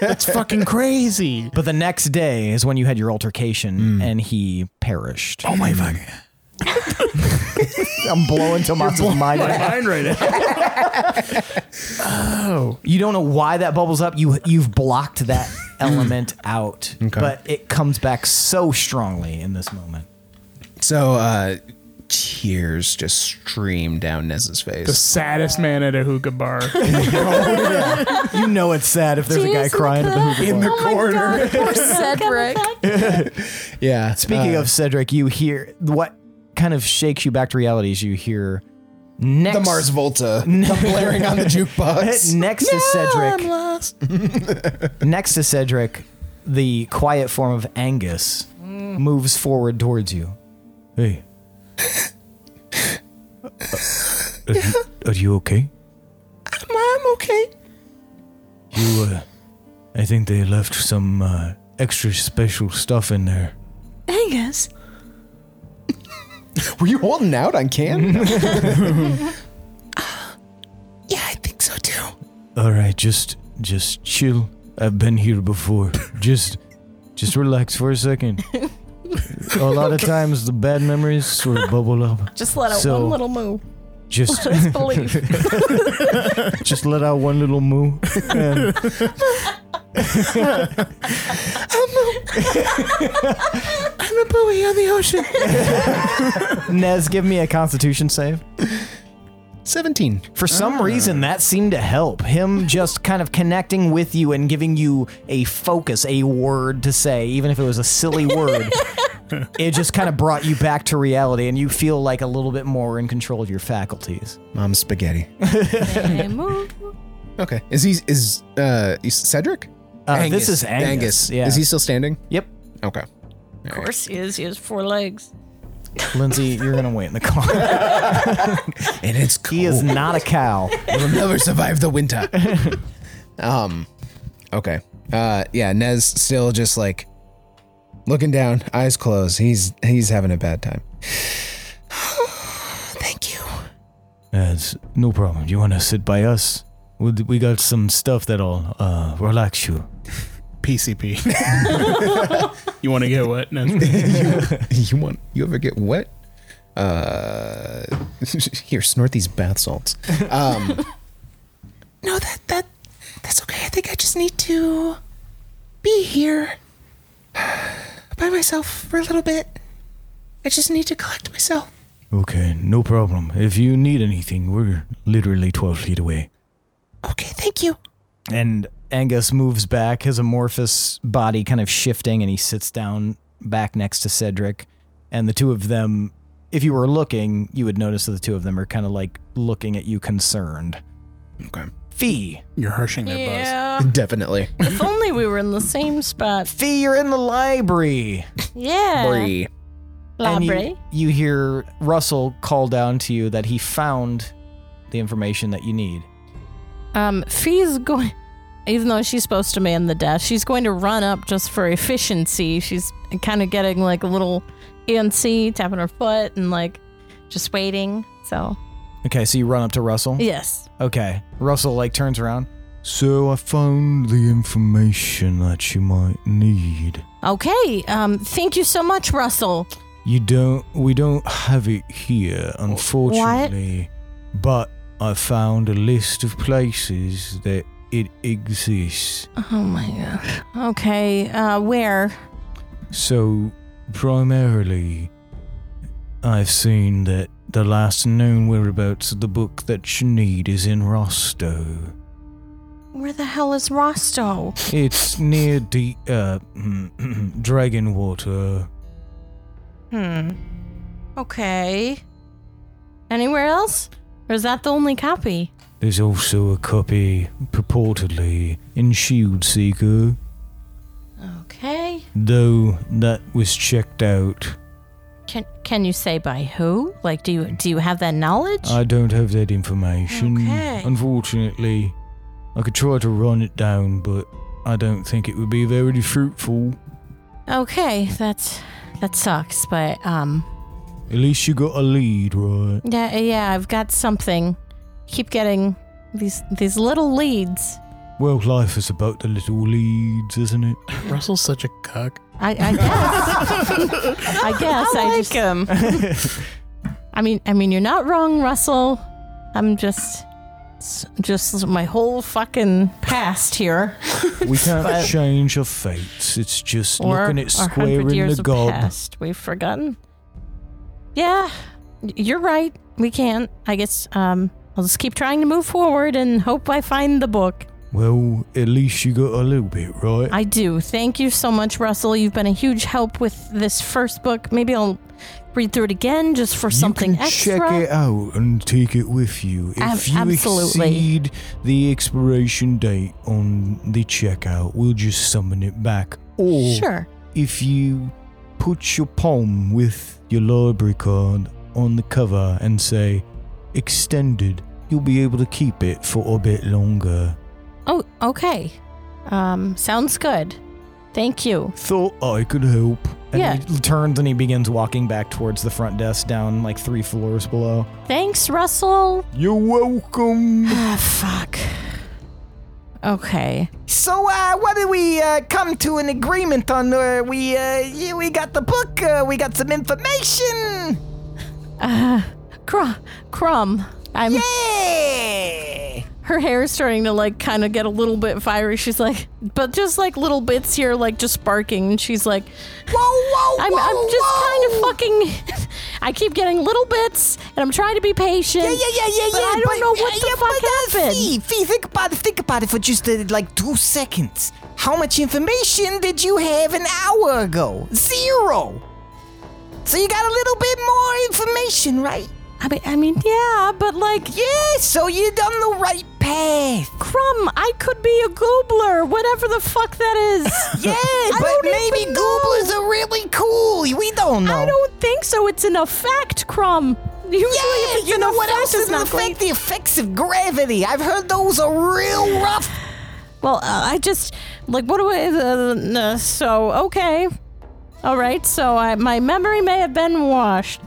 [SPEAKER 1] It's fucking crazy.
[SPEAKER 2] but the next day is when you had your altercation and he perished.
[SPEAKER 1] Mm. Oh my fucking.
[SPEAKER 2] I'm blowing Tomasa's mind.
[SPEAKER 1] Mind right now.
[SPEAKER 2] Oh. You don't know why that bubbles up. You you've blocked that element out. But it comes back so strongly in this moment.
[SPEAKER 4] So uh, tears just stream down Nez's face.
[SPEAKER 1] The saddest man at a hookah bar.
[SPEAKER 2] You know it's sad if there's
[SPEAKER 5] Tears in the cup.
[SPEAKER 2] hookah bar.
[SPEAKER 3] corner. Oh Poor Cedric.
[SPEAKER 4] yeah.
[SPEAKER 2] Speaking
[SPEAKER 4] uh,
[SPEAKER 2] of Cedric, you hear what kind of shakes you back to reality is you hear next
[SPEAKER 4] the Mars Volta, the blaring on the jukebox.
[SPEAKER 2] next to Cedric. next to Cedric, the quiet form of Angus moves forward towards you. Hey. are, you, are you okay?
[SPEAKER 6] I'm okay.
[SPEAKER 2] You, uh, I think they left some uh, extra special stuff in there.
[SPEAKER 3] Angus.
[SPEAKER 4] Were you holding out on Cam?
[SPEAKER 6] Yeah, I think so too.
[SPEAKER 2] All right, just just chill. I've been here before. just just relax for a second. A lot of times the bad memories sort of bubble up.
[SPEAKER 5] Just let out
[SPEAKER 2] So-
[SPEAKER 5] one little move.
[SPEAKER 2] Just
[SPEAKER 5] Believe.
[SPEAKER 2] just let out one little moo. and-
[SPEAKER 6] I'm a buoy on the ocean.
[SPEAKER 2] Nez, give me a constitution save.
[SPEAKER 4] Seventeen.
[SPEAKER 2] For some reason, that seemed to help. Him just kind of connecting with you and giving you a focus, a word to say, even if it was a silly word. it just kind of brought you back to reality, and you feel like a little bit more in control of your faculties.
[SPEAKER 4] Mom's spaghetti.
[SPEAKER 5] Okay, move.
[SPEAKER 4] Okay. Is he is uh is Cedric?
[SPEAKER 2] Uh, this is Angus. Yeah.
[SPEAKER 4] Is he still standing?
[SPEAKER 2] Yep.
[SPEAKER 4] Okay.
[SPEAKER 5] Of course he is. He has four legs.
[SPEAKER 2] Lindsay, you're gonna wait in the car.
[SPEAKER 4] And it's cool.
[SPEAKER 2] he is not a cow.
[SPEAKER 4] You'll never survive the winter. um. Okay. Uh. Yeah. Nez still just like looking down, eyes closed. He's he's having a bad time.
[SPEAKER 6] Thank you.
[SPEAKER 2] That's no problem. You wanna sit by us? We, we got some stuff that'll uh, relax you.
[SPEAKER 1] PCP. you want to get what? No.
[SPEAKER 4] you want you ever get wet? Uh. here, snort these bath salts. Um,
[SPEAKER 6] No, that that that's okay. I think I just need to be here by myself for a little bit. I just need to collect myself.
[SPEAKER 2] Okay, no problem. If you need anything, we're literally 12 feet away.
[SPEAKER 6] Okay, thank you.
[SPEAKER 2] And
[SPEAKER 9] Angus moves back, his amorphous body kind of shifting, and he sits down back next to Cedric. And the two of them, if you were looking, you would notice that the two of them are kind of like looking at you concerned.
[SPEAKER 4] Okay.
[SPEAKER 9] Fee,
[SPEAKER 2] You're harshing their buzz.
[SPEAKER 5] Yeah.
[SPEAKER 4] Definitely.
[SPEAKER 5] if only we were in the same spot.
[SPEAKER 9] Fee, you're in the library.
[SPEAKER 5] Yeah.
[SPEAKER 4] Bree.
[SPEAKER 9] And you-
[SPEAKER 5] Library.
[SPEAKER 9] You, hear Russell call down to you that he found the information that you need.
[SPEAKER 5] Um, Fee's going, even though she's supposed to man the desk, she's going to run up just for efficiency. She's kind of getting like a little antsy, tapping her foot and like just waiting. So,
[SPEAKER 9] Okay, so you run up to Russell.
[SPEAKER 5] yes.
[SPEAKER 9] Okay. Russell like turns around. So I found the information that you might need.
[SPEAKER 5] Okay. Um, thank you so much, Russell.
[SPEAKER 9] You don't we don't have it here, unfortunately. But I found a list of places that it exists.
[SPEAKER 5] Oh my gosh. Okay. Uh, where?
[SPEAKER 9] So primarily I've seen that the last known whereabouts of the book that you need is in Rostow.
[SPEAKER 5] Where the hell is Rosto?
[SPEAKER 9] It's near the uh, Dragon Water.
[SPEAKER 5] Hmm. Okay. Anywhere else? Or is that the only copy?
[SPEAKER 9] There's also a copy, purportedly, in Shield Seeker,
[SPEAKER 5] Okay.
[SPEAKER 9] though that was checked out.
[SPEAKER 5] Can Can you say by who? Like, do you do you have that knowledge?
[SPEAKER 9] I don't have that information.
[SPEAKER 5] Okay.
[SPEAKER 9] Unfortunately, I could try to run it down, but I don't think it would be very fruitful.
[SPEAKER 5] okay, that's that sucks, but um,
[SPEAKER 9] At least you got a lead, right?
[SPEAKER 5] yeah, yeah, I've got something. Keep getting these these little leads.
[SPEAKER 9] Well, life is about the little leads, isn't it?
[SPEAKER 2] Russell's such a cuck.
[SPEAKER 5] I, I guess. I guess. I, just.
[SPEAKER 10] him.
[SPEAKER 5] I mean, I mean, you're not wrong, Russell. I'm just, it's just my whole fucking past here,
[SPEAKER 9] We can't change our fates. It's just
[SPEAKER 5] or
[SPEAKER 9] looking at
[SPEAKER 5] our
[SPEAKER 9] square
[SPEAKER 5] hundred
[SPEAKER 9] in
[SPEAKER 5] years
[SPEAKER 9] the
[SPEAKER 5] of
[SPEAKER 9] gob.
[SPEAKER 5] past we've forgotten. Yeah, y- you're right. We can't. I guess. Um, I'll just keep trying to move forward and hope I find the book.
[SPEAKER 9] Well, at least you got a little bit right.
[SPEAKER 5] I do. Thank you so much, Russell. You've been a huge help with this first book. Maybe I'll read through it again just for something
[SPEAKER 9] you can
[SPEAKER 5] extra.
[SPEAKER 9] Check it out and take it with you. If
[SPEAKER 5] Ab-
[SPEAKER 9] you
[SPEAKER 5] absolutely.
[SPEAKER 9] exceed the expiration date on the checkout, we'll just summon it back. Or
[SPEAKER 5] Sure.
[SPEAKER 9] if you put your palm with your library card on the cover and say extended, you'll be able to keep it for a bit longer.
[SPEAKER 5] Oh, okay. Um, sounds good. Thank you.
[SPEAKER 9] Thought I could help. And
[SPEAKER 5] Yeah.
[SPEAKER 9] he turns and he begins walking back towards the front desk down like three floors below.
[SPEAKER 5] Thanks, Russell.
[SPEAKER 9] You're welcome.
[SPEAKER 5] Ah, fuck. Okay.
[SPEAKER 9] So, uh, what did we uh, come to an agreement on? Uh, we uh, yeah, we got the book. Uh, we got some information.
[SPEAKER 7] Uh,
[SPEAKER 5] Crum, crumb. I'm. Her hair is starting to like kind of get a little bit fiery. She's like, but just like little bits here, like just sparking. And she's like,
[SPEAKER 9] Whoa, whoa,
[SPEAKER 5] I'm, I'm just kind of fucking. I keep getting little bits, and I'm trying to be patient. But I don't know what the fuck happened.
[SPEAKER 9] Fee, Fee, think about it. Think about it for just uh, like two seconds. How much information did you have an hour ago? Zero. So you got a little bit more information, right?
[SPEAKER 5] I mean, I mean, yeah, but like,
[SPEAKER 9] Yeah. So you're on the right path.
[SPEAKER 5] crumb. I could be a goobler, whatever the fuck that is.
[SPEAKER 9] Yeah, but
[SPEAKER 5] don't
[SPEAKER 9] maybe
[SPEAKER 5] even
[SPEAKER 9] Gooblers are really cool. We don't know.
[SPEAKER 5] I don't think so. It's an effect, crumb. Usually, if it's
[SPEAKER 9] yeah, you
[SPEAKER 5] an
[SPEAKER 9] know what
[SPEAKER 5] effect,
[SPEAKER 9] else
[SPEAKER 5] it's
[SPEAKER 9] is an
[SPEAKER 5] not going-
[SPEAKER 9] effect? The effects of gravity. I've heard those are real rough.
[SPEAKER 5] Well, uh, I just like what do I? Uh, uh, so okay, all right. So I, my memory may have been washed.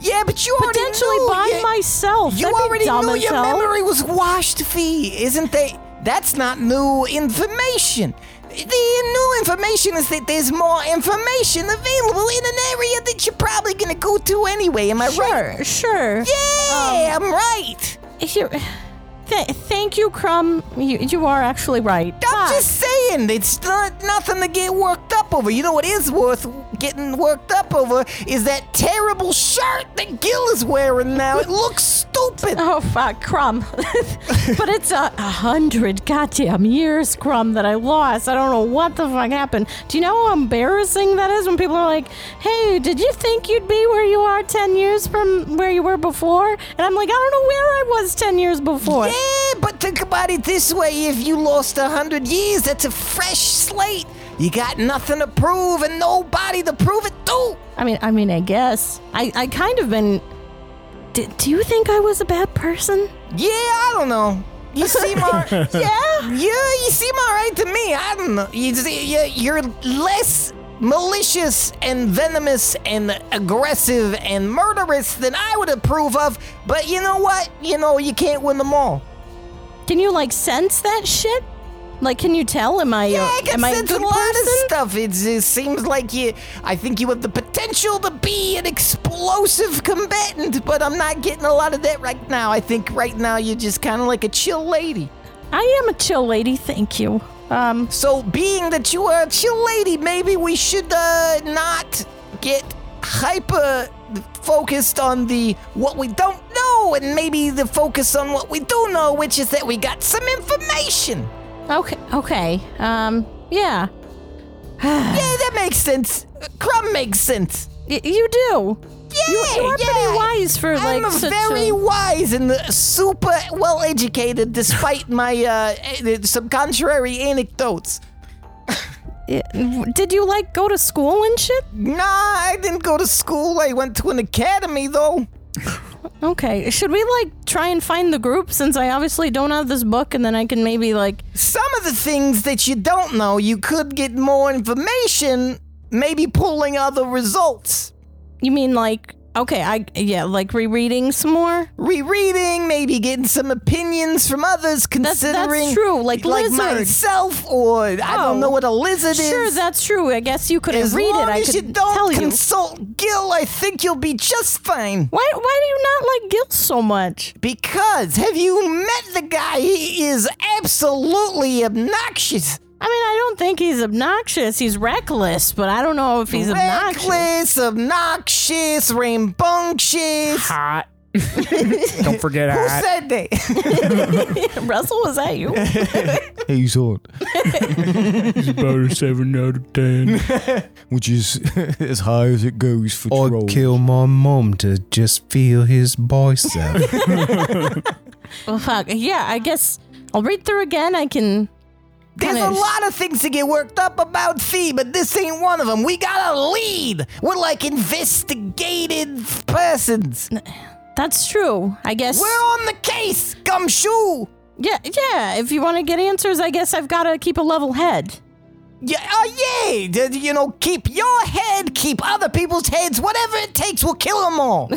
[SPEAKER 9] Yeah, but you already
[SPEAKER 5] Potentially
[SPEAKER 9] knew.
[SPEAKER 5] by
[SPEAKER 9] yeah,
[SPEAKER 5] myself.
[SPEAKER 9] You
[SPEAKER 5] That'd be
[SPEAKER 9] already
[SPEAKER 5] dumb
[SPEAKER 9] knew
[SPEAKER 5] as
[SPEAKER 9] your
[SPEAKER 5] hell.
[SPEAKER 9] memory was washed, Fee. Isn't they? That's not new information. The new information is that there's more information available in an area that you're probably gonna go to anyway. Am I right?
[SPEAKER 5] Sure, sure. Um,
[SPEAKER 9] Yeah, I'm right.
[SPEAKER 5] Here- th- thank you, Crumb. You, you are actually right.
[SPEAKER 9] I'm
[SPEAKER 5] But-
[SPEAKER 9] just saying
[SPEAKER 8] saying. It's not nothing to get worked up over. You know what is worth getting worked up over is that terrible shirt that Gil is wearing now. It looks stupid.
[SPEAKER 5] Oh fuck, crumb. but it's a, a hundred goddamn years, crumb, that I lost. I don't know what the fuck happened. Do you know how embarrassing that is when people are like, "Hey, did you think you'd be where you are ten years from where you were before?" And I'm like, I don't know where I was ten years before.
[SPEAKER 8] Yeah, but think about it this way: if you lost a hundred years, that's a fresh slate. You got nothing to prove and nobody to prove it to.
[SPEAKER 5] I mean, I mean, I guess I, I kind of been. D- do you think I was a bad person?
[SPEAKER 8] Yeah, I don't know. You seem all, yeah, yeah. You seem all right to me. I don't know. You, see- you- you're less malicious and venomous and aggressive and murderous than I would approve of. But you know what? You know you can't win them all.
[SPEAKER 5] Can you like sense that shit? Like, can you tell? Am I?
[SPEAKER 8] Yeah, I can
[SPEAKER 5] am I a
[SPEAKER 8] sense a,
[SPEAKER 5] good
[SPEAKER 8] lot
[SPEAKER 5] person?
[SPEAKER 8] of stuff. It just seems like you. I think you have the potential to be an explosive combatant, but I'm not getting a lot of that right now. I think right now you're just kind of like a chill lady.
[SPEAKER 5] I am a chill lady. Thank you. Um,
[SPEAKER 8] So, being that you are a chill lady, maybe we should uh, not get hyper focused on the what we don't know, and maybe the focus on what we do know, which is that we got some information.
[SPEAKER 5] Okay. Okay. Um. Yeah.
[SPEAKER 8] Yeah, that makes sense. Crumb makes sense.
[SPEAKER 5] Y- you do.
[SPEAKER 8] Yeah,
[SPEAKER 5] You, you are pretty
[SPEAKER 8] yeah.
[SPEAKER 5] wise for like
[SPEAKER 8] I'm
[SPEAKER 5] such
[SPEAKER 8] very
[SPEAKER 5] a.
[SPEAKER 8] wise and super well educated, despite my uh, eh, some contrary anecdotes.
[SPEAKER 5] Yeah, Did you like go to school and shit?
[SPEAKER 8] Nah, I didn't go to school. I went to an academy, though.
[SPEAKER 5] Okay. Should we like try and find the group since I obviously don't have this book and then I can maybe like.
[SPEAKER 8] Some of the things that you don't know, you could get more information, maybe pulling other results.
[SPEAKER 5] You mean like. Okay. I. Yeah. Like rereading some more?
[SPEAKER 8] Rereading, maybe getting some opinions from
[SPEAKER 5] that's
[SPEAKER 8] others, considering
[SPEAKER 5] true, like lizard.
[SPEAKER 8] myself, or I
[SPEAKER 5] Oh.
[SPEAKER 8] don't know what a lizard
[SPEAKER 5] Sure,
[SPEAKER 8] is.
[SPEAKER 5] that's true. I guess you could
[SPEAKER 8] as
[SPEAKER 5] read
[SPEAKER 8] long
[SPEAKER 5] it. I
[SPEAKER 8] as
[SPEAKER 5] could
[SPEAKER 8] you don't
[SPEAKER 5] tell you.
[SPEAKER 8] consult Gil, I think you'll be just fine.
[SPEAKER 5] Why, why do you not like Gil so much?
[SPEAKER 8] Because have you met the guy? He is absolutely obnoxious,
[SPEAKER 5] I mean, I don't think he's obnoxious. He's reckless, but I don't know if he's obnoxious.
[SPEAKER 8] reckless, obnoxious, rambunctious.
[SPEAKER 11] Hot. Don't forget
[SPEAKER 8] Who
[SPEAKER 11] hot.
[SPEAKER 8] said that?
[SPEAKER 5] Russell, was that you?
[SPEAKER 9] Hey, he's hot,
[SPEAKER 11] It's about a seven out of ten.
[SPEAKER 9] which is as high as it goes for
[SPEAKER 4] I'd
[SPEAKER 9] trolls.
[SPEAKER 4] kill my mom to just feel his voice out.
[SPEAKER 5] well, fuck. Yeah, I guess I'll read through again. I can.
[SPEAKER 8] There's a
[SPEAKER 5] Punish.
[SPEAKER 8] lot of things to get worked up about Fee, but this ain't one of them. We got a lead. We're like investigative persons.
[SPEAKER 5] That's true. I guess.
[SPEAKER 8] We're on the case, gumshoe.
[SPEAKER 5] yeah, yeah. If you want to get answers, I guess I've got to keep a level head.
[SPEAKER 8] Yeah, oh yay! D- You know, keep your head, keep other people's heads, whatever it takes, we'll kill them all.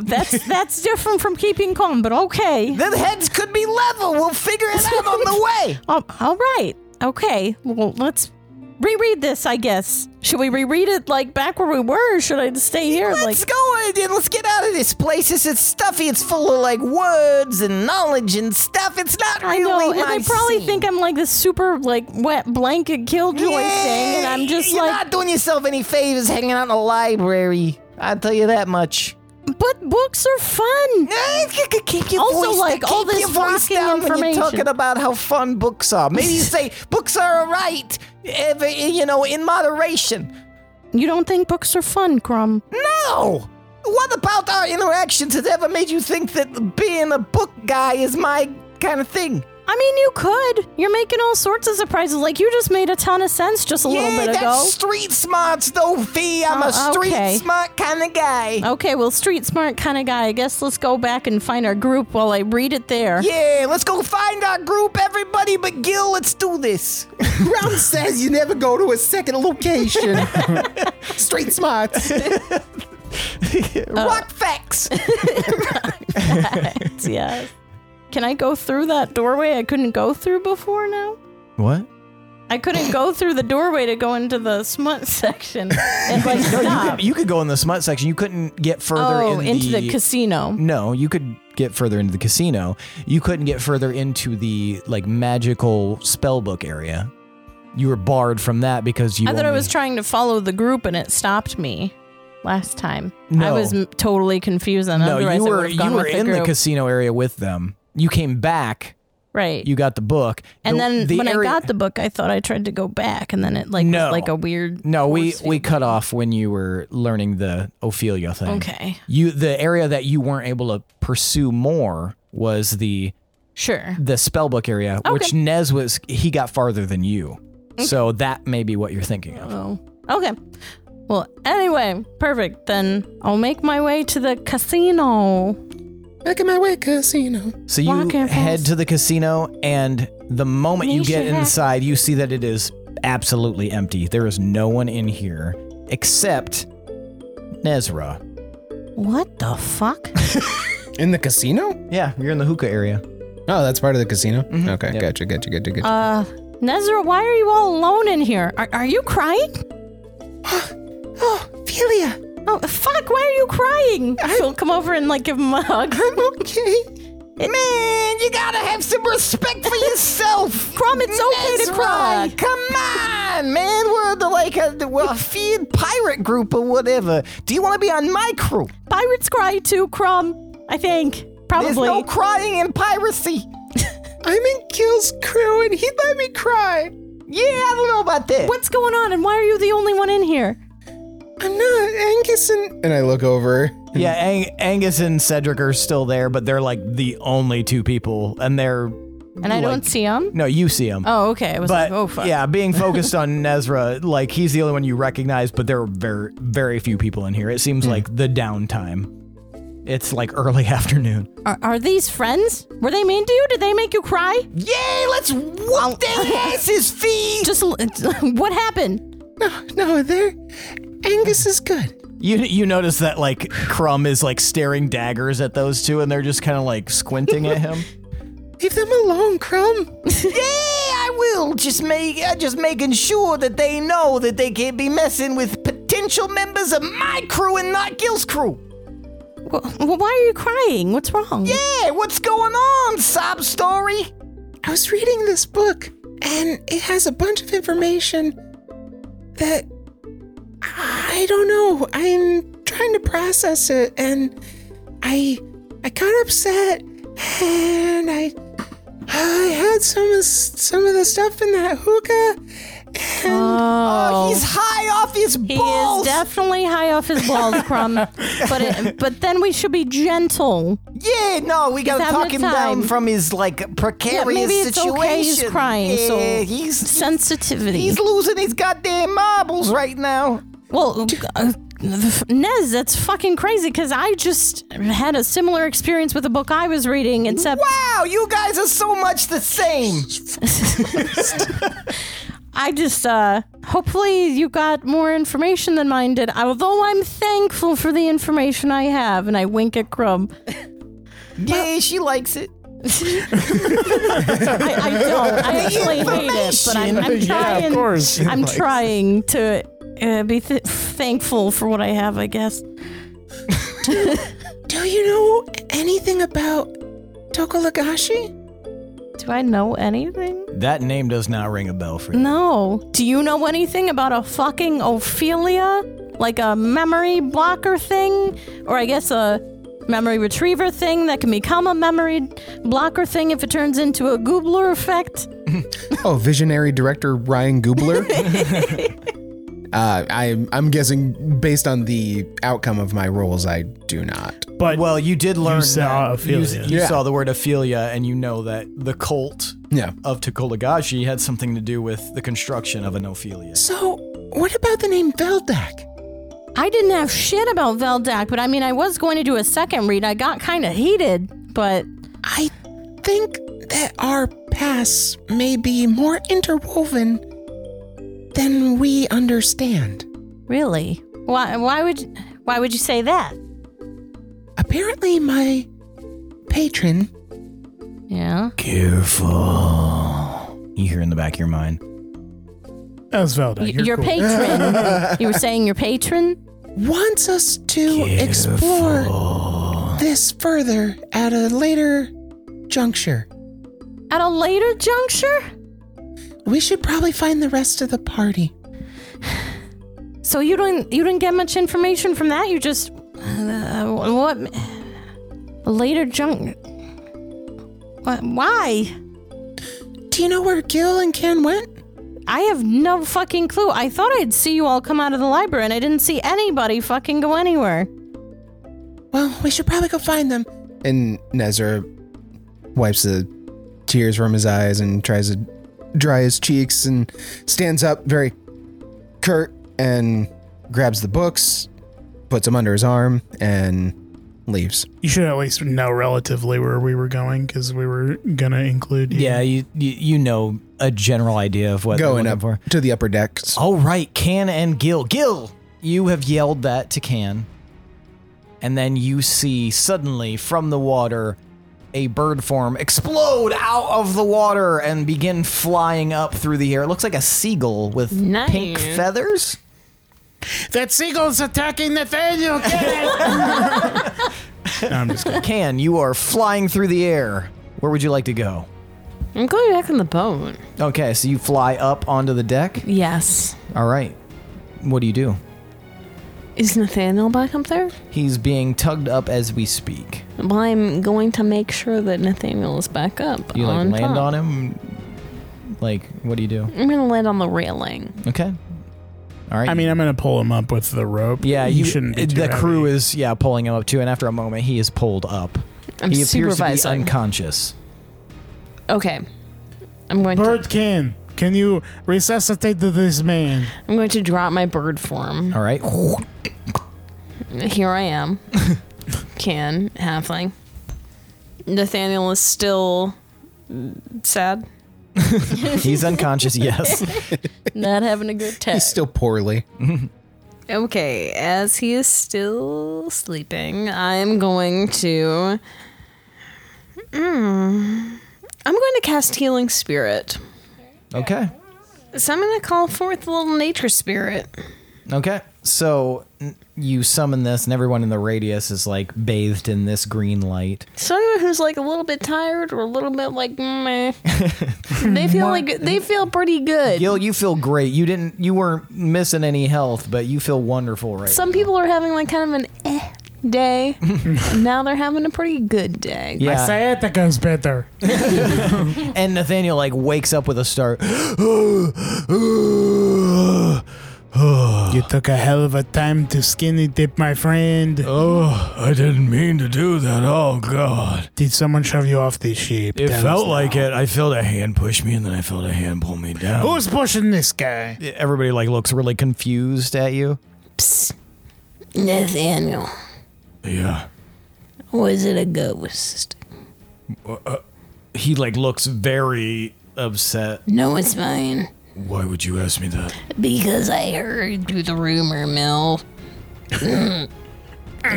[SPEAKER 5] that's that's different from keeping calm, but okay.
[SPEAKER 8] the heads could be level. We'll figure it out on the way.
[SPEAKER 5] Um, all right. Okay. Well, let's reread this. I guess. Should we reread it like back where we were? Or should I just stay here?
[SPEAKER 8] Let's go and and let's get out of this place. It's, it's stuffy. It's full of like words and knowledge and stuff. It's not
[SPEAKER 5] I
[SPEAKER 8] really
[SPEAKER 5] know, and
[SPEAKER 8] my
[SPEAKER 5] they probably
[SPEAKER 8] scene.
[SPEAKER 5] think I'm like this super like wet blanket killjoy
[SPEAKER 8] Yeah,
[SPEAKER 5] thing, and I'm just
[SPEAKER 8] you're
[SPEAKER 5] like,
[SPEAKER 8] not doing yourself any favors hanging out in the library. I'll tell you that much.
[SPEAKER 5] but books are fun.
[SPEAKER 8] Eh, k- k- Keep your
[SPEAKER 5] Also,
[SPEAKER 8] voice
[SPEAKER 5] like,
[SPEAKER 8] keep
[SPEAKER 5] all this
[SPEAKER 8] your voice
[SPEAKER 5] rocking
[SPEAKER 8] down when
[SPEAKER 5] information.
[SPEAKER 8] you're talking about how fun books are. Maybe you say books are alright, ever you know, in moderation.
[SPEAKER 5] You don't think books are fun, Crumb?
[SPEAKER 8] No. What about our interactions has ever made you think that being a book guy is my kind of thing?
[SPEAKER 5] I mean, you could. You're making all sorts of surprises. Like you just made a ton of sense just a
[SPEAKER 8] yeah,
[SPEAKER 5] little bit
[SPEAKER 8] that's
[SPEAKER 5] ago.
[SPEAKER 8] street smarts, though, Fee. I'm a
[SPEAKER 5] Oh,
[SPEAKER 8] street
[SPEAKER 5] okay.
[SPEAKER 8] smart kind of guy.
[SPEAKER 5] Okay, well, street smart kind of guy. I guess let's go back and find our group while I read it there.
[SPEAKER 8] Yeah, let's go find our group, everybody but Gil. Let's do this.
[SPEAKER 9] Brown says you never go to a second location. Straight smarts.
[SPEAKER 5] Uh.
[SPEAKER 8] Rock facts.
[SPEAKER 5] yes. Can I go through that doorway I couldn't go through before now?
[SPEAKER 8] What?
[SPEAKER 5] I couldn't go through the doorway to go into the smut section and like stop.
[SPEAKER 8] You could go in the smut section. You couldn't get further
[SPEAKER 5] oh,
[SPEAKER 8] in
[SPEAKER 5] into the, casino.
[SPEAKER 8] No, you could get further into the casino. You couldn't get further into the like magical spell book area.
[SPEAKER 2] you were barred from that because you.
[SPEAKER 5] I thought I
[SPEAKER 2] only-
[SPEAKER 5] was trying to follow the group and it stopped me last time. I
[SPEAKER 2] No.
[SPEAKER 5] was m- totally confused on
[SPEAKER 2] No,
[SPEAKER 5] otherwise
[SPEAKER 2] you
[SPEAKER 5] I
[SPEAKER 2] were
[SPEAKER 5] would've
[SPEAKER 2] you
[SPEAKER 5] gone
[SPEAKER 2] were
[SPEAKER 5] with
[SPEAKER 2] in the
[SPEAKER 5] group.
[SPEAKER 2] casino area with them. You came back.
[SPEAKER 5] right.
[SPEAKER 2] You got the book.
[SPEAKER 5] and
[SPEAKER 2] The-
[SPEAKER 5] then
[SPEAKER 2] the
[SPEAKER 5] when
[SPEAKER 2] area-
[SPEAKER 5] I got the book, I thought I tried to go back, and then it like
[SPEAKER 2] No.
[SPEAKER 5] was like a weird.
[SPEAKER 2] No, we
[SPEAKER 5] force
[SPEAKER 2] we
[SPEAKER 5] field.
[SPEAKER 2] cut off when you were learning the Ophelia thing.
[SPEAKER 5] Okay,
[SPEAKER 2] You the area that you weren't able to pursue more was the
[SPEAKER 5] sure.
[SPEAKER 2] the spellbook area, which
[SPEAKER 5] Okay.
[SPEAKER 2] Nez was he got farther than you. So that may be what you're thinking of.
[SPEAKER 5] Oh, okay. Well, anyway, perfect. Then I'll make my way to the casino.
[SPEAKER 8] Back in my way, casino.
[SPEAKER 2] So you
[SPEAKER 5] Rock and
[SPEAKER 2] head
[SPEAKER 5] rolls.
[SPEAKER 2] to the casino, and the moment you get
[SPEAKER 5] Nisha.
[SPEAKER 2] inside, you see that it is absolutely empty. There is no one in here except Nezra.
[SPEAKER 5] What the fuck?
[SPEAKER 4] In the casino?
[SPEAKER 2] Yeah, you're in the hookah area. Mm-hmm.
[SPEAKER 4] Oh, that's part of the casino? Okay,
[SPEAKER 2] Yep.
[SPEAKER 4] gotcha, gotcha, gotcha, gotcha.
[SPEAKER 5] Uh, Nezra, why are you all alone in here? Are, are you crying?
[SPEAKER 8] Oh, Ophelia,
[SPEAKER 5] Oh, fuck, why are you crying? Phil, come over and like give him a hug.
[SPEAKER 8] I'm okay.
[SPEAKER 2] Man, you gotta have some respect for yourself.
[SPEAKER 5] Crumb, it's okay to cry.
[SPEAKER 2] Come on, man. We're the, like a, we're a feed pirate group or whatever. Do you want to be on my crew?
[SPEAKER 5] Pirates cry too, Crumb. I think. Probably.
[SPEAKER 2] crying in piracy.
[SPEAKER 8] I'm in Gil's crew and he let me cry.
[SPEAKER 2] Yeah, I don't know about that.
[SPEAKER 5] What's going on and why are you the only one in here?
[SPEAKER 8] I'm not Angus and
[SPEAKER 4] and I look over.
[SPEAKER 2] Yeah, Ang- Angus and Cedric are still there, but they're like the only two people, and they're
[SPEAKER 5] And I don't see him?
[SPEAKER 2] no, you see them.
[SPEAKER 5] Oh, okay. I was
[SPEAKER 2] But
[SPEAKER 5] like, oh, fuck.
[SPEAKER 2] yeah, being focused on Nezra, like he's the only one you recognize, but there are very, very few people in here. It seems
[SPEAKER 4] Hmm.
[SPEAKER 2] like the downtime. It's like early afternoon.
[SPEAKER 5] Are, are these friends? Were they mean to you? Did they make you cry?
[SPEAKER 2] Yay! Let's whoop their asses, feet.
[SPEAKER 5] Just l- what happened?
[SPEAKER 8] no, they're Angus is good.
[SPEAKER 2] You you notice that like Crumb is like staring daggers at those two, and they're just kind of like squinting at him.
[SPEAKER 8] Leave them alone, Crumb.
[SPEAKER 2] Yeah, I will. Just make uh, just making sure that they know that they can't be messing with potential members of my crew and not Gil's crew.
[SPEAKER 5] Well, why are you crying? What's wrong?
[SPEAKER 2] Yeah, what's going on, sob story?
[SPEAKER 8] I was reading this book and it has a bunch of information that I don't know. I'm trying to process it and I I got upset and I I had some of s- some of the stuff in that hookah
[SPEAKER 5] Oh,
[SPEAKER 2] He's high off his
[SPEAKER 5] he
[SPEAKER 2] balls.
[SPEAKER 5] is definitely high off his balls, Crumb. but it, but then we should be gentle.
[SPEAKER 2] yeah, no, we gotta
[SPEAKER 5] having
[SPEAKER 2] talk
[SPEAKER 5] a
[SPEAKER 2] him
[SPEAKER 5] time.
[SPEAKER 2] down from his like
[SPEAKER 5] Yeah,
[SPEAKER 2] precarious
[SPEAKER 5] maybe it's
[SPEAKER 2] situation.
[SPEAKER 5] okay. He's crying.
[SPEAKER 2] Yeah,
[SPEAKER 5] so
[SPEAKER 2] he's
[SPEAKER 5] sensitivity.
[SPEAKER 2] he's losing his goddamn marbles right now.
[SPEAKER 5] well, uh, Nez, that's fucking crazy because I just had a similar experience with a book I was reading. Except
[SPEAKER 2] Wow, you guys are so much the same.
[SPEAKER 5] I just uh hopefully you got more information than mine did. Although I'm thankful for the information I have, and I wink at Crumb. uh,
[SPEAKER 2] Yeah, she likes it.
[SPEAKER 5] I, I don't. I actually hate it, but I'm, I'm
[SPEAKER 1] yeah,
[SPEAKER 5] trying.
[SPEAKER 1] of course.
[SPEAKER 5] I'm trying to uh, be th- thankful for what I have, I guess.
[SPEAKER 8] Do you know anything about Tokolagashi?
[SPEAKER 5] Do I know anything?
[SPEAKER 2] That name does not ring a bell for
[SPEAKER 5] No. Do you know anything about a fucking Ophelia? Like a memory blocker thing? Or I guess a memory retriever thing that can become a memory blocker thing if it turns into a goobler effect?
[SPEAKER 4] Oh, visionary director Ryan Gubler. uh, I, I'm guessing based on the outcome of my roles, I do not.
[SPEAKER 1] But
[SPEAKER 2] Well, you did learn
[SPEAKER 1] saw
[SPEAKER 2] that- you-
[SPEAKER 1] Ophelia.
[SPEAKER 2] You,
[SPEAKER 4] Yeah.
[SPEAKER 2] saw the word Ophelia, and you know that the cult
[SPEAKER 4] Yeah.
[SPEAKER 2] of Tokolagashi had something to do with the construction of an Ophelia.
[SPEAKER 8] So, Oh, what about the name Veldak?
[SPEAKER 5] I didn't have shit about Veldak, but I mean, I was going to do a second read. I got kind of heated, but
[SPEAKER 8] I think that our pasts may be more interwoven than we understand.
[SPEAKER 5] really, why? Why would? Why would you say that?
[SPEAKER 8] Apparently, my patron,
[SPEAKER 5] Yeah.
[SPEAKER 2] Careful. You hear in the back of your mind.
[SPEAKER 1] Esvelda,
[SPEAKER 5] Y-
[SPEAKER 1] you're
[SPEAKER 5] your
[SPEAKER 1] cool.
[SPEAKER 5] patron. you were saying your patron?
[SPEAKER 8] wants us to explore this further at a later juncture.
[SPEAKER 5] At a later juncture?
[SPEAKER 6] We should probably find the rest of the party.
[SPEAKER 5] So you don't you didn't get much information from that. You just uh, what later junk. What, why?
[SPEAKER 6] Do you know where Gil and Ken went?
[SPEAKER 5] I have no fucking clue. I thought I'd see you all come out of the library, and I didn't see anybody fucking go anywhere.
[SPEAKER 6] Well, we should probably go find them.
[SPEAKER 4] And Nezra wipes the tears from his eyes and tries to dry his cheeks and stands up very curt and grabs the books, puts them under his arm, and leaves.
[SPEAKER 1] You should at least know relatively where we were going because we were gonna include you.
[SPEAKER 2] Yeah, you, you you know a general idea of what
[SPEAKER 4] Going
[SPEAKER 2] they're
[SPEAKER 4] up
[SPEAKER 2] looking for.
[SPEAKER 4] to the upper decks.
[SPEAKER 2] All right, Can and Gil. Gil, you have yelled that to Can. And then you see suddenly from the water a bird form explode out of the water and begin flying up through the air. It looks like a seagull with pink
[SPEAKER 3] Nice.
[SPEAKER 2] feathers.
[SPEAKER 1] That seagull's attacking Nathaniel. Get it? No, I'm just kidding.
[SPEAKER 2] Can, you are flying through the air. Where would you like to go?
[SPEAKER 3] I'm going back on the boat.
[SPEAKER 2] Okay, so you fly up onto the deck.
[SPEAKER 3] Yes.
[SPEAKER 2] All right. What do you do?
[SPEAKER 3] Is Nathaniel back up there?
[SPEAKER 2] He's being tugged up as we speak.
[SPEAKER 3] Well, I'm going to make sure that Nathaniel is back up.
[SPEAKER 2] You like
[SPEAKER 3] on
[SPEAKER 2] land
[SPEAKER 3] top.
[SPEAKER 2] on him? Like, what do you do?
[SPEAKER 3] I'm gonna land on the railing.
[SPEAKER 2] Okay. All right.
[SPEAKER 1] I mean, I'm gonna pull him up with the rope.
[SPEAKER 2] yeah,
[SPEAKER 1] you,
[SPEAKER 2] you,
[SPEAKER 1] shouldn't. Be too
[SPEAKER 2] the
[SPEAKER 1] heavy.
[SPEAKER 2] crew is yeah pulling him up too, and after a moment, he is pulled up.
[SPEAKER 3] I'm
[SPEAKER 2] he appears to be
[SPEAKER 3] supervising.
[SPEAKER 2] unconscious.
[SPEAKER 3] okay. I'm going to
[SPEAKER 1] Bird can. Can you resuscitate this man?
[SPEAKER 3] I'm going to drop my bird form.
[SPEAKER 2] All right.
[SPEAKER 3] Here I am. Can halfling. Nathaniel is still sad.
[SPEAKER 2] He's unconscious. Yes.
[SPEAKER 5] Not having a good time.
[SPEAKER 4] He's still poorly.
[SPEAKER 3] Okay, as he is still sleeping, I'm going to. Mm. I'm going to cast Healing Spirit.
[SPEAKER 2] Okay.
[SPEAKER 3] So I'm going to call forth a little nature spirit.
[SPEAKER 2] Okay. So n- you summon this, and everyone in the radius is like bathed in this green light.
[SPEAKER 3] So anyone who's like a little bit tired or a little bit like meh, they feel like they feel pretty good.
[SPEAKER 2] Gil, you feel great. You didn't. You weren't missing any health, but you feel wonderful right
[SPEAKER 3] Some people are having like kind of an eh day. and now they're having a pretty good day.
[SPEAKER 2] now. Yeah.
[SPEAKER 1] Sciatica's better.
[SPEAKER 2] And Nathaniel like wakes up with a start.
[SPEAKER 1] You took a hell of a time to skinny dip, my friend.
[SPEAKER 12] Oh, I didn't mean to do that. Oh, God.
[SPEAKER 1] Did someone shove you off this ship?
[SPEAKER 12] It
[SPEAKER 1] Tell us
[SPEAKER 12] felt
[SPEAKER 1] now.
[SPEAKER 12] like it. I felt a hand push me, and then I felt a hand pull me down.
[SPEAKER 1] Who's pushing this guy?
[SPEAKER 2] Everybody like looks really confused at you.
[SPEAKER 7] Nathaniel,
[SPEAKER 12] Yeah.
[SPEAKER 7] was it a ghost?
[SPEAKER 12] Uh, He like looks very upset.
[SPEAKER 7] No, it's mine.
[SPEAKER 12] Why would you ask me that?
[SPEAKER 7] Because I heard through the rumor mill. Mm.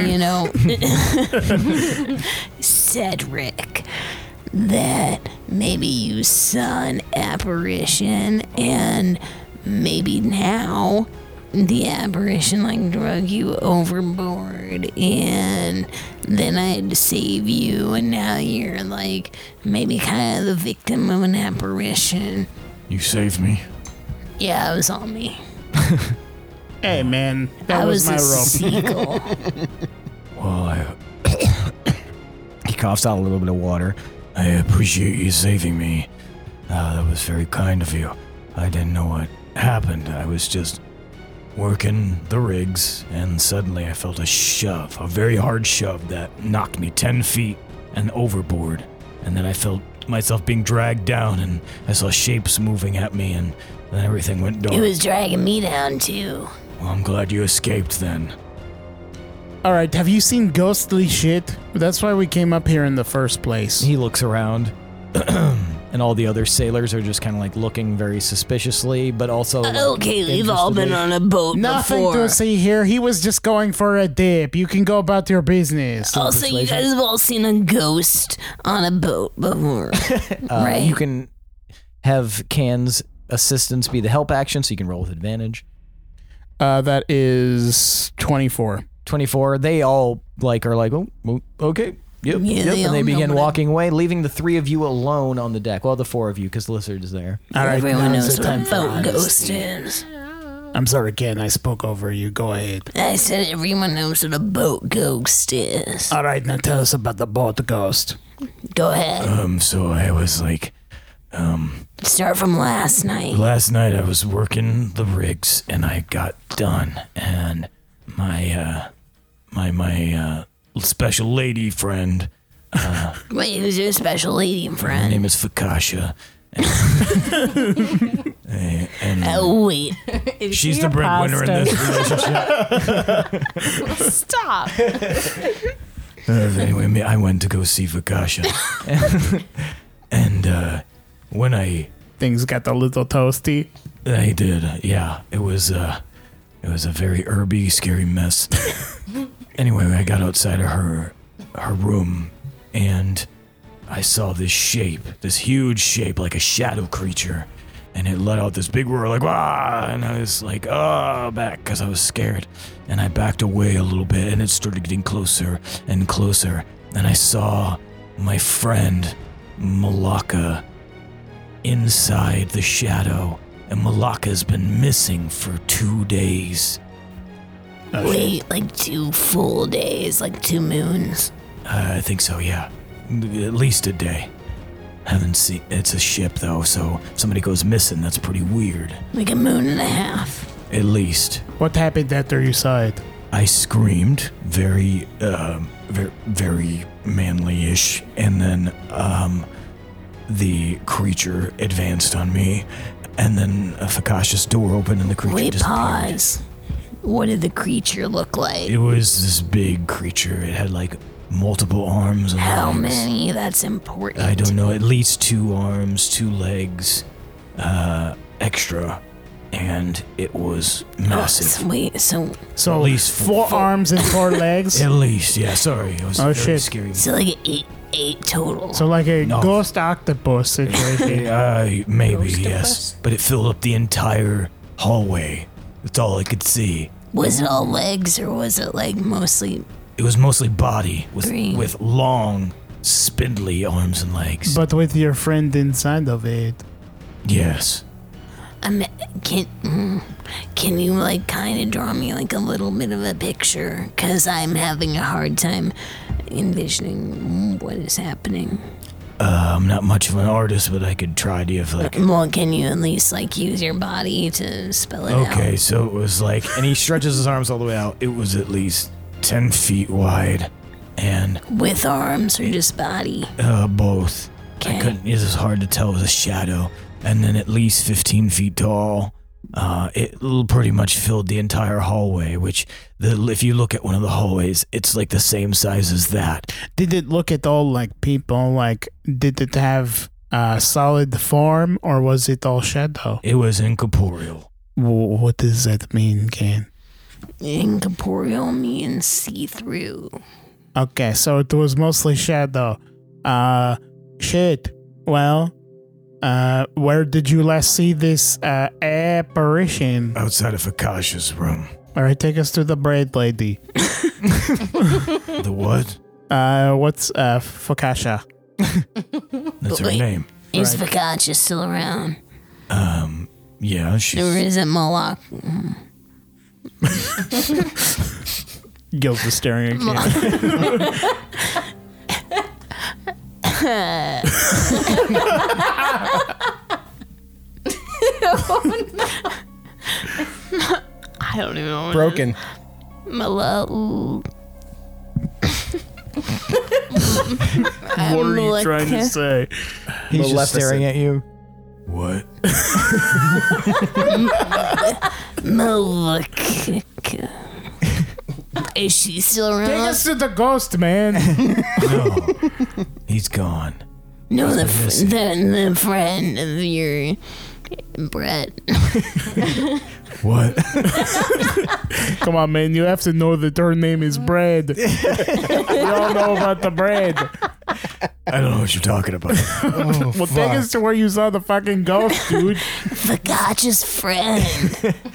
[SPEAKER 7] you know, Cedric, that maybe you saw an apparition and maybe now the apparition like drug you overboard and then I had to save you and now you're like maybe kind of the victim of an apparition.
[SPEAKER 12] You saved me.
[SPEAKER 7] Yeah, it was on me.
[SPEAKER 1] Hey, man, that
[SPEAKER 7] I
[SPEAKER 1] was,
[SPEAKER 7] was,
[SPEAKER 1] my rope.
[SPEAKER 7] a seagull.
[SPEAKER 12] Well, I, uh,
[SPEAKER 2] He coughs out a little bit of water.
[SPEAKER 12] I appreciate you saving me. Uh, that was very kind of you. I didn't know what happened. I was just working the rigs, and suddenly I felt a shove, a very hard shove that knocked me 10 feet and overboard. And then I felt myself being dragged down, and I saw shapes moving at me, and then everything went dark.
[SPEAKER 7] it was dragging me down too.
[SPEAKER 12] well, I'm glad you escaped then.
[SPEAKER 1] All right, have you seen ghostly shit? That's why we came up here in the first place.
[SPEAKER 2] He looks around. and all the other sailors are just kind of like looking very suspiciously, but also like,
[SPEAKER 7] Okay, we've all been
[SPEAKER 2] interested.
[SPEAKER 7] on a boat
[SPEAKER 1] Nothing
[SPEAKER 7] before.
[SPEAKER 1] to see here. He was just going for a dip. You can go about your business.
[SPEAKER 7] also, you guys have all seen a ghost on a boat before, right?
[SPEAKER 2] Um, You can have Can's assistance be the help action, so you can roll with advantage.
[SPEAKER 1] Uh, that is 24.
[SPEAKER 2] 24 they all like are like oh well, okay
[SPEAKER 7] Yeah,
[SPEAKER 2] Yep. yep.
[SPEAKER 7] they
[SPEAKER 2] and
[SPEAKER 7] all
[SPEAKER 2] they
[SPEAKER 7] know
[SPEAKER 2] begin
[SPEAKER 7] what I-
[SPEAKER 2] walking away, leaving the three of you alone on the deck. Well, the four of you, because Lizard is there.
[SPEAKER 1] All right,
[SPEAKER 7] Everyone
[SPEAKER 1] now is
[SPEAKER 7] knows
[SPEAKER 1] the
[SPEAKER 7] what a
[SPEAKER 1] time for
[SPEAKER 7] boat
[SPEAKER 1] honesty.
[SPEAKER 7] ghost is.
[SPEAKER 1] I'm sorry, Ken. I spoke over you. Go ahead.
[SPEAKER 7] I said everyone knows what a boat ghost is.
[SPEAKER 1] All right, now tell us about the boat ghost. Uh,
[SPEAKER 7] Go ahead.
[SPEAKER 12] Um, so I was like, um,
[SPEAKER 7] Start from last night.
[SPEAKER 12] last night I was working the rigs and I got done, and my uh, my my uh, special lady friend, uh,
[SPEAKER 7] Wait, who's your special lady
[SPEAKER 12] her
[SPEAKER 7] friend?
[SPEAKER 12] name is Fakasha. and,
[SPEAKER 1] Mm.
[SPEAKER 12] and
[SPEAKER 7] Oh, wait.
[SPEAKER 12] she's the breadwinner in this relationship.
[SPEAKER 3] Stop.
[SPEAKER 12] Uh, anyway, me- I went to go see Vakasha. and uh, when I
[SPEAKER 1] Things got a little toasty.
[SPEAKER 12] I did, yeah, it was uh, it was a very herby, scary mess. anyway, I got outside of her her room, and I saw this shape, this huge shape, like a shadow creature, and it let out this big roar, like "wah," and I was like, "Ah!" back, because I was scared, and I backed away a little bit, and it started getting closer and closer, and I saw my friend Malaka inside the shadow, and Malaka's been missing for two days.
[SPEAKER 1] oh,
[SPEAKER 7] Wait, like two full days, like two moons.
[SPEAKER 12] Uh, I think so, yeah. At least a day. Haven't seen. It's a ship though, so if somebody goes missing. That's pretty weird.
[SPEAKER 7] Like a moon and a half.
[SPEAKER 12] At least
[SPEAKER 1] What happened after you saw it?
[SPEAKER 12] I screamed, very, um, very, very manly-ish, and then um, the creature advanced on me, and then a Fakasha's door opened, and the creature
[SPEAKER 7] Wait,
[SPEAKER 12] disappeared.
[SPEAKER 7] pause. What did the creature look like?
[SPEAKER 12] It was this big creature. It had like multiple arms and
[SPEAKER 7] How
[SPEAKER 12] legs.
[SPEAKER 7] many? That's important.
[SPEAKER 12] I don't know, at least two arms, two legs, uh, extra, and it was
[SPEAKER 7] Oh,
[SPEAKER 12] massive.
[SPEAKER 7] Uh, So wait, so
[SPEAKER 1] So
[SPEAKER 12] At least
[SPEAKER 1] four arms and four legs.
[SPEAKER 12] At least, yeah. Sorry, it was
[SPEAKER 1] Oh,
[SPEAKER 12] very
[SPEAKER 1] shit.
[SPEAKER 12] scary.
[SPEAKER 7] so like eight, eight total.
[SPEAKER 1] So like a
[SPEAKER 12] No.
[SPEAKER 1] ghost octopus situation.
[SPEAKER 12] Uh, maybe yes, but it filled up the entire hallway. That's all I could see.
[SPEAKER 7] was it all legs or was it like mostly?
[SPEAKER 12] It was mostly body with
[SPEAKER 7] Green.
[SPEAKER 12] with long, spindly arms and legs.
[SPEAKER 1] but with your friend inside of it.
[SPEAKER 12] yes.
[SPEAKER 7] I mean, can mm, can you like kind of draw me like a little bit of a picture? Cause I'm having a hard time envisioning what is happening.
[SPEAKER 12] Uh, I'm not much of an artist, but I could try to if like
[SPEAKER 7] Uh, Well, can you at least like use your body to spell it out?
[SPEAKER 12] Okay, so it was like, and he stretches his arms all the way out. It was at least 10 feet wide and
[SPEAKER 7] With arms or just body?
[SPEAKER 12] uh, both. I
[SPEAKER 7] Okay.
[SPEAKER 12] couldn't, it was hard to tell. It was a shadow. And then at least 15 feet tall. Uh, it l- pretty much filled the entire hallway, which the, if you look at one of the hallways, it's like the same size as that.
[SPEAKER 1] Did it look at all like people? Like did it have a solid form or was it all shadow?
[SPEAKER 12] It was incorporeal.
[SPEAKER 1] W- what does that mean, Ken?
[SPEAKER 7] Incorporeal means see through.
[SPEAKER 1] Okay, so it was mostly shadow. Uh, shit. Well, uh, where did you last see this uh apparition?
[SPEAKER 12] Outside of Akasha's room.
[SPEAKER 1] All right, take us to the braid lady.
[SPEAKER 12] The what?
[SPEAKER 1] Uh, what's uh Fakasha?
[SPEAKER 12] That's her
[SPEAKER 7] Wait.
[SPEAKER 12] name.
[SPEAKER 7] Is Focaccia still around?
[SPEAKER 12] Um, yeah, she's.
[SPEAKER 7] Or is it Moloch?
[SPEAKER 1] Gil's is staring at Ken.
[SPEAKER 3] I don't even know.
[SPEAKER 4] Broken.
[SPEAKER 7] Moloch.
[SPEAKER 1] what are you
[SPEAKER 3] Malika.
[SPEAKER 1] trying to say?
[SPEAKER 2] He's just
[SPEAKER 4] Maleficent.
[SPEAKER 2] staring at you.
[SPEAKER 12] What?
[SPEAKER 7] Moloch. Is she still
[SPEAKER 1] Take
[SPEAKER 7] around?
[SPEAKER 1] us to the ghost, man.
[SPEAKER 12] No. He's gone.
[SPEAKER 7] No, the, fr- the the friend of your Brett.
[SPEAKER 12] What?
[SPEAKER 1] Come on, man. You have to know that her name is Bread. we all know about the bread.
[SPEAKER 12] I don't know what you're talking about.
[SPEAKER 1] well, take us to where you saw the fucking ghost, dude.
[SPEAKER 7] Focaccia's friend.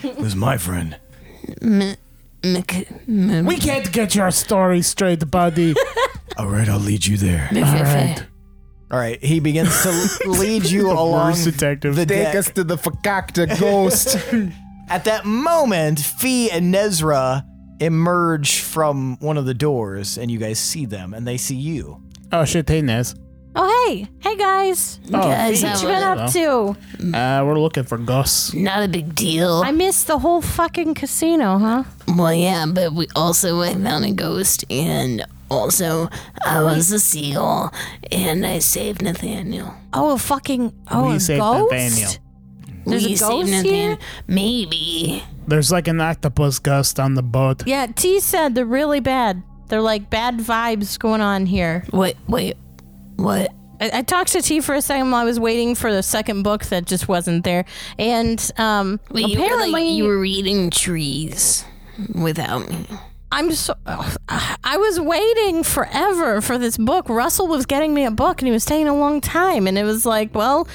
[SPEAKER 12] It was my friend.
[SPEAKER 7] M- Mc, m-
[SPEAKER 1] We can't get your story straight, buddy.
[SPEAKER 12] All right, I'll lead you there.
[SPEAKER 7] Mc-
[SPEAKER 1] All right.
[SPEAKER 2] All right, he begins to lead you along
[SPEAKER 1] Worst detective.
[SPEAKER 2] the
[SPEAKER 4] Take
[SPEAKER 2] deck.
[SPEAKER 4] us to the Fakakta ghost.
[SPEAKER 2] At that moment, Fee and Nezra emerge from one of the doors, and you guys see them, and they see you.
[SPEAKER 1] Oh shit, hey Nez.
[SPEAKER 5] Oh hey, hey guys,
[SPEAKER 1] Oh,
[SPEAKER 7] guys,
[SPEAKER 1] hey.
[SPEAKER 7] that
[SPEAKER 5] what you been up to?
[SPEAKER 1] uh, we're looking for Gus.
[SPEAKER 7] not a big deal.
[SPEAKER 5] I missed the whole fucking casino, huh?
[SPEAKER 7] well, yeah, but we also I found a ghost, and also I was a seagull, and I saved Nathaniel.
[SPEAKER 5] Oh, a fucking oh,
[SPEAKER 1] We
[SPEAKER 5] a
[SPEAKER 1] saved
[SPEAKER 5] ghost.
[SPEAKER 1] Nathaniel.
[SPEAKER 5] There's
[SPEAKER 7] we
[SPEAKER 5] a
[SPEAKER 7] saved
[SPEAKER 5] ghost here.
[SPEAKER 7] Nathan- Maybe.
[SPEAKER 1] There's like an octopus ghost on the boat.
[SPEAKER 5] Yeah, T said they're really bad. They're like bad vibes going on here.
[SPEAKER 7] Wait, wait, what?
[SPEAKER 5] I, I talked to T for a second while I was waiting for the second book that just wasn't there, and um,
[SPEAKER 7] Wait, you were,
[SPEAKER 5] apparently
[SPEAKER 7] like, you were reading trees without me.
[SPEAKER 5] I'm so. ugh. I was waiting forever for this book. Russell was getting me a book, and he was taking a long time. And it was like, well,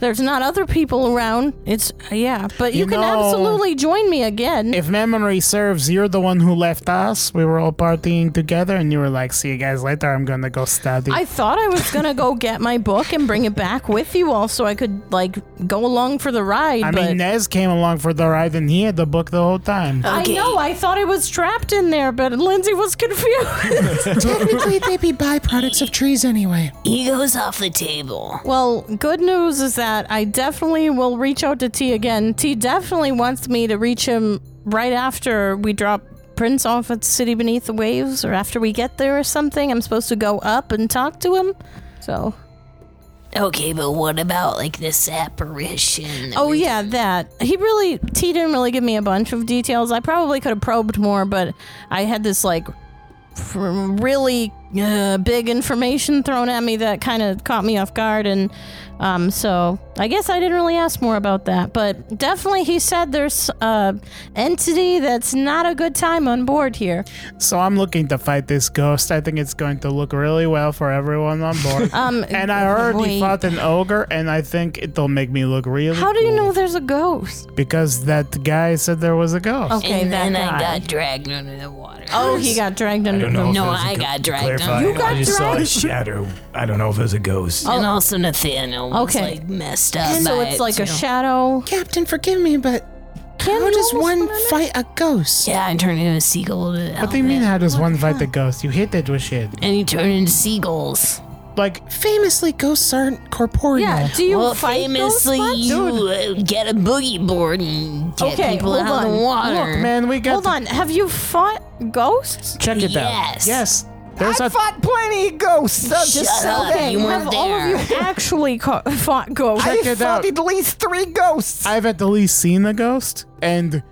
[SPEAKER 5] there's not other people around. It's yeah, but you,
[SPEAKER 1] You
[SPEAKER 5] can
[SPEAKER 1] know,
[SPEAKER 5] absolutely join me again.
[SPEAKER 1] If memory serves, you're the one who left us. We were all partying together, and you were like, "See you guys later. I'm gonna go study."
[SPEAKER 5] I thought I was gonna go get my book and bring it back with you all, so I could like go along for the ride.
[SPEAKER 1] I
[SPEAKER 5] but
[SPEAKER 1] mean, Nez came along for the ride, and he had the book the whole time.
[SPEAKER 5] I
[SPEAKER 7] Okay.
[SPEAKER 5] know I thought I was trapped in there, but Lindsay was confused.
[SPEAKER 6] Technically, they'd be byproducts of trees anyway.
[SPEAKER 7] He goes off the table.
[SPEAKER 5] Well, good news is that I definitely will reach out to T again. T definitely wants me to reach him right after we drop Prince off at City Beneath the Waves or after we get there or something. I'm supposed to go up and talk to him. So,
[SPEAKER 7] Okay, but what about like this apparition? that
[SPEAKER 5] oh
[SPEAKER 7] we-
[SPEAKER 5] yeah, that. He really, T didn't really give me a bunch of details. I probably could have probed more, but I had this like f- really uh, big information thrown at me that kind of caught me off guard and um, so i guess i didn't really ask more about that but definitely he said there's a entity that's not a good time on board here
[SPEAKER 1] So I'm looking to fight this ghost. I think it's going to look really well for everyone on board.
[SPEAKER 5] um,
[SPEAKER 1] and I already
[SPEAKER 5] wait.
[SPEAKER 1] fought an ogre, and I think it'll make me look really.
[SPEAKER 5] how do you
[SPEAKER 1] cool.
[SPEAKER 5] know there's a ghost
[SPEAKER 1] Because that guy said there was a ghost.
[SPEAKER 12] Oh,
[SPEAKER 5] okay
[SPEAKER 7] And
[SPEAKER 5] that
[SPEAKER 7] then I
[SPEAKER 5] guy.
[SPEAKER 7] got dragged under the water.
[SPEAKER 5] oh he got dragged under the
[SPEAKER 7] No, I got dragged under.
[SPEAKER 12] You
[SPEAKER 5] got
[SPEAKER 12] I just saw a
[SPEAKER 5] dragged?
[SPEAKER 12] shadow. I don't know if there's a ghost.
[SPEAKER 7] And also Nathaniel was
[SPEAKER 5] Oh. Okay.
[SPEAKER 7] like messed up.
[SPEAKER 5] so
[SPEAKER 7] by
[SPEAKER 5] it's
[SPEAKER 7] it,
[SPEAKER 5] like
[SPEAKER 7] too.
[SPEAKER 5] a shadow
[SPEAKER 6] Captain, forgive me, but how does one fight a ghost?
[SPEAKER 7] yeah. I turned into a seagull. To
[SPEAKER 1] What do you mean? How does one fight the ghost? You hit it with shit.
[SPEAKER 7] And you turn into seagulls.
[SPEAKER 1] Like
[SPEAKER 6] Famously, ghosts aren't corporeal.
[SPEAKER 5] yeah do you
[SPEAKER 7] well,
[SPEAKER 5] fight ghosts
[SPEAKER 7] famously,
[SPEAKER 5] much?
[SPEAKER 7] you uh, get a boogie board and get
[SPEAKER 5] Okay,
[SPEAKER 7] people
[SPEAKER 5] hold
[SPEAKER 7] out of
[SPEAKER 5] on.
[SPEAKER 7] the water.
[SPEAKER 1] Look, man, we got.
[SPEAKER 5] hold
[SPEAKER 1] to-
[SPEAKER 5] on have you fought ghosts
[SPEAKER 1] Check it out.
[SPEAKER 7] Yes.
[SPEAKER 1] Yes. There's a
[SPEAKER 2] fought plenty of ghosts. I'm
[SPEAKER 7] Shut up! You
[SPEAKER 5] have
[SPEAKER 7] weren't
[SPEAKER 5] all
[SPEAKER 7] there.
[SPEAKER 5] of you actually co- fought ghosts
[SPEAKER 1] Check it out.
[SPEAKER 2] at least three ghosts.
[SPEAKER 1] I've at the least seen a ghost, and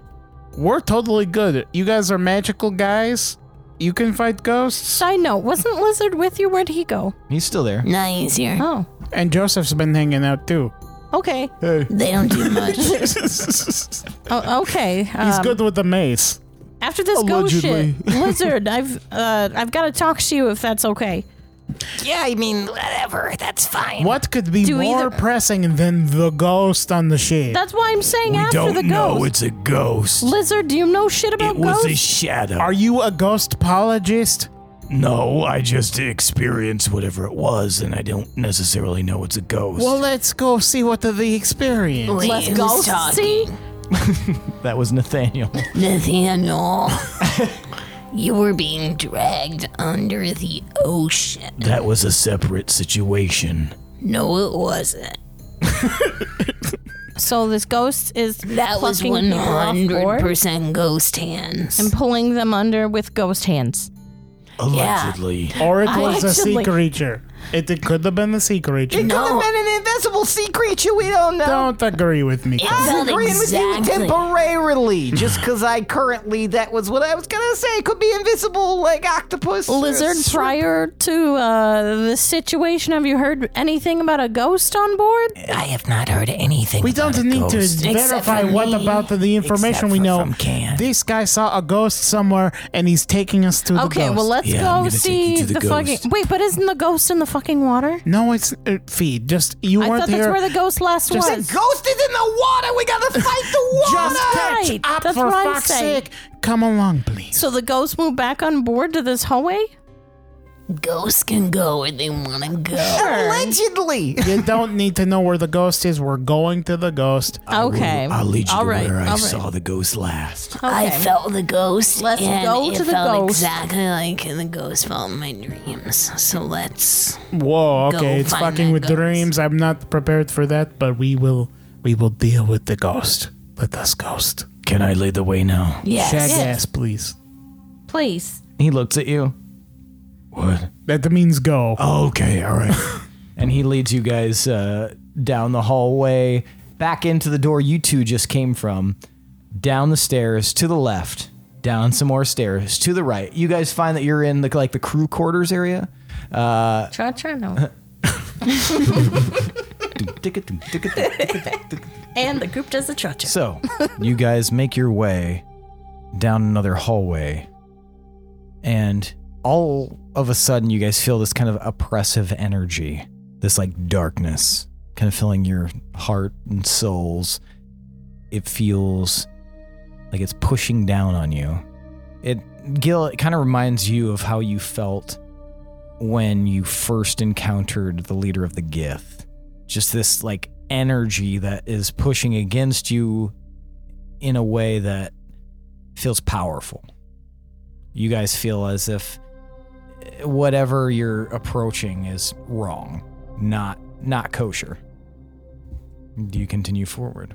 [SPEAKER 1] we're totally good. You guys are magical guys. You can fight ghosts.
[SPEAKER 5] Side note, wasn't Lizard with you? Where'd he go?
[SPEAKER 2] He's still there.
[SPEAKER 7] Not easier.
[SPEAKER 5] Oh,
[SPEAKER 1] And Joseph's been hanging out too.
[SPEAKER 5] okay.
[SPEAKER 7] They don't do much.
[SPEAKER 5] Oh, okay.
[SPEAKER 1] He's
[SPEAKER 5] um,
[SPEAKER 1] good with the mace.
[SPEAKER 5] After this
[SPEAKER 1] Allegedly.
[SPEAKER 5] ghost shit, Lizard, I've uh, I've got to talk to you if that's okay.
[SPEAKER 7] yeah, I mean, whatever. That's fine.
[SPEAKER 1] What could be
[SPEAKER 5] Do
[SPEAKER 1] more
[SPEAKER 5] either-
[SPEAKER 1] pressing than the ghost on the ship?
[SPEAKER 5] That's why I'm saying
[SPEAKER 12] we
[SPEAKER 5] after
[SPEAKER 12] don't
[SPEAKER 5] the
[SPEAKER 12] know.
[SPEAKER 5] ghost.
[SPEAKER 12] It's a ghost.
[SPEAKER 5] Lizard, do you know shit about
[SPEAKER 12] it was a
[SPEAKER 5] ghosts?
[SPEAKER 12] shadow.
[SPEAKER 1] Are you a ghost apologist?
[SPEAKER 12] no, I just experienced whatever it was, and I don't necessarily know it's a ghost.
[SPEAKER 1] Well, let's go see what the, the experience.
[SPEAKER 7] Wait,
[SPEAKER 5] Let's
[SPEAKER 7] who's
[SPEAKER 5] go
[SPEAKER 7] talking?
[SPEAKER 5] see.
[SPEAKER 2] That was Nathaniel.
[SPEAKER 7] Nathaniel, you were being dragged under the ocean.
[SPEAKER 12] that was a separate situation.
[SPEAKER 7] No, it wasn't.
[SPEAKER 5] So this ghost is
[SPEAKER 7] That was
[SPEAKER 5] plucking people off board
[SPEAKER 7] 100% ghost hands.
[SPEAKER 5] and pulling them under with ghost hands.
[SPEAKER 12] Allegedly.
[SPEAKER 1] Or it was a sea
[SPEAKER 5] Allegedly.
[SPEAKER 1] creature. It, it could have been a sea creature.
[SPEAKER 7] no,
[SPEAKER 2] been an invisible sea creature. We don't know.
[SPEAKER 1] Don't agree with me.
[SPEAKER 7] it felt exactly.
[SPEAKER 2] temporarily, just because I currently that was what I was gonna say. Could be invisible, like octopus.
[SPEAKER 5] Lizard, prior to uh, the situation, have you heard anything about a ghost on board?
[SPEAKER 3] I have not heard anything.
[SPEAKER 1] We don't need to verify what about the, the information we
[SPEAKER 12] for
[SPEAKER 1] know.
[SPEAKER 12] from Can.
[SPEAKER 1] This guy saw a ghost somewhere, and he's taking us to the
[SPEAKER 5] Okay, well
[SPEAKER 1] ghost.
[SPEAKER 5] let's
[SPEAKER 12] Yeah, I'm
[SPEAKER 5] go
[SPEAKER 12] gonna take you
[SPEAKER 5] see
[SPEAKER 12] to
[SPEAKER 5] the,
[SPEAKER 12] the ghost.
[SPEAKER 5] fucking. Wait, but isn't the ghost in the fucking water?
[SPEAKER 1] no, it's uh, feed. Just you
[SPEAKER 5] I
[SPEAKER 1] weren't
[SPEAKER 5] thought that's
[SPEAKER 1] here.
[SPEAKER 5] where the ghost last
[SPEAKER 1] Just-
[SPEAKER 5] was.
[SPEAKER 2] Ghost is in the water. We gotta fight the water.
[SPEAKER 1] Just catch
[SPEAKER 5] Right,
[SPEAKER 1] up
[SPEAKER 5] that's
[SPEAKER 1] for
[SPEAKER 5] what I'm
[SPEAKER 1] fuck's
[SPEAKER 5] saying.
[SPEAKER 1] sake. Come along, please.
[SPEAKER 5] So the ghosts move back on board to this hallway?
[SPEAKER 7] Ghosts can go where they want to go.
[SPEAKER 2] Allegedly.
[SPEAKER 1] you don't need to know where the ghost is. We're going to the ghost.
[SPEAKER 5] okay.
[SPEAKER 12] I'll lead you
[SPEAKER 5] All
[SPEAKER 12] to
[SPEAKER 5] right,
[SPEAKER 12] where I
[SPEAKER 5] all right.
[SPEAKER 12] saw the ghost last.
[SPEAKER 5] Okay.
[SPEAKER 7] I felt the ghost.
[SPEAKER 5] Let's
[SPEAKER 7] and
[SPEAKER 5] go
[SPEAKER 7] it
[SPEAKER 5] to the
[SPEAKER 7] felt
[SPEAKER 5] ghost.
[SPEAKER 7] Exactly like the ghost felt in my dreams. So let's.
[SPEAKER 1] Whoa,
[SPEAKER 7] Go
[SPEAKER 1] okay, it's
[SPEAKER 7] find
[SPEAKER 1] fucking
[SPEAKER 7] that
[SPEAKER 1] with
[SPEAKER 7] ghost.
[SPEAKER 1] dreams. I'm not prepared for that, but we will we will deal with the ghost. Let us ghost.
[SPEAKER 12] Can I lead the way now?
[SPEAKER 7] Yes.
[SPEAKER 1] Shag ass, please.
[SPEAKER 5] Please.
[SPEAKER 2] He looks at you.
[SPEAKER 12] What?
[SPEAKER 1] That means go.
[SPEAKER 12] Okay, all right.
[SPEAKER 2] and he leads you guys uh, down the hallway, back into the door you two just came from, down the stairs to the left, down some more stairs to the right. You guys find that you're in the like the crew quarters area. Uh,
[SPEAKER 5] Cha cha no. And the group does the cha cha.
[SPEAKER 2] So you guys make your way down another hallway, and all of a sudden, you guys feel this kind of oppressive energy, this like darkness kind of filling your heart and souls. It feels like it's pushing down on you. It, Gil, it kind of reminds you of how you felt when you first encountered the leader of the Gith. Just this like energy that is pushing against you in a way that feels powerful. You guys feel as if whatever you're approaching is wrong, not not kosher. Do you continue forward?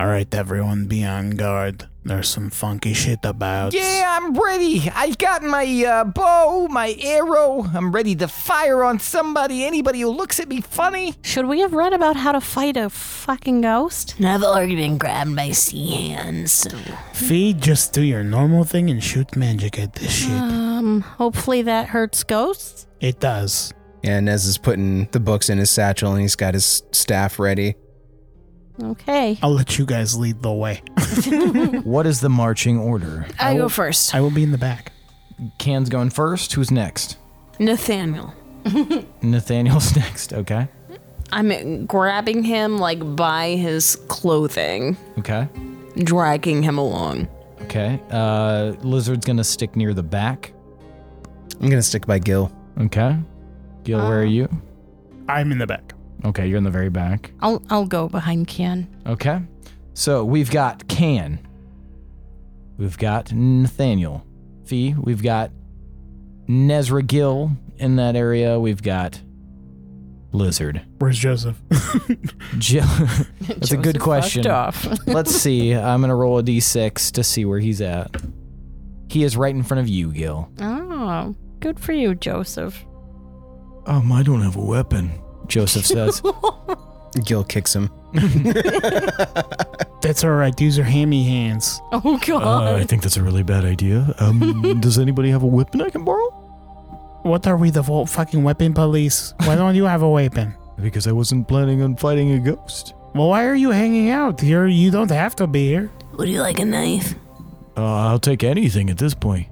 [SPEAKER 1] All right, everyone, be on guard. There's some funky shit about.
[SPEAKER 2] I'm ready. I've got my uh, bow, my arrow. I'm ready to fire on somebody, anybody who looks at me funny.
[SPEAKER 5] Should we have read about how to fight a fucking ghost?
[SPEAKER 7] And I've already been grabbed by sea hands. So.
[SPEAKER 1] Fee, just do your normal thing and shoot magic at this shit.
[SPEAKER 5] Um, hopefully that hurts ghosts.
[SPEAKER 1] It does.
[SPEAKER 4] Yeah, Nez is putting the books in his satchel and he's got his staff ready.
[SPEAKER 5] Okay.
[SPEAKER 1] I'll let you guys lead the way.
[SPEAKER 2] What is the marching order?
[SPEAKER 3] I go first.
[SPEAKER 1] I will be in the back.
[SPEAKER 2] Can's going first. Who's next?
[SPEAKER 3] Nathaniel.
[SPEAKER 2] Nathaniel's next. Okay.
[SPEAKER 3] I'm grabbing him like by his clothing,
[SPEAKER 2] Okay.
[SPEAKER 3] dragging him along.
[SPEAKER 2] Okay. Uh, Lizard's gonna stick near the back.
[SPEAKER 4] I'm gonna stick by Gil.
[SPEAKER 2] Okay. Gil, where
[SPEAKER 3] Uh.
[SPEAKER 2] are you?
[SPEAKER 1] I'm in the back.
[SPEAKER 2] Okay, you're in the very back.
[SPEAKER 5] I'll I'll go behind Can.
[SPEAKER 2] Okay. So we've got Can. We've got Nathaniel. Fee. We've got Nezra Gil in that area. We've got Lizard.
[SPEAKER 1] Where's Joseph?
[SPEAKER 2] Jill. That's a good question. Let's see. I'm gonna roll a d6 to see where he's at. He is right in front of you, Gil.
[SPEAKER 5] Oh, good for you, Joseph.
[SPEAKER 12] Um, I don't have a weapon.
[SPEAKER 2] Joseph says,
[SPEAKER 4] Gil kicks him.
[SPEAKER 1] That's all right. These are hammy hands.
[SPEAKER 5] Oh
[SPEAKER 12] Uh, I
[SPEAKER 5] god.
[SPEAKER 12] think that's a really bad idea. Um, does anybody have a weapon I can borrow?
[SPEAKER 1] What are we, the vo- fucking weapon police? Why don't you have a weapon?
[SPEAKER 12] Because I wasn't planning on fighting a ghost.
[SPEAKER 1] Well, why are you hanging out here? You don't have to be here.
[SPEAKER 7] Would you like a knife?
[SPEAKER 12] Uh, I'll take anything at this point.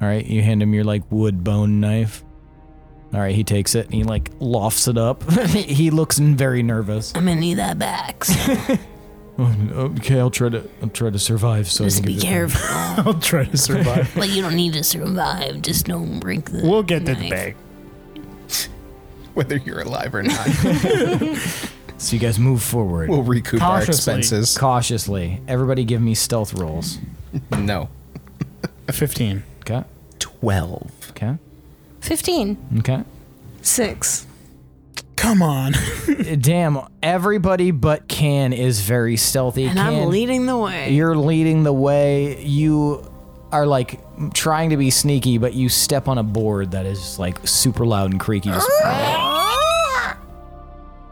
[SPEAKER 2] "All right, you hand him your like wood bone knife." All right, he takes it and he like lofts it up. he looks very nervous.
[SPEAKER 7] I'm gonna need that back. So
[SPEAKER 12] Oh, Okay, I'll try to I'll try to survive. So I
[SPEAKER 7] just
[SPEAKER 12] can
[SPEAKER 7] be
[SPEAKER 12] get this done.
[SPEAKER 7] careful.
[SPEAKER 1] I'll try to survive.
[SPEAKER 7] like you don't need to survive. Just don't break the.
[SPEAKER 1] we'll get to
[SPEAKER 7] knife.
[SPEAKER 1] the bag.
[SPEAKER 4] Whether you're alive or not,
[SPEAKER 2] So you guys move forward
[SPEAKER 4] we'll recoup our
[SPEAKER 1] Cautiously.
[SPEAKER 4] expenses.
[SPEAKER 2] cautiously. Everybody, give me stealth rolls.
[SPEAKER 4] No.
[SPEAKER 1] 15.
[SPEAKER 2] Okay.
[SPEAKER 4] 12.
[SPEAKER 2] Okay.
[SPEAKER 5] Fifteen.
[SPEAKER 2] Okay.
[SPEAKER 3] Six.
[SPEAKER 1] Come on.
[SPEAKER 2] Damn, everybody but Can is very stealthy.
[SPEAKER 3] And I'm
[SPEAKER 2] Can-
[SPEAKER 3] leading the way.
[SPEAKER 2] You're leading the way. You are like trying to be sneaky, but you step on a board that is like super loud and creaky. Just-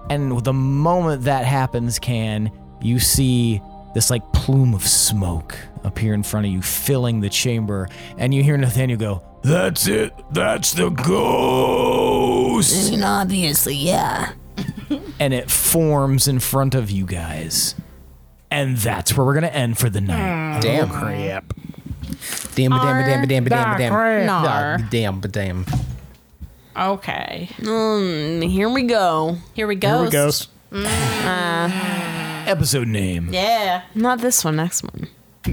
[SPEAKER 2] and the moment that happens, Can, you see this like plume of smoke appear in front of you, filling the chamber, and you hear Nathaniel go,
[SPEAKER 12] That's it. That's the ghost.
[SPEAKER 7] I mean, obviously, yeah.
[SPEAKER 2] and it forms in front of you guys. And that's where we're going to end for the night.
[SPEAKER 4] Damn.
[SPEAKER 1] Crap.
[SPEAKER 4] Damn, damn, damn, damn, damn, damn.
[SPEAKER 5] Nar.
[SPEAKER 4] Ah, Damn, damn.
[SPEAKER 5] Okay.
[SPEAKER 3] Mm, here we go.
[SPEAKER 5] Here we go.
[SPEAKER 1] Here we go.
[SPEAKER 2] Episode name.
[SPEAKER 5] Yeah.
[SPEAKER 3] Not this one, next one.
[SPEAKER 12] All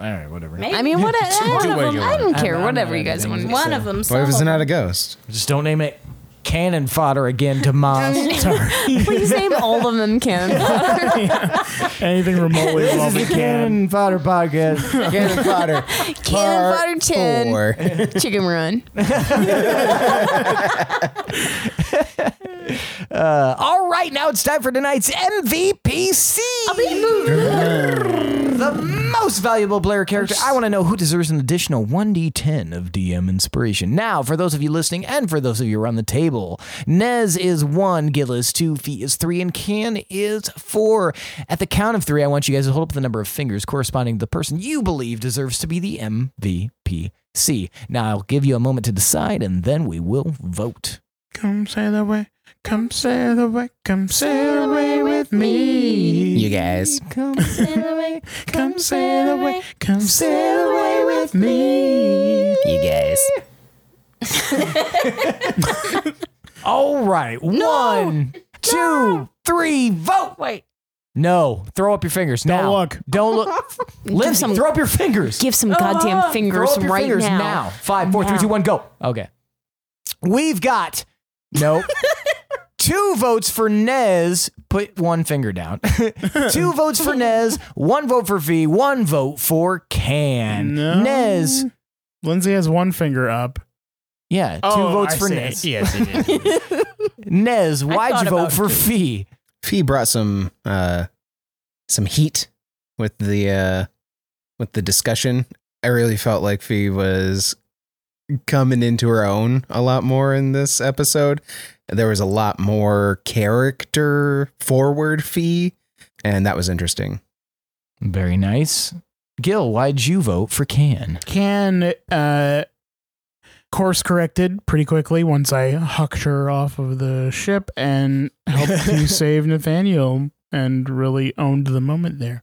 [SPEAKER 12] right, whatever.
[SPEAKER 5] Maybe.
[SPEAKER 3] I mean, what? one
[SPEAKER 4] what
[SPEAKER 3] of
[SPEAKER 4] you
[SPEAKER 3] them. I
[SPEAKER 4] want.
[SPEAKER 3] don't care.
[SPEAKER 12] I'm not
[SPEAKER 3] Whatever you
[SPEAKER 12] mad at
[SPEAKER 3] guys want. to
[SPEAKER 12] anything.
[SPEAKER 3] do.
[SPEAKER 5] one of them.
[SPEAKER 4] What
[SPEAKER 5] some
[SPEAKER 4] if it's
[SPEAKER 5] of
[SPEAKER 4] not a
[SPEAKER 5] them.
[SPEAKER 4] ghost?
[SPEAKER 12] Just don't name it cannon fodder again to Moz.
[SPEAKER 3] Please name all of them Ken.
[SPEAKER 1] Anything remotely involving can.
[SPEAKER 2] fodder podcast.
[SPEAKER 4] Cannon fodder.
[SPEAKER 3] Cannon fodder ten.
[SPEAKER 4] Four.
[SPEAKER 3] Chicken Run.
[SPEAKER 2] All right, now it's time for tonight's MVPC. the most valuable player character. I want to know who deserves an additional 1d10 of DM inspiration. Now, for those of you listening and for those of you around the table, Nez is one, Gil is two, Fee is three, and Can is four. At the count of three, I want you guys to hold up the number of fingers corresponding to the person you believe deserves to be the MVPC. Now, I'll give you a moment to decide, and then we will vote.
[SPEAKER 1] Come sail away. Come sail away. Come sail away with me.
[SPEAKER 4] You guys.
[SPEAKER 1] Come sail away. Come sail away with me.
[SPEAKER 4] You guys.
[SPEAKER 2] All right. One, two, three, vote. Wait. No. Throw up your fingers.
[SPEAKER 1] Don't
[SPEAKER 2] now.
[SPEAKER 1] look.
[SPEAKER 2] Don't look. Lindsay,
[SPEAKER 3] some-
[SPEAKER 2] throw up your fingers. Ah,
[SPEAKER 3] Give some goddamn fingers
[SPEAKER 2] throw up your
[SPEAKER 3] right
[SPEAKER 2] fingers
[SPEAKER 3] now.
[SPEAKER 2] now. Five, four, three,
[SPEAKER 3] Now.
[SPEAKER 2] two, one, go. Okay. We've got. Nope. Two votes for Nez. Put one finger down. Two votes for Nez. One vote for V. One vote for Can.
[SPEAKER 1] No.
[SPEAKER 2] Nez.
[SPEAKER 1] Lindsay has one finger up.
[SPEAKER 2] Yeah. Two
[SPEAKER 1] Two
[SPEAKER 2] votes for Nez.
[SPEAKER 1] Oh, Yes, it is.
[SPEAKER 2] Nez, why'd
[SPEAKER 5] thought
[SPEAKER 2] you vote
[SPEAKER 5] about
[SPEAKER 2] for
[SPEAKER 5] two.
[SPEAKER 2] Fee?
[SPEAKER 4] Fee brought some uh some heat with the uh with the discussion. I really felt like Fee was coming into her own a lot more in this episode. There was a lot more character forward Fee, and that was interesting.
[SPEAKER 2] Very nice. Gil, why'd you vote for Can?
[SPEAKER 1] can uh course corrected pretty quickly once I hucked her off of the ship and helped to save Nathaniel and really owned the moment there.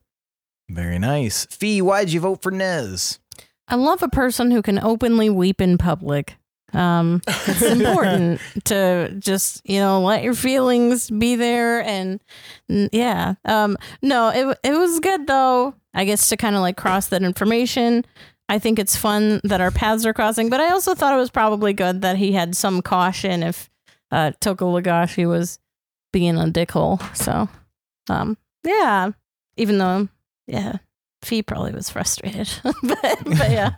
[SPEAKER 12] Very nice.
[SPEAKER 2] Fee, why'd you vote for Nez?
[SPEAKER 5] I love a person who can openly weep in public. Um, it's important to just you know let your feelings be there and n- yeah. Um, no, it it was good though. I guess to kind of like cross that information. I think it's fun that our paths are crossing, but I also thought it was probably good that he had some caution if uh, Toko Lagashi was being a dickhole. So, um, yeah, even though yeah, Fee probably was frustrated, but, but yeah.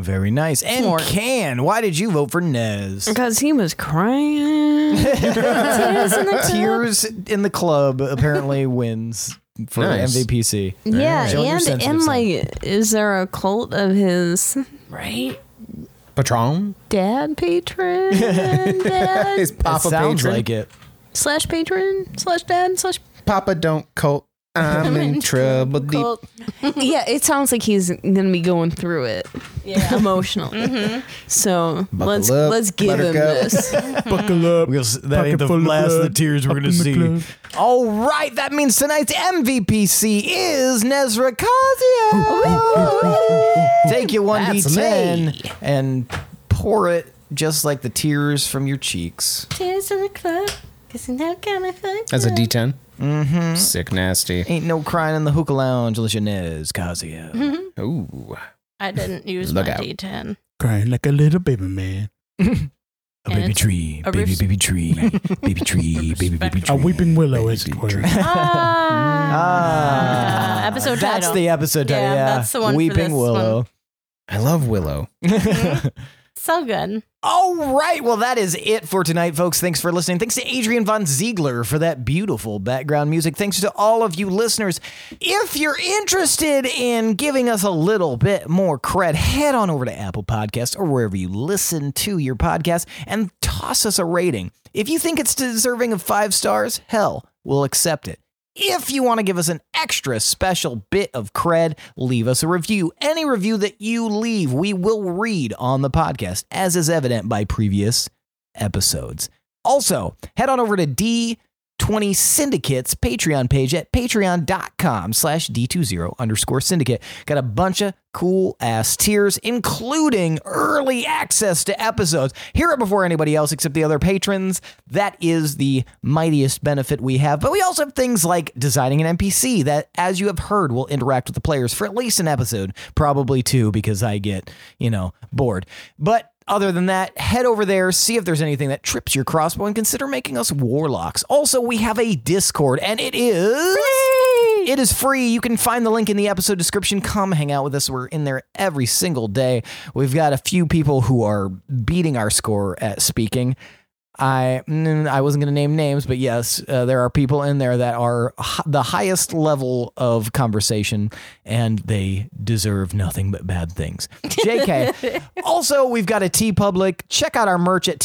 [SPEAKER 2] Very nice. And
[SPEAKER 5] Smart.
[SPEAKER 2] Can, why did you vote for Nez?
[SPEAKER 3] Because he was crying.
[SPEAKER 5] Tears in the club.
[SPEAKER 2] Tears in the club apparently wins for
[SPEAKER 4] Nice.
[SPEAKER 2] MVPC.
[SPEAKER 3] yeah,
[SPEAKER 2] Showing your
[SPEAKER 3] and
[SPEAKER 2] sensitive
[SPEAKER 3] and
[SPEAKER 2] side.
[SPEAKER 3] like, is there a cult of his right
[SPEAKER 4] Patron?
[SPEAKER 3] dad patron, dad
[SPEAKER 4] His Papa
[SPEAKER 2] it sounds
[SPEAKER 4] patron.
[SPEAKER 2] like it.
[SPEAKER 3] slash patron slash dad slash?
[SPEAKER 4] Papa don't cult. I'm in trouble deep.
[SPEAKER 5] Cult.
[SPEAKER 3] Yeah, it sounds like he's gonna be going through it
[SPEAKER 5] Yeah.
[SPEAKER 3] emotionally. So
[SPEAKER 4] Buckle
[SPEAKER 3] let's
[SPEAKER 4] up,
[SPEAKER 3] let's give
[SPEAKER 4] let her
[SPEAKER 3] him
[SPEAKER 4] go.
[SPEAKER 3] this.
[SPEAKER 1] Buckle up.
[SPEAKER 12] We'll s- that
[SPEAKER 1] Pocket
[SPEAKER 12] ain't the
[SPEAKER 1] full of
[SPEAKER 12] last of the
[SPEAKER 1] blood.
[SPEAKER 12] tears we're
[SPEAKER 1] Up
[SPEAKER 12] gonna
[SPEAKER 1] in the
[SPEAKER 12] see.
[SPEAKER 1] club.
[SPEAKER 2] All right, that means tonight's MVPC is Nezra Kazia. Take your one d10 and pour it just like the tears from your cheeks.
[SPEAKER 5] Tears in the club. Cause you know, got my foot.
[SPEAKER 4] That's a D10. Mm-hmm. Sick nasty.
[SPEAKER 2] Ain't no crying in the hookah lounge unless you're Nez Kazia.
[SPEAKER 4] Ooh.
[SPEAKER 5] I didn't use
[SPEAKER 4] Look
[SPEAKER 5] my
[SPEAKER 4] out.
[SPEAKER 5] D10.
[SPEAKER 1] Crying like a little baby man.
[SPEAKER 12] A
[SPEAKER 5] And
[SPEAKER 12] baby
[SPEAKER 5] it's
[SPEAKER 12] tree,
[SPEAKER 5] a
[SPEAKER 12] baby,
[SPEAKER 5] res-
[SPEAKER 12] baby tree, baby tree, baby, baby tree.
[SPEAKER 1] A weeping willow, as it were.
[SPEAKER 5] Ah.
[SPEAKER 2] Ah,
[SPEAKER 5] episode
[SPEAKER 2] That's
[SPEAKER 5] title.
[SPEAKER 2] the episode title. Yeah,
[SPEAKER 5] Yeah, that's the one for
[SPEAKER 2] Weeping
[SPEAKER 5] this
[SPEAKER 2] Willow.
[SPEAKER 4] I love Willow.
[SPEAKER 5] So good.
[SPEAKER 2] All right. Well, that is it for tonight, folks. Thanks for listening. Thanks to Adrian Von Ziegler for that beautiful background music. Thanks to all of you listeners. If you're interested in giving us a little bit more cred, head on over to Apple Podcasts or wherever you listen to your podcast and toss us a rating. If you think it's deserving of five stars, hell, we'll accept it. If you want to give us an extra special bit of cred, leave us a review. Any review that you leave, we will read on the podcast, as is evident by previous episodes. Also, head on over to D 20 syndicates patreon page at patreon.com slash d20 underscore syndicate got a bunch of cool ass tiers including early access to episodes hear it before anybody else except the other patrons that is the mightiest benefit we have but we also have things like designing an npc that as you have heard will interact with the players for at least an episode probably two because i get you know bored but other than that, head over there, see if there's anything that trips your crossbow, and consider making us warlocks. Also, we have a Discord, and it is it is free. You can find the link in the episode description. Come hang out with us. We're in there every single day. We've got a few people who are beating our score at speaking. I mm, I wasn't going to name names, but yes, uh, there are people in there that are h- the highest level of conversation, and they deserve nothing but bad things. JK. also, we've got a T Public. Check out our merch at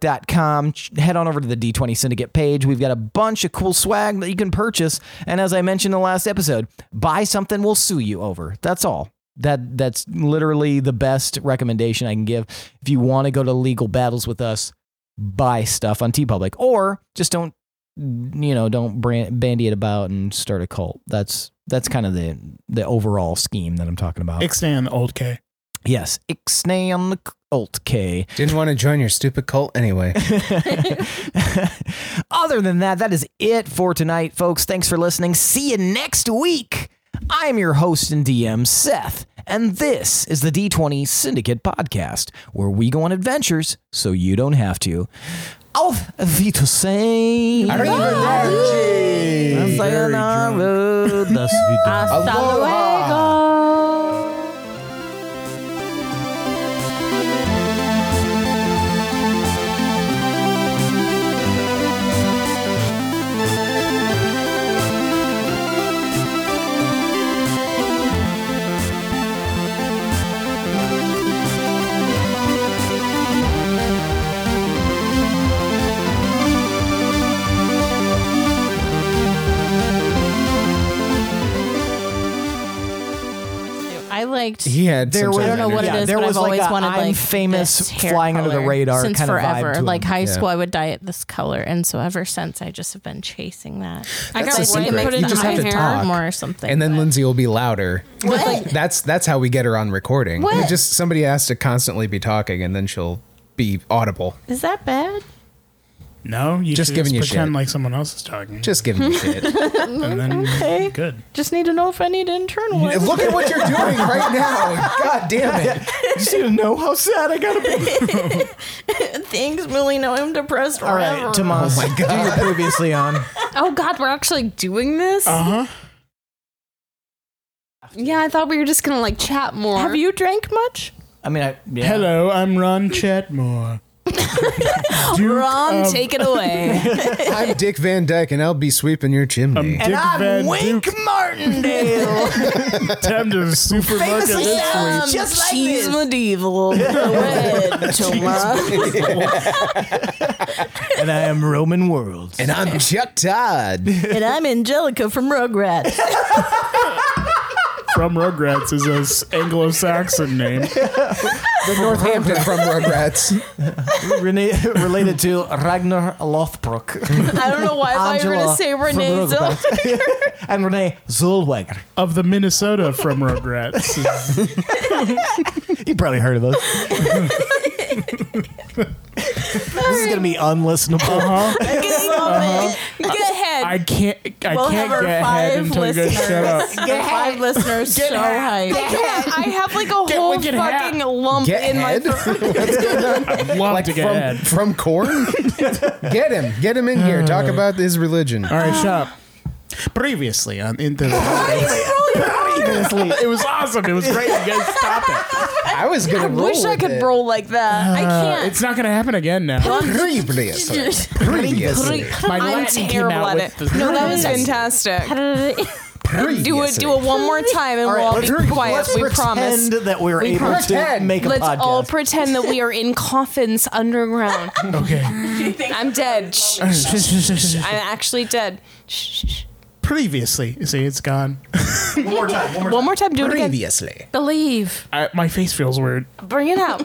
[SPEAKER 2] tpublic.com. Ch- Head on over to the D20 Syndicate page. We've got a bunch of cool swag that you can purchase. And as I mentioned in the last episode, buy something we'll sue you over. That's all. That that's literally the best recommendation I can give. If you want to go to legal battles with us, buy stuff on TeePublic or just don't you know don't brand, bandy it about and start a cult. That's that's kind of the the overall scheme that I'm talking about.
[SPEAKER 1] Ixnay old K.
[SPEAKER 2] yes, Ixnay on the cult K.
[SPEAKER 4] Didn't want to join your stupid cult anyway.
[SPEAKER 2] Other than that, that is it for tonight, folks. Thanks for listening. See you next week. I'm your host and DM, Seth, and this is the D20 Syndicate Podcast, where we go on adventures so you don't have to. Auf Wiedersehen.
[SPEAKER 1] Arrivederci.
[SPEAKER 2] Sayonara. Das Wiedersehen.
[SPEAKER 5] I liked.
[SPEAKER 4] He had
[SPEAKER 2] There
[SPEAKER 4] some
[SPEAKER 2] was,
[SPEAKER 4] sort
[SPEAKER 5] I
[SPEAKER 4] of
[SPEAKER 5] don't know what it
[SPEAKER 4] energy.
[SPEAKER 5] is,
[SPEAKER 2] there
[SPEAKER 5] but
[SPEAKER 2] was
[SPEAKER 5] I've
[SPEAKER 2] like
[SPEAKER 5] always
[SPEAKER 2] a
[SPEAKER 5] wanted,
[SPEAKER 2] I'm
[SPEAKER 5] like,
[SPEAKER 2] famous
[SPEAKER 5] this hair
[SPEAKER 2] flying under the
[SPEAKER 5] color
[SPEAKER 2] radar
[SPEAKER 5] since
[SPEAKER 2] kind of vibe
[SPEAKER 5] forever.
[SPEAKER 2] to him.
[SPEAKER 5] like high
[SPEAKER 4] Yeah.
[SPEAKER 5] school, I would dye it this color, and so ever since, I just have been chasing that.
[SPEAKER 3] I got
[SPEAKER 4] That's a
[SPEAKER 3] one that
[SPEAKER 4] secret.
[SPEAKER 3] put it
[SPEAKER 4] You
[SPEAKER 3] in
[SPEAKER 4] just
[SPEAKER 3] my
[SPEAKER 4] have to
[SPEAKER 3] hair.
[SPEAKER 4] talk.
[SPEAKER 5] more or something.
[SPEAKER 4] And then
[SPEAKER 5] but-
[SPEAKER 4] Lindsay will be louder. That's that's how we get her on recording.
[SPEAKER 5] What?
[SPEAKER 4] Just somebody has to constantly be talking, and then she'll be audible.
[SPEAKER 5] is that bad?
[SPEAKER 1] No, you
[SPEAKER 4] Just
[SPEAKER 1] should
[SPEAKER 4] giving you
[SPEAKER 1] pretend
[SPEAKER 4] shit.
[SPEAKER 1] like someone else is talking.
[SPEAKER 4] Just giving you shit.
[SPEAKER 1] and
[SPEAKER 4] Mm.
[SPEAKER 1] then
[SPEAKER 5] Okay.
[SPEAKER 1] good.
[SPEAKER 5] Just need to know if I need to internalize.
[SPEAKER 4] Look at what you're doing right now. God damn it.
[SPEAKER 2] just need to know how sad I gotta be.
[SPEAKER 5] Thanks, Willie. Now I'm depressed
[SPEAKER 2] All
[SPEAKER 5] forever.
[SPEAKER 2] right,
[SPEAKER 4] Oh
[SPEAKER 2] Tomas, do your previously on.
[SPEAKER 3] Oh God, we're actually doing this.
[SPEAKER 1] Uh huh.
[SPEAKER 3] yeah, I thought we were just gonna like chat more.
[SPEAKER 5] Have you drank much?
[SPEAKER 2] I mean, I, yeah.
[SPEAKER 1] Hello, I'm Ron Chatmore. Duke um,
[SPEAKER 3] Ron,
[SPEAKER 1] of
[SPEAKER 3] take it away.
[SPEAKER 4] I'm Dick Van Dyke, and I'll be sweeping your chimney.
[SPEAKER 1] Dick Van Duke.
[SPEAKER 2] Martindale.
[SPEAKER 1] Time to the supermarket
[SPEAKER 2] Famously
[SPEAKER 1] this
[SPEAKER 2] sounds-
[SPEAKER 1] week.
[SPEAKER 3] Um,
[SPEAKER 2] Just like
[SPEAKER 3] cheese
[SPEAKER 2] this.
[SPEAKER 3] medieval. Red, Toma.
[SPEAKER 2] and I am Roman Worlds.
[SPEAKER 4] and I'm Chuck Todd.
[SPEAKER 5] and I'm Angelica from Rugrats.
[SPEAKER 1] From Rugrats is an Anglo-Saxon name.
[SPEAKER 4] The Northampton from Rugrats.
[SPEAKER 2] Rene- related to Ragnar Lothbrok.
[SPEAKER 3] I don't know why I thought you were gonna say
[SPEAKER 2] from
[SPEAKER 3] Renee. Zell-
[SPEAKER 2] Rugrats. and Renee Zellweger.
[SPEAKER 1] Of the Minnesota from Rugrats. is-
[SPEAKER 2] You probably heard of those. this is going to be unlistenable.
[SPEAKER 1] uh-huh.
[SPEAKER 3] Get ahead.
[SPEAKER 1] I can't. I
[SPEAKER 5] We'll have
[SPEAKER 1] can't
[SPEAKER 5] our
[SPEAKER 1] get ahead
[SPEAKER 5] five
[SPEAKER 1] until you guys
[SPEAKER 5] listeners.
[SPEAKER 1] shut up.
[SPEAKER 5] Get five listeners so hyped.
[SPEAKER 3] I have like a
[SPEAKER 1] Get
[SPEAKER 3] whole
[SPEAKER 1] wicked hat.
[SPEAKER 3] fucking lump
[SPEAKER 4] Get
[SPEAKER 3] Um, in
[SPEAKER 4] head.
[SPEAKER 3] my throat.
[SPEAKER 4] What's going on?
[SPEAKER 1] I'd love to get
[SPEAKER 4] from,
[SPEAKER 1] ahead.
[SPEAKER 4] from corn? Get him. Get him in here. Talk about his religion.
[SPEAKER 1] All right, shut up. Previously on Into the
[SPEAKER 2] Previously.
[SPEAKER 1] It was awesome. It was great. You guys stop it.
[SPEAKER 4] I was going
[SPEAKER 3] I
[SPEAKER 4] to roll
[SPEAKER 3] wish I
[SPEAKER 4] with
[SPEAKER 3] could
[SPEAKER 4] it.
[SPEAKER 3] roll like that. I
[SPEAKER 1] Uh,
[SPEAKER 3] can't.
[SPEAKER 1] It's not going to happen again now.
[SPEAKER 4] Previously. Previously.
[SPEAKER 1] My
[SPEAKER 3] I'm
[SPEAKER 1] Latin came
[SPEAKER 3] terrible
[SPEAKER 1] out
[SPEAKER 3] at
[SPEAKER 1] with
[SPEAKER 3] it.
[SPEAKER 1] the-
[SPEAKER 3] No, that was fantastic. Do it.
[SPEAKER 4] Previously.
[SPEAKER 3] Do it one more time, and
[SPEAKER 2] All right,
[SPEAKER 3] we'll all be quiet.
[SPEAKER 2] let's
[SPEAKER 3] We
[SPEAKER 2] pretend
[SPEAKER 3] promise.
[SPEAKER 2] that we're able to
[SPEAKER 4] pretend.
[SPEAKER 2] make a
[SPEAKER 3] Let's
[SPEAKER 2] podcast.
[SPEAKER 3] all pretend that we are in coffins underground.
[SPEAKER 1] Okay.
[SPEAKER 3] I'm dead. Shh, shh, I'm actually dead. Shh, shh, shh.
[SPEAKER 1] Previously, you see, it's gone.
[SPEAKER 3] One more time. Do it again.
[SPEAKER 4] Previously.
[SPEAKER 3] Believe.
[SPEAKER 1] I, my face feels weird.
[SPEAKER 3] Bring it out.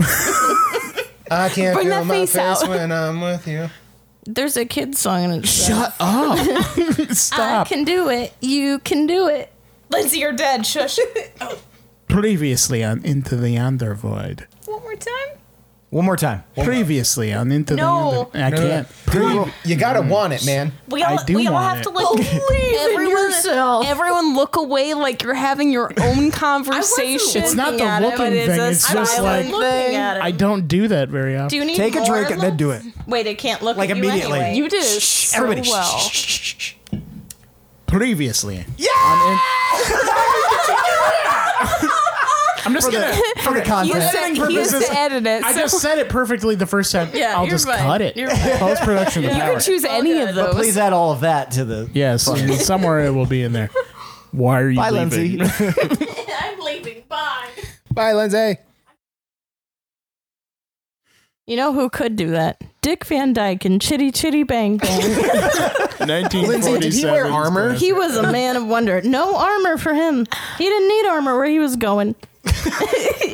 [SPEAKER 4] I can't
[SPEAKER 3] Bring
[SPEAKER 4] feel
[SPEAKER 3] that
[SPEAKER 4] my
[SPEAKER 3] face
[SPEAKER 4] face
[SPEAKER 3] out.
[SPEAKER 4] when I'm with you.
[SPEAKER 5] There's a kid's song and it's
[SPEAKER 1] Shut up.
[SPEAKER 5] I
[SPEAKER 1] Stop.
[SPEAKER 5] can do it. You can do it. Oh,
[SPEAKER 3] Lindsay, you're dead. Shush.
[SPEAKER 1] Previously on Into the Yonder Void.
[SPEAKER 3] One more time.
[SPEAKER 2] One more time.
[SPEAKER 1] Previously on Into
[SPEAKER 3] No.
[SPEAKER 1] the Yonder I can't.
[SPEAKER 4] you gotta want it, man.
[SPEAKER 3] We all,
[SPEAKER 1] I do
[SPEAKER 3] we all
[SPEAKER 1] want
[SPEAKER 3] have
[SPEAKER 1] it.
[SPEAKER 3] to like everyone,
[SPEAKER 5] yourself.
[SPEAKER 3] everyone look away like you're having your own conversation.
[SPEAKER 1] It's not the
[SPEAKER 3] at it,
[SPEAKER 1] looking
[SPEAKER 3] but
[SPEAKER 1] thing,
[SPEAKER 3] a
[SPEAKER 1] it's just
[SPEAKER 3] silent
[SPEAKER 1] like-
[SPEAKER 3] thing.
[SPEAKER 1] I don't do that very often.
[SPEAKER 5] Do you need
[SPEAKER 2] Take a
[SPEAKER 5] more
[SPEAKER 2] drink and then
[SPEAKER 5] love?
[SPEAKER 2] do it.
[SPEAKER 5] Wait, I can't look
[SPEAKER 2] Like
[SPEAKER 5] at you
[SPEAKER 2] immediately.
[SPEAKER 5] anyway.
[SPEAKER 3] You did it
[SPEAKER 2] Shh,
[SPEAKER 3] so
[SPEAKER 2] everybody. shh,
[SPEAKER 3] well.
[SPEAKER 2] shh, shh, shh, shh.
[SPEAKER 1] Previously. Yeah! I'm just gonna.
[SPEAKER 2] For the
[SPEAKER 3] He
[SPEAKER 2] content.
[SPEAKER 3] has
[SPEAKER 1] editing
[SPEAKER 3] to, he has
[SPEAKER 1] purposes,
[SPEAKER 3] to edit it.
[SPEAKER 1] I
[SPEAKER 3] so
[SPEAKER 1] just said it perfectly the first time.
[SPEAKER 5] Yeah,
[SPEAKER 1] I'll
[SPEAKER 5] you're
[SPEAKER 1] just
[SPEAKER 5] right.
[SPEAKER 1] cut it.
[SPEAKER 5] You're right.
[SPEAKER 1] Post production.
[SPEAKER 3] you could choose any of those.
[SPEAKER 2] Please add all of that to the.
[SPEAKER 1] Yes, somewhere it will be in there. Why are you
[SPEAKER 2] Bye,
[SPEAKER 1] leaving?
[SPEAKER 2] Lindsay.
[SPEAKER 5] I'm leaving. Bye.
[SPEAKER 4] Bye, Lindsay.
[SPEAKER 5] You know who could do that? Dick Van Dyke in Chitty Chitty Bang Bang.
[SPEAKER 1] 1947.
[SPEAKER 4] Lindsay, did he wear armor?
[SPEAKER 5] he was a man of wonder. No armor for him. He didn't need armor where he was going.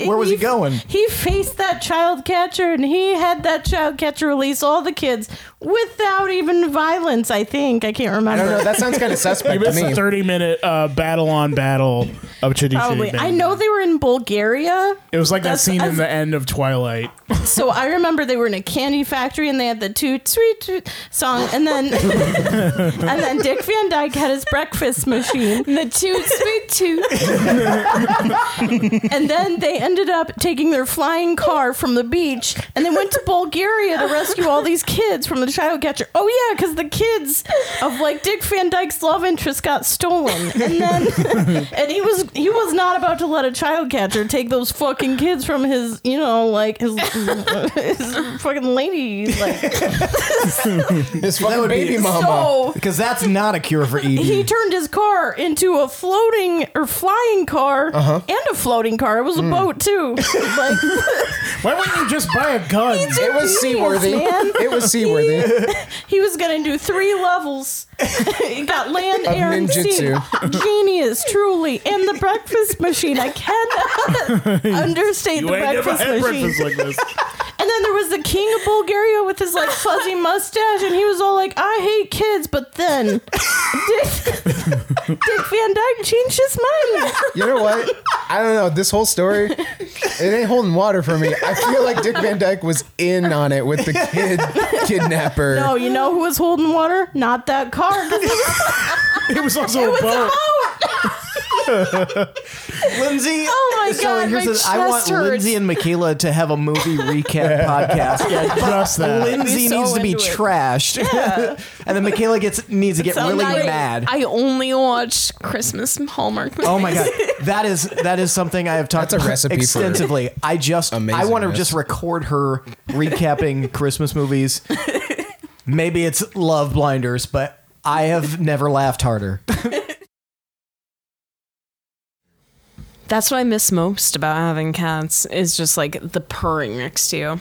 [SPEAKER 2] Where was he going?
[SPEAKER 5] He faced that child catcher and he had that child catcher release all the kids without even violence, I think. I can't
[SPEAKER 4] I
[SPEAKER 5] remember.
[SPEAKER 4] don't know. That sounds kind of suspect to
[SPEAKER 1] It's
[SPEAKER 4] me.
[SPEAKER 1] a 30 minute uh, battle on battle of Chitty Chitty.
[SPEAKER 5] Probably.
[SPEAKER 1] Bang
[SPEAKER 5] I know they were in Bulgaria.
[SPEAKER 1] It was like that
[SPEAKER 5] That's-
[SPEAKER 1] scene in
[SPEAKER 5] that's-
[SPEAKER 1] the end of Twilight.
[SPEAKER 5] So I remember they were in a candy factory and they had the toot sweet toot song and then and then Dick Van Dyke had his breakfast machine.
[SPEAKER 3] the toot sweet toot.
[SPEAKER 5] And then they ended up taking their flying car from the beach and they went to Bulgaria to rescue all these kids from the child catcher. Oh, yeah, because the kids of like Dick Van Dyke's love interest got stolen. And then, and he was, he was not about to let a child catcher take those fucking kids from his, you know, like his, his fucking lady. Like,
[SPEAKER 4] His fucking baby mama.
[SPEAKER 5] so
[SPEAKER 2] Because that's not a cure for E ED.
[SPEAKER 5] he turned his car into a floating or flying car
[SPEAKER 1] Uh-huh.
[SPEAKER 5] and a floating car. It was a boat too. Like,
[SPEAKER 1] Hmm. Why wouldn't you just buy a gun?
[SPEAKER 4] it was seaworthy.
[SPEAKER 5] man.
[SPEAKER 4] It was seaworthy.
[SPEAKER 5] He was gonna do three levels. he got land, air, and sea.
[SPEAKER 4] ninjutsu.
[SPEAKER 5] Genius, truly. And the breakfast machine. I cannot understate the
[SPEAKER 1] I never
[SPEAKER 5] breakfast
[SPEAKER 1] had
[SPEAKER 5] machine.
[SPEAKER 1] breakfast like this.
[SPEAKER 5] And then there was the king of Bulgaria with his like fuzzy mustache, and he was all like, "I hate kids," but then Dick, Dick Van Dyke changed his mind.
[SPEAKER 4] You know what? I don't know. This whole story, it ain't holding water for me. I feel like Dick Van Dyke was in on it with the kid kidnapper.
[SPEAKER 5] No, you know who was holding water? Not that car. 'cause it was
[SPEAKER 1] It was also a boat.
[SPEAKER 2] Lindsay.
[SPEAKER 5] Oh my God, my
[SPEAKER 2] the- I want
[SPEAKER 5] chest hurts.
[SPEAKER 2] Lindsay and Michaela to have a movie recap podcast.
[SPEAKER 1] Trust that.
[SPEAKER 2] Lindsay
[SPEAKER 5] so
[SPEAKER 2] needs to be
[SPEAKER 5] into it.
[SPEAKER 2] trashed, and then Michaela gets needs to get really
[SPEAKER 3] I,
[SPEAKER 2] mad.
[SPEAKER 3] I only watch Christmas Hallmark.
[SPEAKER 2] Oh my god, that is that is something I have talked
[SPEAKER 4] That's a
[SPEAKER 2] about
[SPEAKER 4] recipe for
[SPEAKER 2] extensively. I just I
[SPEAKER 4] amazing
[SPEAKER 2] want to
[SPEAKER 4] mess.
[SPEAKER 2] just record her recapping Christmas movies. Maybe it's Love Blinders, but I have never laughed harder.
[SPEAKER 3] That's what I miss most about having cats is just like the purring next to you.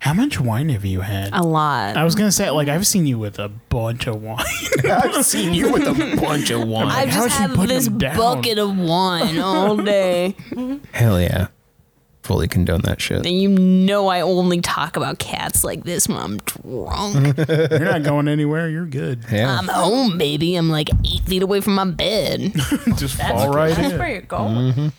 [SPEAKER 1] How much wine have you had?
[SPEAKER 3] A lot.
[SPEAKER 1] I was gonna say, like, I've seen you with a bunch of wine.
[SPEAKER 4] I've seen you with a bunch of wine.
[SPEAKER 3] I've
[SPEAKER 1] How'd
[SPEAKER 3] just
[SPEAKER 1] you put
[SPEAKER 3] had this
[SPEAKER 1] them down?
[SPEAKER 3] bucket of wine Oh, all day.
[SPEAKER 1] Mm-hmm.
[SPEAKER 4] Hell yeah. Fully condone that shit.
[SPEAKER 3] And you know I only talk about cats like this when I'm drunk.
[SPEAKER 1] You're not going anywhere. You're good.
[SPEAKER 4] Yeah.
[SPEAKER 3] I'm home, baby. I'm like eight feet away from my bed.
[SPEAKER 1] Just fall right in. Mm-hmm.
[SPEAKER 3] you're going.